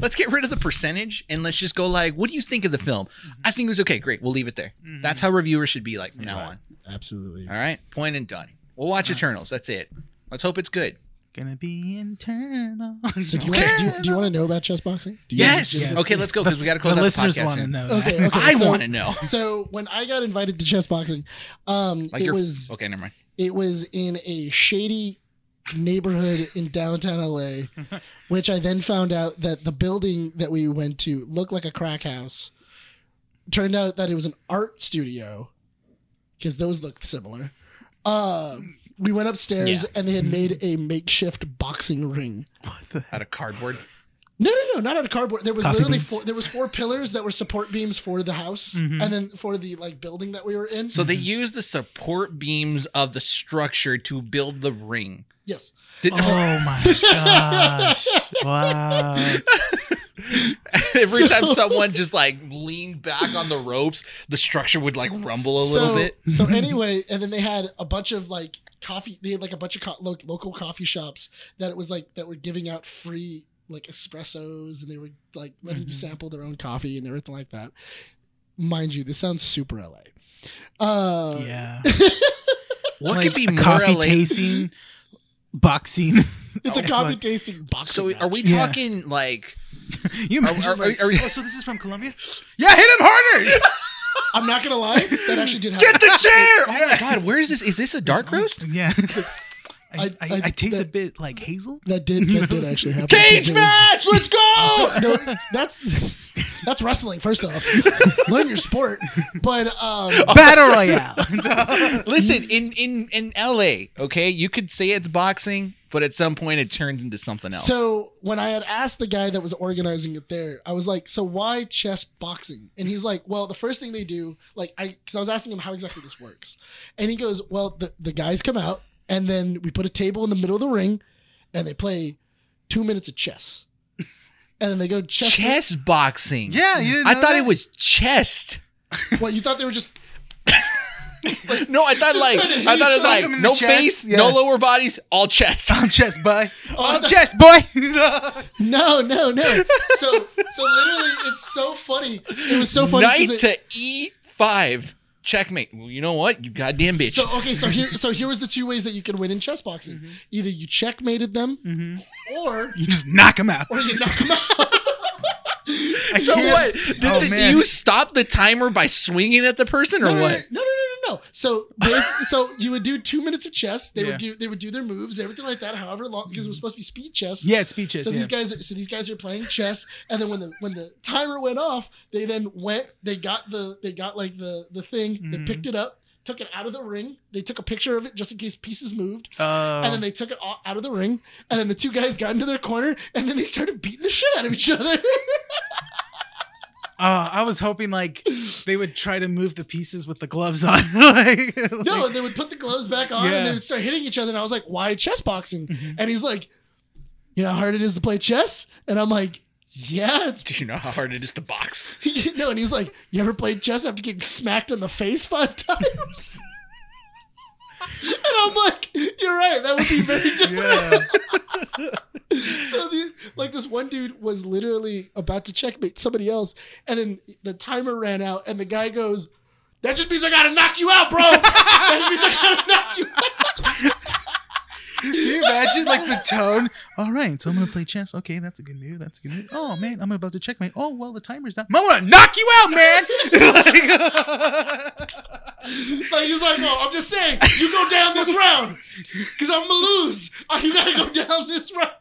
Let's get rid of the percentage and let's just go like, what do you think of the film? I think it was okay. Great. We'll leave it there.
Mm.
That's how reviewers should be like from now on.
Absolutely.
All right. Point and done. We'll watch Eternals. That's it. Let's hope it's good.
gonna be internal.
So do you, wanna, do, you- do you want to know about chess boxing? Do you
Yes.
just-
Yes.
Okay. Let's go because we got to close
the
out
listeners
the podcast.
want to
soon.
know.
Okay,
that.
okay.
I
so-
want to know.
So when I got invited to chess boxing, um,
Like
it
your-
was
Okay. Never mind.
it was in a shady neighborhood in downtown LA, which I then found out that the building that we went to looked like a crack house. Turned out that it was an art studio because those looked similar. Uh, we went upstairs and they had made a makeshift boxing ring.
Out of cardboard.
No, no, no, not out of cardboard. There was
Coffee
literally
beans.
four, there was four pillars that were support beams for the house,
Mhm.
and then for the like building that we were in.
So they use the support beams of the structure to build the ring.
yes,
Did-
Oh my gosh! Wow.
Every time
So-
someone just like leaned back on the ropes, the structure would like rumble a little
So-
bit.
So anyway, and then they had a bunch of like coffee. They had like a bunch of co- lo- local coffee shops that it was like that were giving out free like espressos, and they were like letting you
Mhm.
sample their own coffee and everything like that. Mind you, this sounds super LA. Uh,
Yeah.
What
Like
could be
a
more
coffee
LA?
tasting, boxing?
it's a
Oh,
coffee
fuck.
tasting box.
So are we
Yeah.
talking like?
you
Are,
imagine?
are,
like,
are, are,
oh, so this is from Colombia.
yeah, hit him harder!
I'm not gonna lie, that actually did happen.
Get the chair! Oh my god, where is this? Is this a dark roast?
Yeah. I, I,
I- I-
I taste a
that-
bit like hazel.
That did that did actually happen.
Cage
There was-
match! Let's go!
No, that's that's wrestling. First off, learn your sport. But um,
Battle Royale.
Listen, in in in LA, okay, you could say it's boxing, but at some point it turns into something else.
So when I had asked the guy that was organizing it there, I was like, "So why chess boxing?" And he's like, "Well, the first thing they do, like, I because I was asking him how exactly this works, and he goes, "Well, the the guys come out, and then we put a table in the middle of the ring, and they play two minutes of chess, and then they go chess.
chess boxing.
yeah, you didn't
I
know
thought
that?
it was chest.
What you thought they were just
No, I thought like
trying to
I thought it was
hit
like
him in
no
the chest.
face,
Yeah.
no lower bodies, all chest.
on chess, boy.
Oh, I
Oh,
On
thought-
chess, boy.
no, no, no. So so literally, it's so funny. It was so funny. 'cause
Knight
they-
to e five checkmate. Well, you know what? You goddamn bitch.
So okay, so here so here was the two ways that you could win in chess boxing. Either you checkmated them or
you just knock him out.
or you knock them out.
I
So
can't-
what? Did,
Oh,
did
man.
you stop the timer by swinging at the person or
No, no, no,
what?
no, no, no, no, no. So basi- so you would do two minutes of chess. They
Yeah.
would do they would do their moves, everything like that, however long because it was supposed to be speed chess.
Yeah, it's speeches.
So
yeah.
these guys are so these guys are playing chess, and then when the when the timer went off, they then went. They got the they got like the the thing. They
Mhm.
picked it up, took it out of the ring. They took a picture of it just in case pieces moved,
Oh.
and then they took it all out of the ring. And then the two guys got into their corner, and then they started beating the shit out of each other.
Oh, I was hoping like they would try to move the pieces with the gloves on. like,
no, and they would put the gloves back on,
Yeah. Mm-hmm.
and they would start hitting each other. And I was like, "Why chess boxing?" And he's like, "You know how hard it is to play chess?" And I'm like. Yeah, it's
Do you know how hard it is to box?
no, and he's like, "You ever played chess after getting smacked in the face five times?" and I'm like, "You're right. That would be very different."
yeah.
So, the, like, this one dude was literally about to checkmate somebody else, and then the timer ran out, and the guy goes, "That just means I gotta knock you out, bro. that just means I gotta knock you out."
Can you imagine like the tone? All right, so I'm gonna play chess. Okay, that's a good move. That's a good move. Oh man, I'm about to check my. Oh well, the timer's down. I'm gonna knock you out, man. Like-
Like, he's like, "No, I'm just saying, you go down this round, because I'm gonna lose. Oh, you gotta go down this round."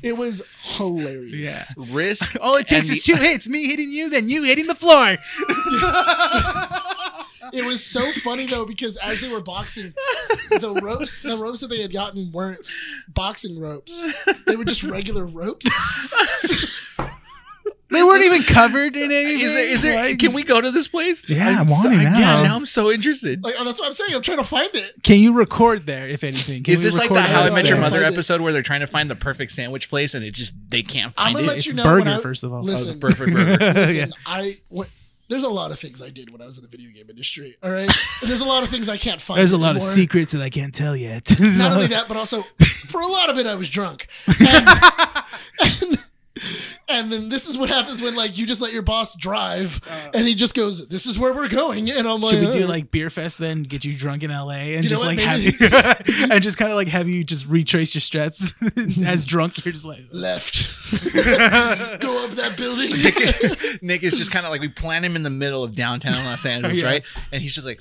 It was hilarious.
yeah.
Risk.
All it takes
And
is two hits. Me hitting you, then you hitting the floor.
It was so funny though because as they were boxing, the ropes the ropes that they had gotten weren't boxing ropes. They were just regular ropes.
They weren't even covered in anything.
Is there? Is there? Can we go to this place?
Yeah, I
I'm
want it
so, I-
now.
Yeah, now I'm so interested.
Like oh, that's what I'm saying. I'm trying to find it.
Can you record there, if anything? Can
is
we
this like the
record
How I
us
Met Your
there?
Mother
Find it.
episode where they're trying to find the perfect sandwich place and it just they can't
I'm
find
gonna
it?
let
It's
you know.
burger,
when I,
first of all.
Oh, the
Listen,
perfect burger.
listen.
Yeah.
I what There's a lot of things I did when I was in the video game industry. All right. And there's a lot of things I can't find.
There's a lot of
anymore.
secrets that I can't tell yet.
Not only that, but also for a lot of it, I was drunk. And, and, and then this is what happens when like you just let your boss drive, and he just goes, "This is where we're going," and I'm like,
Should we do
"Uh,
like beer fest then? Get you drunk in LA and
You know
just
what,
like have you
maybe-
and just kind of like have you just retrace your steps as drunk. You're just like
left, go up that building."
Nick, Nick is just kind of like we plant him in the middle of downtown Los Angeles,
Yeah.
right? And he's just like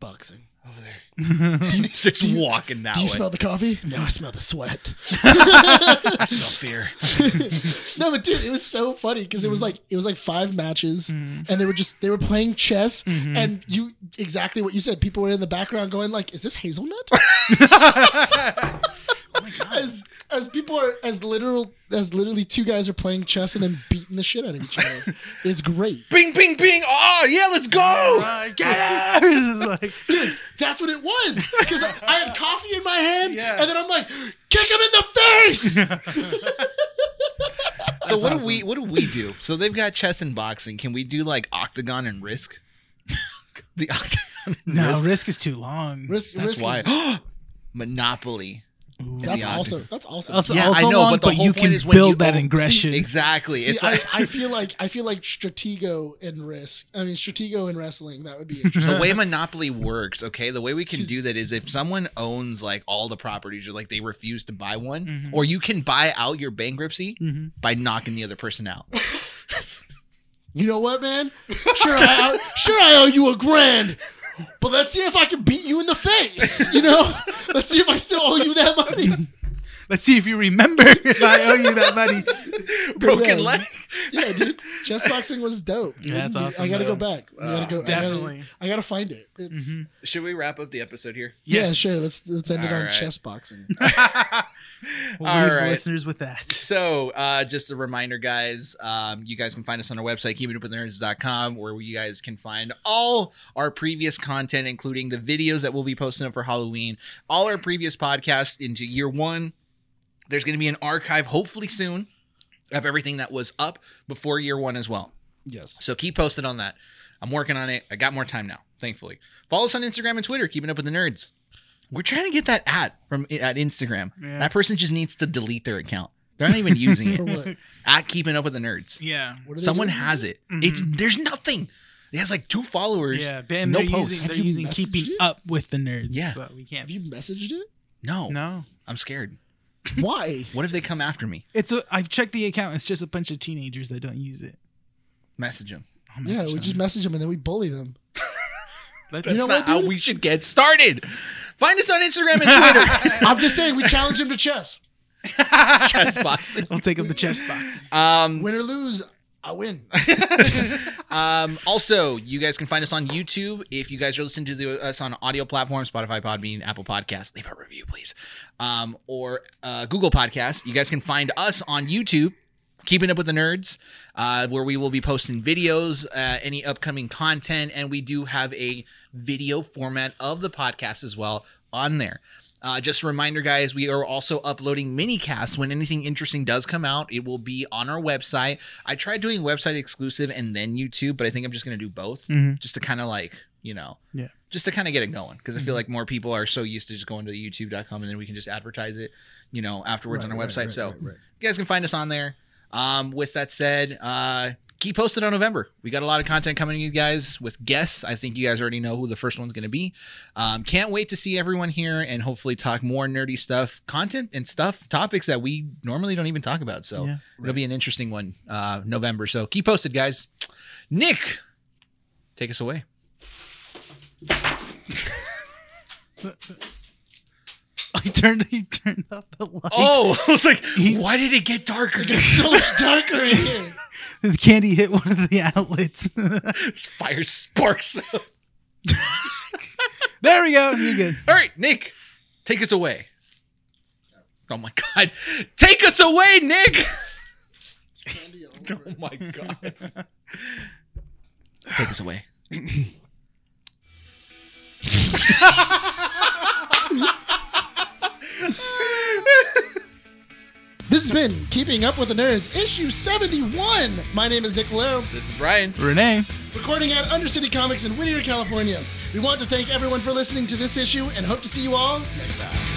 Boxing.
over there,
I
he's just
do you-
walking that
Do you
way.
smell the coffee? No, I smell the sweat.
I smell fear.
no, but dude, it was so funny because it was like it was like five matches, and they were just they were playing chess, and you exactly what you said. People were in the background going like, "Is this hazelnut?" Oh as as people are as literal as literally two guys are playing chess and then beating the shit out of each other. It's great.
Bing, bing, bing! Oh yeah, let's go!
get it. It's just like,
That's what it was because I, I had coffee in my hand, and then I'm like, "Kick him in the face!"
So what do we what do we do? So they've got chess and boxing. Can we do like octagon and risk? the octagon. And
no,
risk.
risk, is too long.
Risk,
That's
risk
why.
is-
Monopoly.
Ooh.
that's
Yeah.
also that's also
also,
Yeah, I
also
know,
long,
but
but,
the whole
you
point
can
is when
build
you
that
own- see,
aggression.
Exactly.
See,
it's
I,
like,
I feel like I feel like Stratego in risk. I mean, Stratego in wrestling that would be interesting.
the way Monopoly works, okay, the way we can do
Because-
that is if someone owns like all the properties or like they refuse to buy one,
Mm-hmm.
or you can buy out your bankruptcy
Mhm.
by knocking the other person out.
you know what, man? Sure, I owe, sure I owe you a grand, but let's see if I can beat you in the face. You know, let's see if I still owe you that money.
Let's see if you remember if I owe you that money.
Broken
Yeah.
leg.
Yeah, dude, chess boxing was dope. dude.
Yeah, that's awesome,
I gotta go
though.
back. I gotta go. I gotta-
Definitely.
I gotta, find it. It's,
Mhm.
Should we wrap up the episode here?
Yeah,
Yes.
sure. Let's let's end it
All
on
right.
chess boxing.
We'll
All
leave the
right.
listeners with that.
So, uh, just a reminder, guys, um, you guys can find us on our website, keepingupwithnerds.com, where you guys can find all our previous content, including the videos that we'll be posting up for Halloween, all our previous podcasts into year one. There's going to be an archive, hopefully soon, of everything that was up before year one as well.
yes.
So keep posted on that. I'm working on it. I got more time now, thankfully. Follow us on Instagram and Twitter, keeping up with the nerds. We're trying to get that ad from at Instagram.
Yeah.
That person just needs to delete their account. They're not even using
For
it.
what?
At keeping up with the nerds.
Yeah.
What are they
Someone
doing?
has it.
Mhm.
It's there's nothing. It has like two followers.
Yeah, Ben,
no
they're
posts.
using they're
Have you
using
messaged
keeping
it?
up with the nerds.
Yeah.
so we can't.
Have you messaged it?
No,
No,
I'm scared.
Why?
What if they come after me?
it's a. I've checked the account. It's just a bunch of teenagers that don't use it.
Message them.
I'll
Yeah,
message
we just
them.
message them and then we bully them.
Let's-
That's
know
not
what,
how
dude?
we should get started. Find us on Instagram and Twitter.
I'm just saying, we challenge him to chess.
Chess boxing.
I'll take up the chess box.
Um,
Win or lose, I win.
um, also, you guys can find us on YouTube. If you guys are listening to the, us on audio platforms, Spotify, Podbean, Apple Podcasts, leave a review, please. Um, or uh, Google Podcasts. You guys can find us on YouTube. Keeping up with the nerds, uh, where we will be posting videos, uh, any upcoming content, and we do have a video format of the podcast as well on there. Uh, just a reminder, guys, we are also uploading mini casts when anything interesting does come out. It will be on our website. I tried doing website exclusive and then YouTube, but I think I'm just going to do both
Mhm.
just to kind of like, you know,
Yeah.
just to kind of get it going because I feel like more people are so used to just going to youtube.com and then we can just advertise it, you know, afterwards on our website. so you guys can find us on there. Um, with that said, uh, keep posted on November. We got a lot of content coming, you guys, with guests. I think you guys already know who the first one's going to be. Um, can't wait to see everyone here and hopefully talk more nerdy stuff, content and stuff, topics that we normally don't even talk about. So
Yeah.
it'll be an interesting one, uh, November. So keep posted, guys. Nick, take us away.
He turned he turned up the light.
Oh, I was like,
He's-
why did it get darker?
So much darker in here.
The candy hit one of the outlets.
Fire sparks. All
there we go. You're good.
right, Nick, take us away. Oh my God. Take us away, Nick. Oh
Candy all over it.
my god. Take us away.
This has been Keeping Up with the Nerds, issue 71. My name is Nick Valero,
This is Brian.
Renee.
recording at Undercity Comics in Whittier, California. We want to thank everyone for listening to this issue and hope to see you all next time.